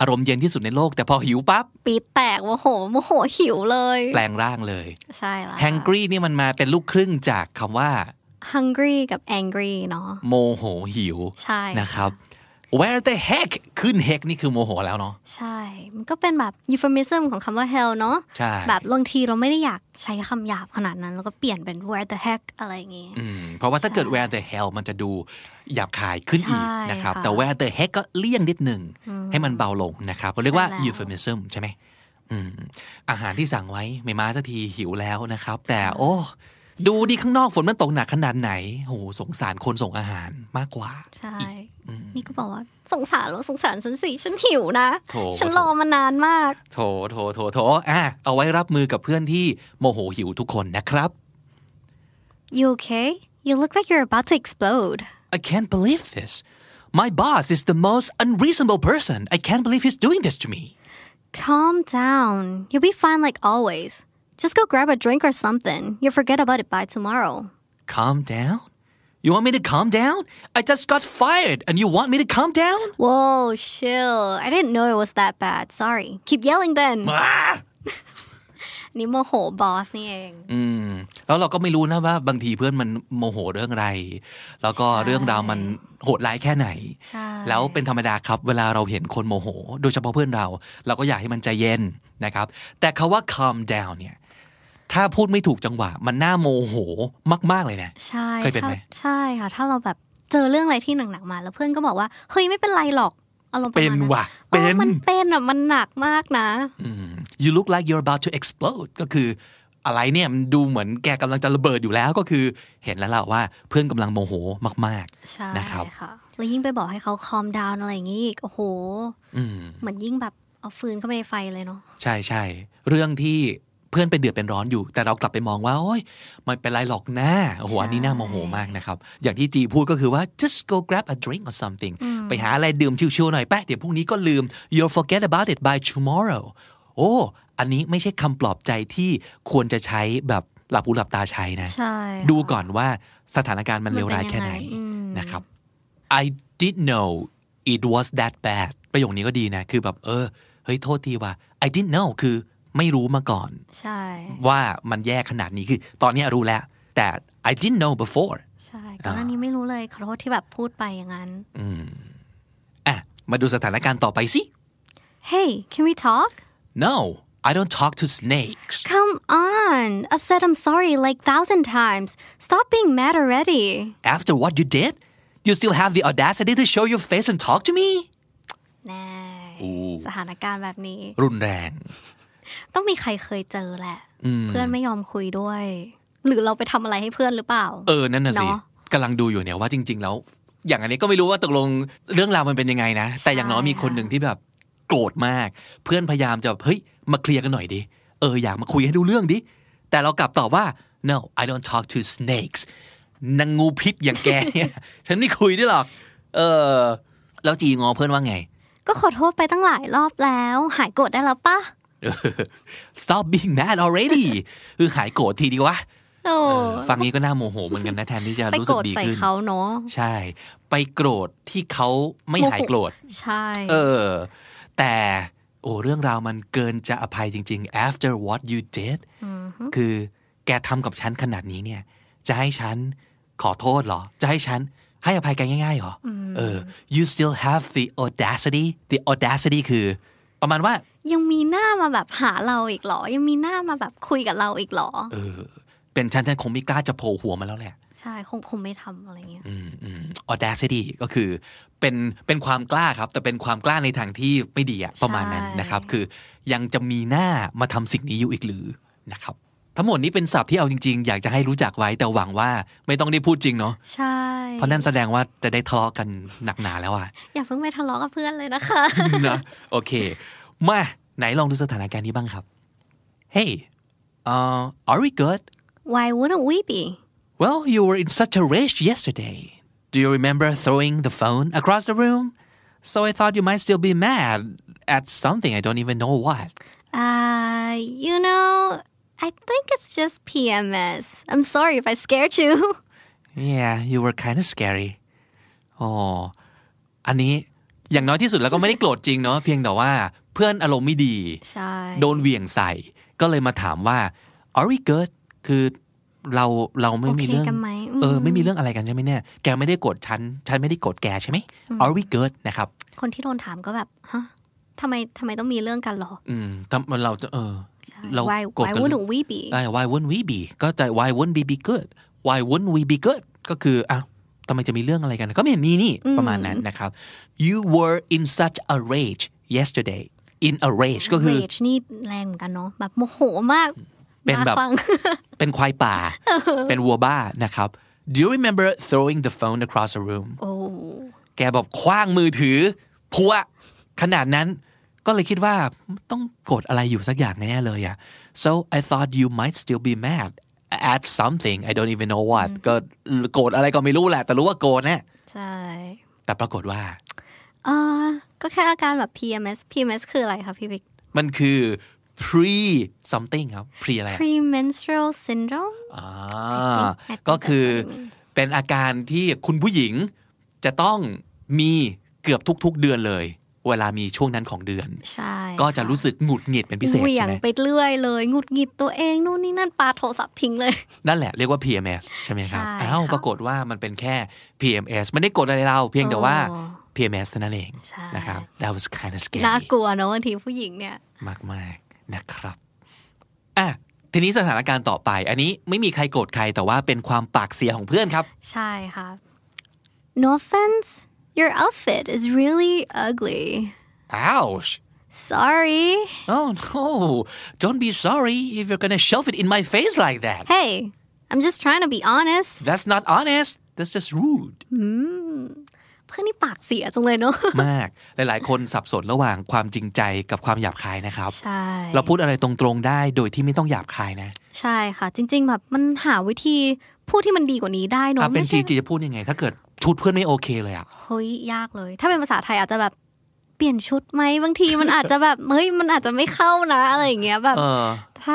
Speaker 4: อารมณ์เย็นที่สุดในโลก แต่พอหิวปั๊บ
Speaker 5: ปีดแตกโมโหโมโหหิวเลย
Speaker 4: แปลงร่างเลย
Speaker 5: ใช่แล้ว
Speaker 4: hungry นี่มันมาเป็นลูกครึ่งจากคำว่า
Speaker 5: hungry กับ angry เนาะ
Speaker 4: โมโหหิว
Speaker 5: ใช่
Speaker 4: นะครับ where the heck ขึ้น heck นี่คือโมโหแล้วเนาะ
Speaker 5: ใช่ มันก็เป็นแบบ euphemism ของคำว่า hell เนาะ
Speaker 4: ใช่
Speaker 5: แบบบางทีเราไม่ได้อยากใช้คำหยาบขนาดนั้น แล้วก็เปลี่ยนเป็น where the heck อะไรอย่างงี้
Speaker 4: อืมเพราะว่าถ้าเกิด where the hell มันจะดูหยาบคายขึ้นอีก
Speaker 5: ใช่
Speaker 4: นะครับ
Speaker 5: ค่ะ
Speaker 4: แต่ where the heck ก็เลี่ยงนิดหนึ่ง ให้มันเบาลงนะครับเราเรียกว่า
Speaker 5: ใช่แล้ว
Speaker 4: euphemism ใช่ไหมอืมอาหารที่สั่งไว้ไม่มาสักทีหิวแล้วนะครับ แต่โอ้ ดูดิข้างนอกฝนมันตกหนักขนาดไหนโหสงสารคนส่งอาหารมากกว่า
Speaker 5: ใช่ นี่ก็บอกว่าสงสารแล้วสงสารฉันสิฉันหิวนะ
Speaker 4: โถ
Speaker 5: ฉันรอมานานมาก
Speaker 4: โถโถโถโถอ่ะเอาไว้รับมือกับเพื่อนที่โมโหหิวทุกคนนะครับ
Speaker 5: You okay? You look like you're about to explode.
Speaker 4: I can't believe this my boss is the most unreasonable person I can't believe he's doing this to me
Speaker 5: Calm down. You'll be fine like always. Just go grab a drink or something. You'll forget about it by tomorrow.
Speaker 4: calm down? You want me to calm down? I just got fired and you want me to calm down?
Speaker 5: Whoa, chill. I didn't know it was that bad. Sorry. Keep yelling then. นี่โมโหบอสนี่เอง
Speaker 4: อืมแล้วเราก็ไม่รู้นะว่าบางทีเพื่อนมันโมโหเรื่องอะไร แล้วก็เรื่องราวมันโหดร้ายแค่ไหน
Speaker 5: ใช่
Speaker 4: แล้วเป็นธรรมดาครับ เวลาเราเห็นคนโมโห โดยเฉพาะเพื่อนเรา เราก็อยากให้มันใจเย็นนะครับ แต่คาว่า calm down เนี่ย ถ้าพูดไม่ถูกจังหวะ มันน่าโมโหมาก ๆ เลยนะ
Speaker 5: ใช่
Speaker 4: เคยเป็นไหม
Speaker 5: ถ้าใช่ค่ะ ถ้าเราแบบเจอเรื่องอะไรที่หนักๆมา แล้วเพื่อนก็บอกว่า เฮ้ยไม่เป็นไรหรอกอารมณ์ประ
Speaker 4: เป็น
Speaker 5: มาณนั้น
Speaker 4: ว่ะ
Speaker 5: อ
Speaker 4: เป็
Speaker 5: อน มันเป็นอ่ะมันหนักมากนะ
Speaker 4: อืม you look like you're about to explode ก็คืออะไรเนี่ยมันดูเหมือนแกกำลังจะระเบิดอยู่แล้วก็คือ เห็นแล้วล่ะว่าเพื่อนกำลังโมโหมาก
Speaker 5: ใช่
Speaker 4: นะครับ
Speaker 5: ค่ะแล้วยิ่งไปบอกให้เขาคอมดาวอะไรอย่างนี้อีกโอ้โห
Speaker 4: ๆ อืม
Speaker 5: เหมือนยิ่งแบบเอาฟืนเข้าไปในไฟเลยเนาะ
Speaker 4: ใช่ใช่เรื่องที่เพื่อนเป็นเดือดเป็นร้อนอยู่ แต่เรากลับไปมองว่าโอ๊ยมันเป็นไรหรอกนะโอ้โห
Speaker 5: ใช่
Speaker 4: อันนี้น่าโมโหมากนะครับ อย่างที่จีพูดก็คือว่า just go grab a drink or something
Speaker 5: อืม
Speaker 4: ไปหาอะไรดื่มชิวๆหน่อยแป๊ะเดี๋ยวพรุ่งนี้ก็ลืม you'll forget about it by tomorrow โอ้อันนี้ไม่ใช่คำปลอบใจที่ควรจะใช้แบบหลับหูหลับตาใช้นะ
Speaker 5: ใช่ค่ะ
Speaker 4: ดูก่อนว่าสถานการณ์มัน
Speaker 5: มัน
Speaker 4: เล
Speaker 5: เป็น
Speaker 4: วร้ายแค่ไหน
Speaker 5: ยังไงอืม
Speaker 4: นะครับ I did know it was that bad ประโยคนี้ก็ดีนะ คือแบบเออ เฮ้ย โทษทีว่า I did know คือไม่รู้มาก่อน
Speaker 5: ใช่
Speaker 4: ว่ามันแย่ขนาดนี้คือ ตอนเนี้ยรู้แล้ว แต่ I didn't know before
Speaker 5: ใช่ก่อนหน้านี้ไม่รู้เลยขอโทษที่แบบพูดไปอย่างนั้น
Speaker 4: อืมอ่ะ มาดูสถานการณ์ต่อไปสิ
Speaker 5: Hey can we talk
Speaker 4: No I don't talk to snakes
Speaker 5: Come on I've said I'm sorry like thousand times stop being mad already
Speaker 4: after what you did you still have the audacity to show your face and talk to me
Speaker 5: แน่สถานการณ์แบบนี้
Speaker 4: รุนแรง
Speaker 5: ต้องมีใครเคยเจอแหละ เพื่อนไม่ยอมคุยด้วย หรือเราไปทำอะไรให้เพื่อนหรือเปล่า
Speaker 4: เออ นั่นน่ะสิ
Speaker 5: เนอะ
Speaker 4: กำลังดูอยู่เนี่ยว่าจริง ๆ แล้ว อย่างอันนี้ก็ไม่รู้ว่าตกลงเรื่องราวมันเป็นยังไงนะ แต่อย่างน้อยมีคนหนึ่งที่แบบโกรธมาก เพื่อนพยายามจะเฮ้ย มาเคลียร์กันหน่อยดิ เออ อยากมาคุยให้ดูเรื่องดิ แต่เรากลับตอบว่า no I don't talk to snakes นางงูพิษอย่างแกเนี่ย [LAUGHS] ฉันไม่คุยด้วยหรอก เออ แล้วจีงอเพื่อนว่าไง [LAUGHS]
Speaker 5: ก็ขอโทษไปตั้งหลายรอบแล้ว หายโกรธได้แล้วปะ
Speaker 4: stop being mad already คือหายโกรธทีดีวะ
Speaker 5: โอ้
Speaker 4: เออฟังนี้ก็น่าโมโหเหมือนกันนะแทนที่จะ
Speaker 5: ไป
Speaker 4: รู้
Speaker 5: โก
Speaker 4: สึ
Speaker 5: ร
Speaker 4: ก
Speaker 5: ธ
Speaker 4: ดี
Speaker 5: ใส่
Speaker 4: ขึ้น
Speaker 5: เขาเนาะ
Speaker 4: ใช่ ไปโกรธที่เขาไม่
Speaker 5: โมโห
Speaker 4: หายโกรธ
Speaker 5: ใช่
Speaker 4: เออ แต่โอ้เรื่องราวมันเกินจะอภัยจริง ๆ after what you did
Speaker 5: ม
Speaker 4: คือแกทำกับฉันขนาดนี้เนี่ย จะให้ฉันขอโทษเหรอ จะให้ฉันให้อภัยกันง่ายๆเหรออเออ you still have the audacity the audacity คือ ประมาณว่า
Speaker 5: ยังมีหน้ามาแบบหาเราอีกเหรอ ยังมีหน้ามาแบบคุยกับเราอีกเหรอ
Speaker 4: เออ เป็นฉันฉันคงไม่กล้าจะโผล่หัวมาแล้วแหละ
Speaker 5: ใช่คงคงไม่ทำอะไรเงี้ย
Speaker 4: อืมอืม audacity ก็คือเป็นเป็นความกล้าครับ แต่เป็นความกล้าในทางที่ไม่ดีอะประมาณนั้น
Speaker 5: ใช่
Speaker 4: นะครับ คือยังจะมีหน้ามาทำสิ่งนี้อยู่อีกหรือนะครับ ทั้งหมดนี้เป็นศัพท์ที่เอาจริง ๆ อยากจะให้รู้จักไว้แต่หวังว่าไม่ต้องได้พูดจริงเนาะ
Speaker 5: ใช่
Speaker 4: เพราะนั่นแสดงว่าจะได้ทะเลาะกันหนักหนาแล้วอะ [LAUGHS]
Speaker 5: อย่าเพิ่งไปทะเลาะกับเพื่อนเลยนะคะ
Speaker 4: นะโอเค มา ไหนลองดูสถานการณ์นี้บ้างครับ Hey uh, are we good
Speaker 5: [LAUGHS] Why wouldn't we be
Speaker 4: Well, you were in such a rage yesterday. Do you remember throwing the phone across the room? So I thought you might still be mad at something I don't even know what.
Speaker 5: uh you know I think it's just PMS I'm sorry if I scared you
Speaker 4: Yeah, you were kind of scary. อ๋อ อันนี้อย่างน้อยที่สุดแล้วก็ไม่ได้โกรธจริงเนาะเพียงแต่ว่าเพื่อนอารมณ์ไม่ดี
Speaker 5: [LAUGHS] ใช่
Speaker 4: โดนเหวี่ยงใส่ ก็เลยมาถามว่า are we good คือเราเราไม่
Speaker 5: โอ
Speaker 4: มี
Speaker 5: เค
Speaker 4: เรื่อง
Speaker 5: กันไหม
Speaker 4: เออ ไม่มีเรื่องอะไรกันใช่ไหมเนี่ย แกไม่ได้โกรธฉัน ฉันไม่ได้โกรธแกใช่ไหม are we good นะครับ
Speaker 5: คนที่โดนถามก็แบบฮะทำไมทำไมต้องมีเรื่องกันเหรอ
Speaker 4: อืมทำมันเราจะเออ
Speaker 5: ใช่
Speaker 4: เรา
Speaker 5: Why
Speaker 4: โกรธ
Speaker 5: Why
Speaker 4: กัน
Speaker 5: wouldn't we be
Speaker 4: ไอ้ why wouldn't we be ก็จะ why wouldn't we be good why wouldn't we be good ก็คืออ้าวทำไมจะมีเรื่องอะไรกัน ก็ไม่เห็นมีนี่ ประมาณนั้นนะครับ you were in such a rage yesterday in a rage ก็คือ
Speaker 5: rage นี่แรงเหมือนกันเนาะแบบโมโหมาก
Speaker 4: เป็นแบบ
Speaker 5: าฟัง [LAUGHS]
Speaker 4: เป็นควายป่า เป็นวัวบ้านะครับ do you remember throwing the phone across the room
Speaker 5: โอ้
Speaker 4: แกแบบคว้างมือถือ พัวขนาดนั้น ก็เลยคิดว่าต้องกดอะไรอยู่สักอย่างแน่ๆเลยอะ so I thought you might still be mad at something I don't even know what ก็โกรธอะไรก็ไม่รู้แหละ แต่รู้ว่าโกรธนะ
Speaker 5: ใช่
Speaker 4: แต่ปรากฏว่า
Speaker 5: เอ่อก็แค่อาการแบบ PMS PMS คืออะไรคะพี่บิ๊ก
Speaker 4: มันคือ pre something ครับ pre อะไรอะ
Speaker 5: premenstrual syndrome
Speaker 4: อ่า
Speaker 5: I think
Speaker 4: ก็คือ
Speaker 5: that's what it means
Speaker 4: เป็นอาการที่คุณผู้หญิงจะต้องมีเกือบทุกๆเดือนเลย เวลามีช่วงนั้นของเดือน
Speaker 5: ใช่
Speaker 4: ก็จะรู้สึกหงุดหงิดเป็นพิเศษ
Speaker 5: เหวี่ย
Speaker 4: ใช่
Speaker 5: ง
Speaker 4: ไหม
Speaker 5: ไปเรื่อยเลยหงุดหงิดตัวเองนู่นนี่นั่นปาโทรศัพท์ทิ้งเลย
Speaker 4: นั่นแหละเรียกว่า PMS ใช่ไหมครับ
Speaker 5: ใช่
Speaker 4: อ้าว
Speaker 5: ค่ะ
Speaker 4: ปรากฏว่ามันเป็นแค่ PMS ไม่ได้กดอะไรเรา เพียงแต่ว่า
Speaker 5: อ๋อ
Speaker 4: PMS เท่านั้นเอง
Speaker 5: ใช่
Speaker 4: นะครับ that was kind of scary
Speaker 5: น่ากลัวเนอะบางทีผู้หญิงเนี่ย
Speaker 4: มากมากๆนะครับ อ่ะ ทีนี้สถานการณ์ต่อไป อันนี้ไม่มีใครโกรธใครแต่ว่าเป็นความปากเสียของเพื่อนครับ
Speaker 5: ใช่ค่ะ No offense your outfit is really ugly
Speaker 4: ouch
Speaker 5: sorry
Speaker 4: oh no don't be sorry if you're gonna shove it in my face like that
Speaker 5: hey I'm just trying to be honest
Speaker 4: that's not honest that's just
Speaker 5: [LAUGHS]
Speaker 4: rude
Speaker 5: อืมเพื่อนนี่ปากเสียจังเลยเนาะ
Speaker 4: [LAUGHS] มาก หลาย ๆ คนสับสนระหว่างความจริงใจกับความหยาบคายนะครับ
Speaker 5: ใช่
Speaker 4: เราพูดอะไรตรง ๆ ได้โดยที่ไม่ต้องหยาบคายนะ
Speaker 5: ใช่ค่ะ จริง ๆ แบบมันหาวิธีพูดที่มันดีกว่านี้ได้เนาะ
Speaker 4: อ่ะเป็น
Speaker 5: ไม่
Speaker 4: จี
Speaker 5: ใช่
Speaker 4: จีจะพูดยังไง ถ้าเกิดชุดเพื่อนไม่โอเคเลยอ่ะ
Speaker 5: เฮ้ยยากเลย ถ้าเป็นภาษาไทยอาจจะแบบเปลี่ยนชุดไหมบางทีมันอาจจะแบบเฮ้ยมันอาจจะไม่เข้านะอะไรอย่างเงี้ยแบบ
Speaker 4: เออ
Speaker 5: ถ้า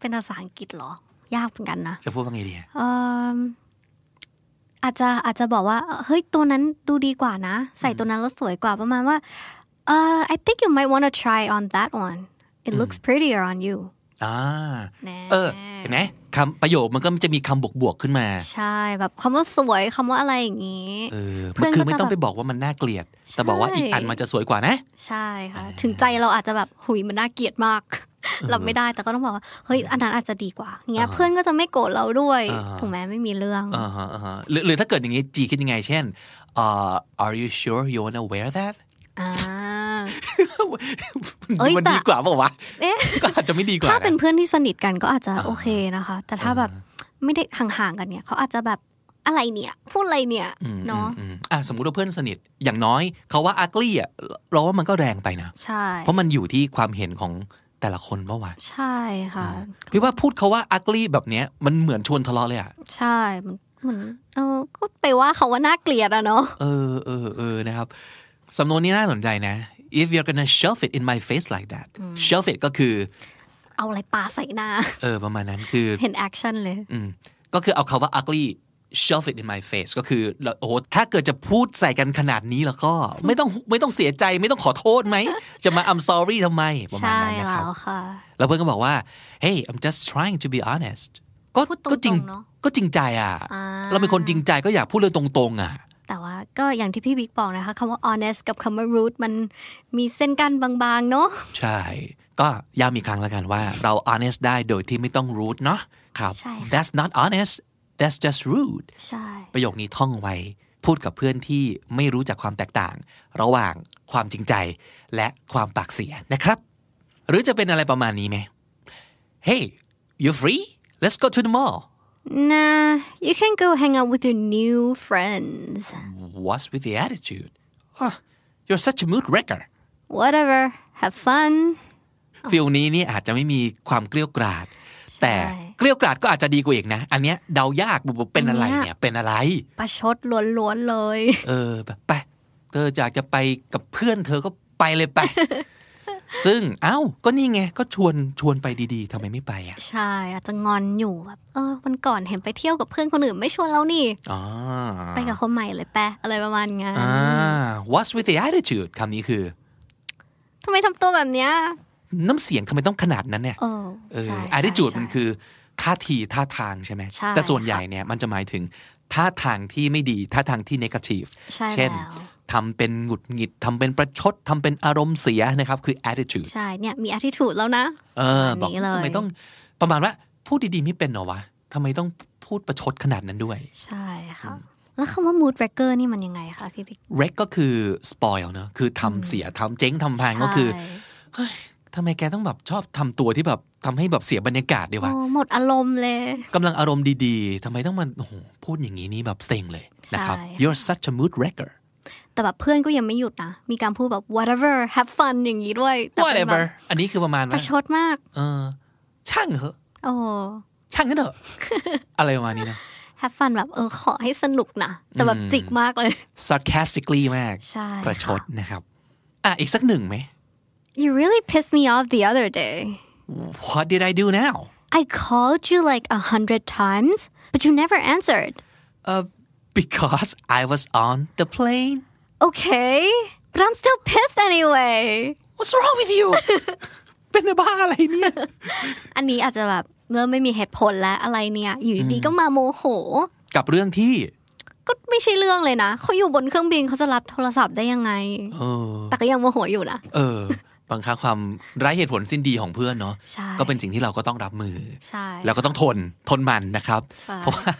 Speaker 5: เป็นภาษาอังกฤษเหรอ ยากเหมือนกันนะ
Speaker 4: จะพูดว่าไงดี
Speaker 5: เอิ่มอาจจะอาจจะบอกว่าเฮ้ยตัวนั้นดูดีกว่านะ ใส่ตัวนั้นแล้วสวยกว่าประมาณว่าเอ่อ I think you might want to try on that one it looks prettier on you
Speaker 4: อ่า
Speaker 5: แน่
Speaker 4: เออ เห็นไหมคำประโยคมันก็จะมีคำบวกบวกๆขึ้นมา
Speaker 5: ใช่แบบคำว่าสวยคำว่าอะไรอย่างนี้
Speaker 4: เออ
Speaker 5: เพื่อนก็
Speaker 4: คือไม่ต้อง
Speaker 5: จะ
Speaker 4: ไป
Speaker 5: แบบ
Speaker 4: บอกว่ามันน่าเกลียด
Speaker 5: ใช่
Speaker 4: แต่บอกว่าอีกอันมันจะสวยกว่านะ
Speaker 5: ใช่ค่ะ ถึงใจเราอาจจะแบบหุยมันน่าเกลียดมาก [LAUGHS] รับไม่ได้แต่ก็ต้องบอกว่าเฮ้ยอันนั้นอาจจะดีกว่าเงี้ย
Speaker 4: อ่าฮะ
Speaker 5: เพื่อนก็จะไม่โกรธเราด้วย
Speaker 4: อ่าฮะ
Speaker 5: ถูกไหมไม่มีเรื่อง
Speaker 4: อ่าฮะอ่าฮะหรือหรือถ้าเกิดอย่างงี้จีคิดยังไง เช่นเอ่อ are you sure you wanna wear [LAUGHS] that
Speaker 5: อ่า เอ้ย
Speaker 4: มัน
Speaker 5: แต่
Speaker 4: ดีกว่าเปล่าวะ
Speaker 5: เอ๊ะ
Speaker 4: ก็อาจจะไม่ดีกว่า
Speaker 5: ถ้าเป็น
Speaker 4: นะ
Speaker 5: เพื่อนที่สนิทกันก็อาจจะ
Speaker 4: อ่าฮะ
Speaker 5: โอเคนะคะ แต่ถ้าแบบไม่ได้ห่างๆกันเนี่ยเขาอาจจะแบบอะไรเนี่ยพูดอะไรเนี่ย
Speaker 4: อืม
Speaker 5: เนาะ
Speaker 4: อืมอืมอ่ะสมมุติว่าเพื่อนสนิทอย่างน้อยเขาว่า ugly อ่ะเราว่ามันก็แรงไปนะ
Speaker 5: ใช่
Speaker 4: เพราะมันอยู่ที่ความเห็นของแต่ละคนเมื่อวาน
Speaker 5: ใช่ค่ะ
Speaker 4: พี่ว่าพูดเขาว่า ugly แบบเนี้ยมันเหมือนชวนทะเลาะเลยอ่ะ
Speaker 5: ใช่มันเหมือนเออก็ไปว่าเขาว่าน่าเกลียดอะเนาะ
Speaker 4: เออเออเออนะครับ สำนวนนี้น่าสนใจนะ if you're gonna shove it in my face like that shove it ก็คือ
Speaker 5: เอาอะไรปาใส่
Speaker 4: [LAUGHS]
Speaker 5: หน้า
Speaker 4: เออประมาณนั้นคือ
Speaker 5: เห็นแอคชั่นเลย
Speaker 4: อืมก็คือเอาคาว่า ugly shove it in my face ก็คือแล้วโอ้โหถ้าเกิดจะพูดใส่กันขนาดนี้แล้วก็ ไม่ต้อง [LAUGHS] ไม่ต้องเสียใจไม่ต้องขอโทษไหม จะมา I'm sorry ทำไม ประมาณ
Speaker 5: ใช่
Speaker 4: นั้นนะครั
Speaker 5: แล้
Speaker 4: บ
Speaker 5: วค่ะ
Speaker 4: แล้วเพื่อนก็บอกว่า hey I'm just trying to be honest ก็
Speaker 5: พูดตรงๆ
Speaker 4: ก็จริง
Speaker 5: เนอะ
Speaker 4: ก็จริงใจอ่ะ
Speaker 5: อ่
Speaker 4: เราเป็นคนจริงใจก็อยากพูดเลยตรงๆอ่ะ
Speaker 5: แต่ว่าก็อย่างที่พี่บิ๊กบอกนะคะคำว่า honest กับคำว่า rude มันมีเส้นกั้นบางๆ เนาะ
Speaker 4: ใช่ ก็ย้ำอีกครั้งแล้วกันว่าเรา honest ได้โดยที่ไม่ต้อง rude เนาะครับ that's not honest that's just rude
Speaker 5: ใช่
Speaker 4: ประโยคนี้ท่องไว้ พูดกับเพื่อนที่ไม่รู้จักความแตกต่าง ระหว่างความจริงใจและความปากเสียนะครับ หรือจะเป็นอะไรประมาณนี้ไหม Hey you free let's go to the mall
Speaker 5: นะ you can go hang out with your new friends
Speaker 4: what's with the attitude oh, you're such a mood wrecker
Speaker 5: whatever have fun
Speaker 4: ฟิลนี้นี่อาจจะไม่มีความเกลี้ยวกราด แต่เกลี้ยวกราดก็อาจจะดีกว่าอีกนะ อันเนี้ยเดายากบุบเป็นอะไร
Speaker 5: อันเนี้ย
Speaker 4: เนี่ยเป็นอะไร
Speaker 5: ประชดล้วนๆเลย
Speaker 4: เออแบบไปเธออยากจะไปกับเพื่อนเธอก็ไปเลย
Speaker 5: [LAUGHS]
Speaker 4: ไป ซึ่งเอ้าก็นี่ไง ก็ชวนชวนไปดีๆทำไมไม่ไปอ่ะ
Speaker 5: ใช่ อาจจะงอนอยู่แบบเออวันก่อนเห็นไปเที่ยวกับเพื่อนคนอื่นไม่ชวนเรานี่
Speaker 4: อ๋อ
Speaker 5: ไปกับคนใหม่เลยแปะอะไรประมาณงั้น
Speaker 4: อ่า what's with the attitude คำนี้คือ
Speaker 5: ทำไมทำตัวแบบเนี้ย
Speaker 4: น้ำเสียงทำไมต้องขนาดนั้นเนี่ย
Speaker 5: โอ้
Speaker 4: เออ
Speaker 5: ใช่
Speaker 4: attitude
Speaker 5: ใช่
Speaker 4: มันคือท่าทีท่าทางใช่ไหม
Speaker 5: ใช่
Speaker 4: แต่ส่วนใหญ่
Speaker 5: ค่ะ
Speaker 4: เนี่ยมันจะหมายถึงท่าทางที่ไม่ดี ท่าทางที่ negative
Speaker 5: ใช่
Speaker 4: เช่น
Speaker 5: แล้ว
Speaker 4: ทำเป็นหงุดหงิดทำเป็นประชดทำเป็นอารมณ์เสียนะครับ คือ attitude
Speaker 5: ใช่เนี่ยมี attitude แล้วนะ
Speaker 4: เออ บอก
Speaker 5: ประมาณนี้เลย
Speaker 4: ทำไมต้องประมาณว่าพูดดีๆไม่เป็นเหรอวะทำไมต้องพูดประชดขนาดนั้นด้วย
Speaker 5: ใช่ค่ะ แล้วคำว่า mood wrecker นี่มันยังไงคะพี่พิก
Speaker 4: wreck ก็คือ spoil เนอะคือทำเสียทำเจ๊งทำพังก็คือ
Speaker 5: ใช่
Speaker 4: เฮ้ยทำไมแกต้องแบบชอบทำตัวที่แบบทำให้แบบเสียบรรยากาศดีวะ
Speaker 5: โอ้หมดอารมณ์เลย
Speaker 4: กำลังอารมณ์ดีๆ ทำไมต้องมาโอ้โหพูดอย่างนี้นี่แบบเซ็งเลยนะครับ
Speaker 5: ใช่
Speaker 4: you're such a mood wrecker
Speaker 5: แต่แบบเพื่อนก็ยังไม่หยุดนะ มีการพูดแบบ whatever have fun อย่างนี้ด้วยแต่เป็นแบบ
Speaker 4: whatever อันนี้คือประมาณ
Speaker 5: ป
Speaker 4: ว่า
Speaker 5: ระชดมาก
Speaker 4: เออ ช่างเหอะ
Speaker 5: โอ้
Speaker 4: ช่างกัน [LAUGHS] เถอะ อะไรประมาณนี้นะ
Speaker 5: have fun แบบเออขอให้สนุกนะ แต่แบบจิกมากเลย
Speaker 4: sarcastically มาก
Speaker 5: ใช่ค่
Speaker 4: ประชดนะครับ อ่ะ อีกสักหนึ่งไหม
Speaker 5: you really pissed me off the other day
Speaker 4: what did I do now
Speaker 5: I called you like a hundred times but you never answered
Speaker 4: uh, because I was on the plane
Speaker 5: okay but I'm still pissed anyway
Speaker 4: What's wrong with you [LAUGHS] เป็นบ้าอะไรเนี่ย
Speaker 5: อันนี้อาจจะแบบเริ่มไม่มีเหตุผลแล้วอะไรเนี่ย อยู่ดีๆก็มาโมโห
Speaker 4: กับเรื่องที่
Speaker 5: ก็ไม่ใช่เรื่องเลยนะเขาอยู่บนเครื่องบินเขาจะรับโทรศัพท์ได้ยังไง
Speaker 4: เออ
Speaker 5: แต่ก็ยังโมโหอยู่นะ
Speaker 4: เออ บางครั้งความไร้เหตุผลสิ้นดีของเพื่อนเนาะ
Speaker 5: ใช่
Speaker 4: ก็เป็นสิ่งที่เราก็ต้องรับมือ
Speaker 5: ใช่
Speaker 4: แล้วก็ต้องทนทนมันนะครับ
Speaker 5: ใช่
Speaker 4: เพราะว่า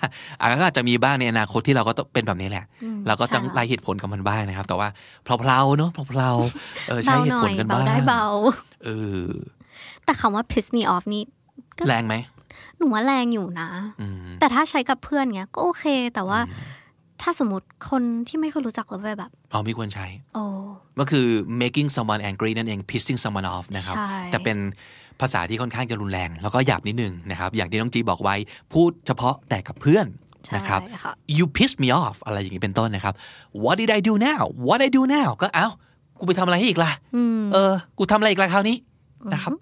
Speaker 4: อาจจะมีบ้างในอนาคตที่เราก็ต้องเป็นแบบนี้แหละ
Speaker 5: อืม
Speaker 4: เราก็ต้อง
Speaker 5: ใช่
Speaker 4: ไล่เหตุผลกับมันบ้างนะครับ แต่ว่าเพลาๆเนาะเพลาๆเออใช้
Speaker 5: เบา
Speaker 4: เหตุผล
Speaker 5: หน่อย
Speaker 4: กัน
Speaker 5: เบา
Speaker 4: บ้าง
Speaker 5: ได้เบา
Speaker 4: เออ
Speaker 5: แต่คำว่า piss me off นี่
Speaker 4: แรงไหม
Speaker 5: หนูว่าแรงอยู่นะ
Speaker 4: อืม
Speaker 5: แต่ถ้าใช้กับเพื่อนเงี้ยก็โอเค แต่ว่าถ้าสมมติคนที่ไม่เคยรู้จักแล้วไปแบบ
Speaker 4: เอาไม่ควรใช้
Speaker 5: โอ้
Speaker 4: ก็คือ making someone angry นั่นเอง pissing someone off นะครับ
Speaker 5: ใช่
Speaker 4: แต่เป็นภาษาที่ค่อนข้างจะรุนแรง แล้วก็หยาบนิดนึงนะครับ อย่างที่น้องจีบอกไว้ พูดเฉพาะแต่กับเพื่อน
Speaker 5: ใช่
Speaker 4: นะครับ
Speaker 5: ค่ะ
Speaker 4: you pissed me off อะไรอย่างนี้เป็นต้นนะครับ what did I do now what I do now ก็เอ้า กูไปทำอะไรให้อีกล่ะ
Speaker 5: อืม
Speaker 4: เออ กูทำอะไรอีกล่ะคราวนี้นะครับ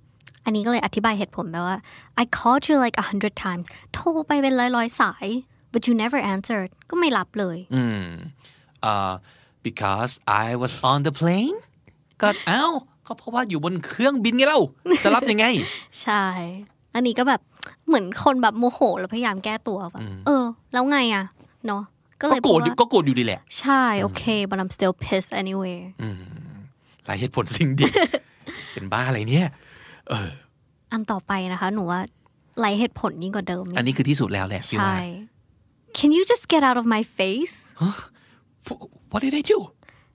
Speaker 5: อันนี้ก็เลยอธิบายเหตุผลไปว่า I called you like a hundred times โทรไปเป็นร้อยร้อยๆสาย but you never answered ก็ไม่รับเลย
Speaker 4: อืมเอ่อ because I was on the plane ก็เอ้า ก็เพราะว่าอยู่บนเครื่องบินไงเล่า จะรับยังไง
Speaker 5: ใช่ อันนี้ก็แบบเหมือนคนแบบโมโหแล้วพยายามแก้ตัวแบบเออ แล้วไงอะเนาะก็เล
Speaker 4: ก็
Speaker 5: ย
Speaker 4: โกรธอยู่
Speaker 5: พูดว่า
Speaker 4: ก็โกรธอยู่ดีแหละ
Speaker 5: ใช่ โอเค but I'm still pissed anyway
Speaker 4: หลายเหตุผลสิ่งดี [LAUGHS] เป็นบ้าอะไรเนี่ย
Speaker 5: อันต่อไปนะคะ หนูว่าไรเหตุผลยิ่งกว่าเดิมอีก
Speaker 4: อันนี้คือที่สุดแล้วแหละพี่
Speaker 5: ใช่
Speaker 4: ว่า
Speaker 5: Can you just get out of my face
Speaker 4: What did I do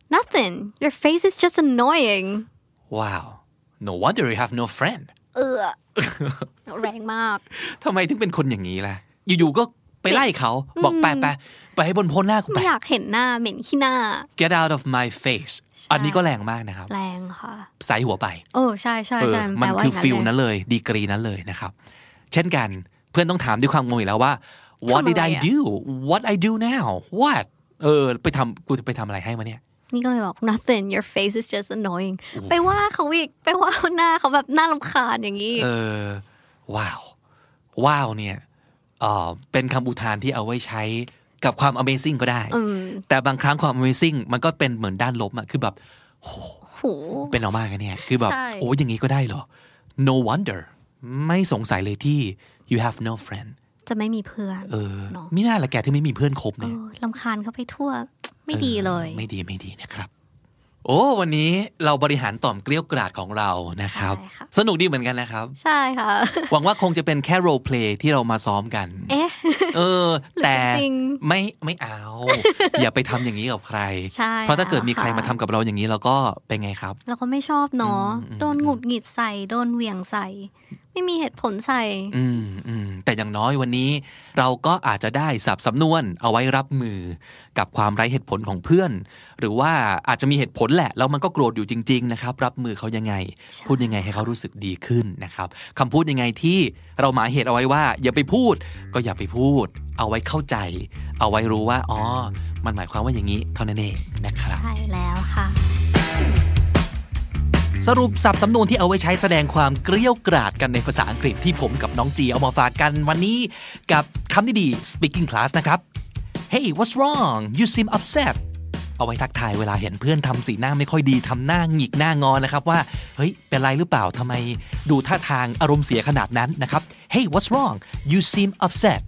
Speaker 5: Nothing your face is just annoying
Speaker 4: Wow no wonder you have no friend
Speaker 5: เอ
Speaker 4: [LAUGHS]
Speaker 5: อ แรงมาก
Speaker 4: ทำไมถึงเป็นคนอย่างนี้ล่ะ อยู่ๆก็ไปไล่เขา บอกไปไปไปให้บนพ้นหน้ากูไป
Speaker 5: ไม่อยากเห็นหน้าเหม็นขี้หน้า
Speaker 4: Get out of my face อันนี้ก็แรงมากนะครับ
Speaker 5: แรงค่ะ
Speaker 4: ใส่หัวไป
Speaker 5: โอ้ใช่ใช่
Speaker 4: เออ
Speaker 5: ใช่
Speaker 4: มัน
Speaker 5: แปลว่า
Speaker 4: คือ
Speaker 5: อย่าง
Speaker 4: ฟิล
Speaker 5: เลย
Speaker 4: นั้นเลย ดีกรีนั้นเลยนะครับ เช่นกันเพื่อนต้องถามด้วยความงงอีกแล้วว่า what
Speaker 5: ทำอะไร
Speaker 4: did I
Speaker 5: อะ
Speaker 4: do what I do now what เออ ไปทำกูจะไปทำอะไรให้มาเนี่ย
Speaker 5: นี่ก็เลยบอก nothing your face is just annoying ไปว่าเขาอีกไปว่าหน้าเขาแบบหน้ารำคาญอย่างนี้
Speaker 4: เออว้าวว้าวเนี่ยเอ่อเป็นคำอุทานที่เอาไว้ใช้กับความ Amazing ก็ได้ แต่บางครั้งความ Amazing มันก็เป็นเหมือนด้านลบอะคือแบบ
Speaker 5: โห
Speaker 4: เป็นออกมากันเนี่ย คือแบบ
Speaker 5: ใช่
Speaker 4: โอ้ยอย่างนี้ก็ได้เหรอ no wonder ไม่สงสัยเลยที่ you have no friend
Speaker 5: จะไม่มีเพื่อน
Speaker 4: เออ
Speaker 5: นาะ
Speaker 4: ไม่น่าละแกที่ไม่มีเพื่อนคบเนี่ย
Speaker 5: เออรำคาญเขาไปทั่ว ไม่ดีเลย
Speaker 4: ไม่ดีไม่ดีนะครับ โอ้วันนี้เราบริหารต่อมเกลี้ยวกราดของเรานะครับ
Speaker 5: ใช่ค่ะ
Speaker 4: สนุกดีเหมือนกันนะครับ
Speaker 5: ใช่ค่ะ
Speaker 4: หวังว่าคงจะเป็นแค่ role play ที่เรามาซ้อมกัน
Speaker 5: เอ๊ะ
Speaker 4: เอ
Speaker 5: [LAUGHS]
Speaker 4: อ แต่
Speaker 5: จริง
Speaker 4: ไม่ไม่เอา อย่าไปทำอย่างนี้กับใคร
Speaker 5: ใช่
Speaker 4: เพราะถ้าเกิดมี
Speaker 5: ค่ะ
Speaker 4: ใครมาทำกับเราอย่างนี้เราก็เป็นไงครับ
Speaker 5: เราก็ไม่ชอบเนาะโดนหงุดหงิดใส่โดนเหวี่ยงใส่ ไม่มีเหตุผลใส่
Speaker 4: อืมอืมแต่อย่างน้อยวันนี้ เราก็อาจจะได้สับสำนวนเอาไว้รับมือ กับความไร้เหตุผลของเพื่อน หรือว่าอาจจะมีเหตุผลแหละ แล้วมันก็โกรธอยู่จริง ๆ นะครับ รับมือเขายังไง พูดยังไงให้เขารู้สึกดีขึ้นนะครับคำพูดยังไงที่เราหมายเหตุเอาไว้ว่า อย่าไปพูด ก็อย่าไปพูด เอาไว้เข้าใจ เอาไว้รู้ว่าอ๋อมันหมายความว่าอย่างนี้เท่านั้นเองนะครับ
Speaker 5: ใช่แล้วค่ะ
Speaker 4: สรุปสับสำนวนที่เอาไว้ใช้แสดงความเกลี้ยวกราดกันในภาษาอังกฤษที่ผมกับน้องจีเอามาฝากกันวันนี้กับคำดีๆ speaking class นะครับ Hey what's wrong you seem upset เอาไว้ทักทายเวลาเห็นเพื่อนทำสีหน้าไม่ค่อยดีทำหน้าหงิกหน้างอนนะครับว่า เฮ้ย เป็นไรหรือเปล่าทำไมดูท่าทางอารมณ์เสียขนาดนั้นนะครับ Hey what's wrong you seem upset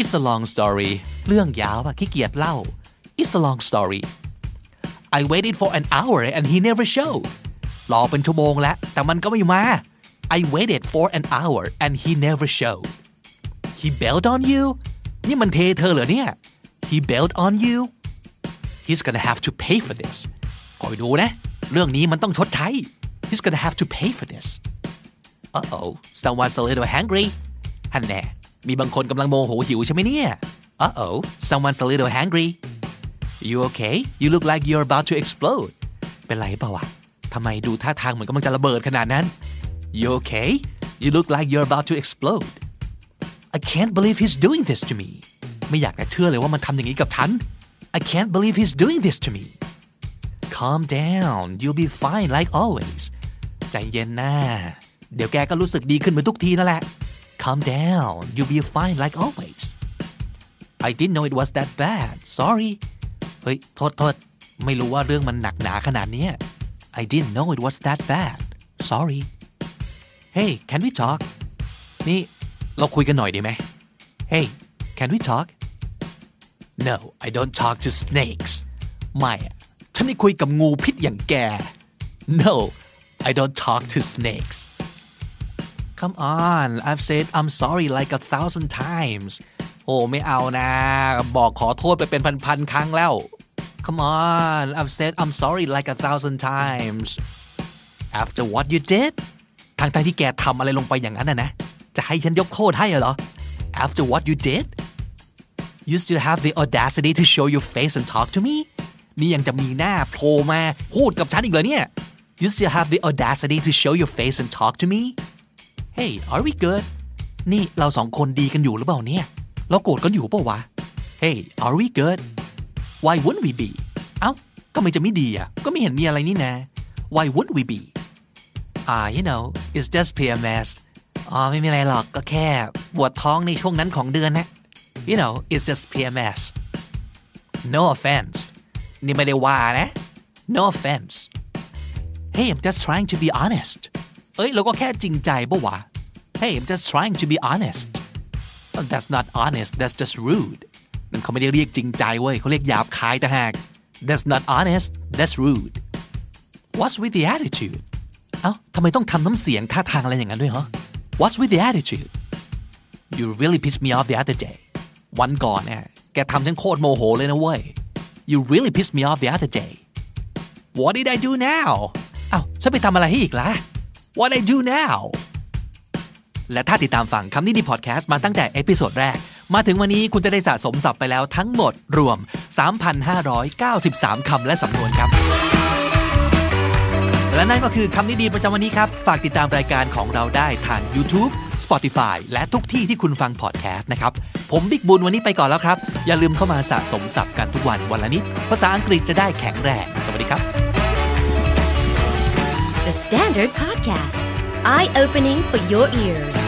Speaker 4: It's a long story เรื่องยาวอะขี้เกียจเล่า It's a long story I waited for an hour and he never showed รอเป็นชั่วโมงแล้ว แต่มันก็ไม่มา I waited for an hour and he never showed He bailed on you นี่มันเทเธอเหรอเนี่ย He bailed on you He's gonna have to pay for this คอยดูนะ เรื่องนี้มันต้องชดใช้ He's gonna have to pay for this Uh oh someone's a little hungry ฮันแน่มีบางคนกำลังโมโหหิวใช่ไหมเนี่ย Uh oh someone's a little hungry You okay? You look like you're about to explode. เป็นไรเปล่าวะทำไมดูท่าทางเหมือนกำลังจะระเบิดขนาดนั้น You okay? You look like you're about to explode. I can't believe he's doing this to me. ไม่อยากจะเชื่อเลยว่ามันทำอย่างนี้กับฉัน I can't believe he's doing this to me. Calm down. You'll be fine like always. ใจเย็นนะเดี๋ยวแกก็รู้สึกดีขึ้นเหมือนทุกทีนั่นแหละ Calm down. You'll be fine like always. I didn't know it was that bad sorry เฮ้ย โทษโทษ ไม่รู้ว่าเรื่องมันหนักหนาขนาดเนี้ย I didn't know it was that bad sorry Hey can we talk นี่เราคุยกันหน่อยดีไหม Hey can we talk No I don't talk to snakes ไม่อะฉันไม่คุยกับงูพิษอย่างแก No I don't talk to snakes Come on I've said I'm sorry like a thousand times โอ้ไม่เอานะ บอกขอโทษไปเป็นพันๆครั้งแล้ว Come on I've said I'm sorry like a thousand times after what you did ทางทางๆที่แกทำอะไรลงไปอย่างนั้นนะนะ จะให้ฉันยกโทษให้เหรอ after what you did you still have the audacity to show your face and talk to me นี่ยังจะมีหน้าโผล่มาพูดกับฉันอีกเหรอเนี่ย you still have the audacity to show your face and talk to me hey are we good นี่เราสองคนดีกันอยู่หรือเปล่าเนี่ย เราโกรธกันอยู่เปล่าวะ hey are we good why wouldn't we be เอ้าก็ไม่จะไม่ดีอ่ะ ก็ไม่เห็นมีอะไรนี่นะ why would we be ah you know it's just PMS อ๋อไม่มีอะไรหรอกก็แค่ปวดท้องในช่วงนั้นของเดือนนะ you know it's just PMS no offense นี่ไม่ได้ว่านะ no offense hey I'm just trying to be honest เอ้ยเราก็แค่จริงใจปะวะ hey I'm just trying to be honest Oh, that's not honest that's just rude นั่นเขาไม่ได้เรียกจริงใจเว้ยเขาเรียกหยาบคายต่างหาก that's not honest that's rude what's with the attitude เอ้าทำไมต้องทำน้ำเสียงท่าทางอะไรอย่างนั้นด้วยเหรอ what's with the attitude you really pissed me off the other day วันก่อนเนี่ยแกทำฉันโคตรโมโหเลยนะเว้ย you really pissed me off the other day what did I do now เอ้าฉันไปทำอะไรให้อีกล่ะ what I do now และถ้าติดตามฟังคำนี้ดีพอดแคสต์มาตั้งแต่เอพิโซดแรก มาถึงวันนี้คุณจะได้สะสมศัพท์ไปแล้วทั้งหมดรวม 3,593 คำและสำนวนครับ และนั่นก็คือคำนี้ดีประจำวันนี้ครับ ฝากติดตามรายการของเราได้ทาง YouTube Spotify และทุกที่ที่คุณฟังพอดแคสต์นะครับ ผมบิ๊กบุญวันนี้ไปก่อนแล้วครับ อย่าลืมเข้ามาสะสมศัพท์กันทุกวันวันละนิด ภาษาอังกฤษจะได้แข็งแรง สวัสดีครับ
Speaker 3: The Standard Podcast, eye opening for your ears.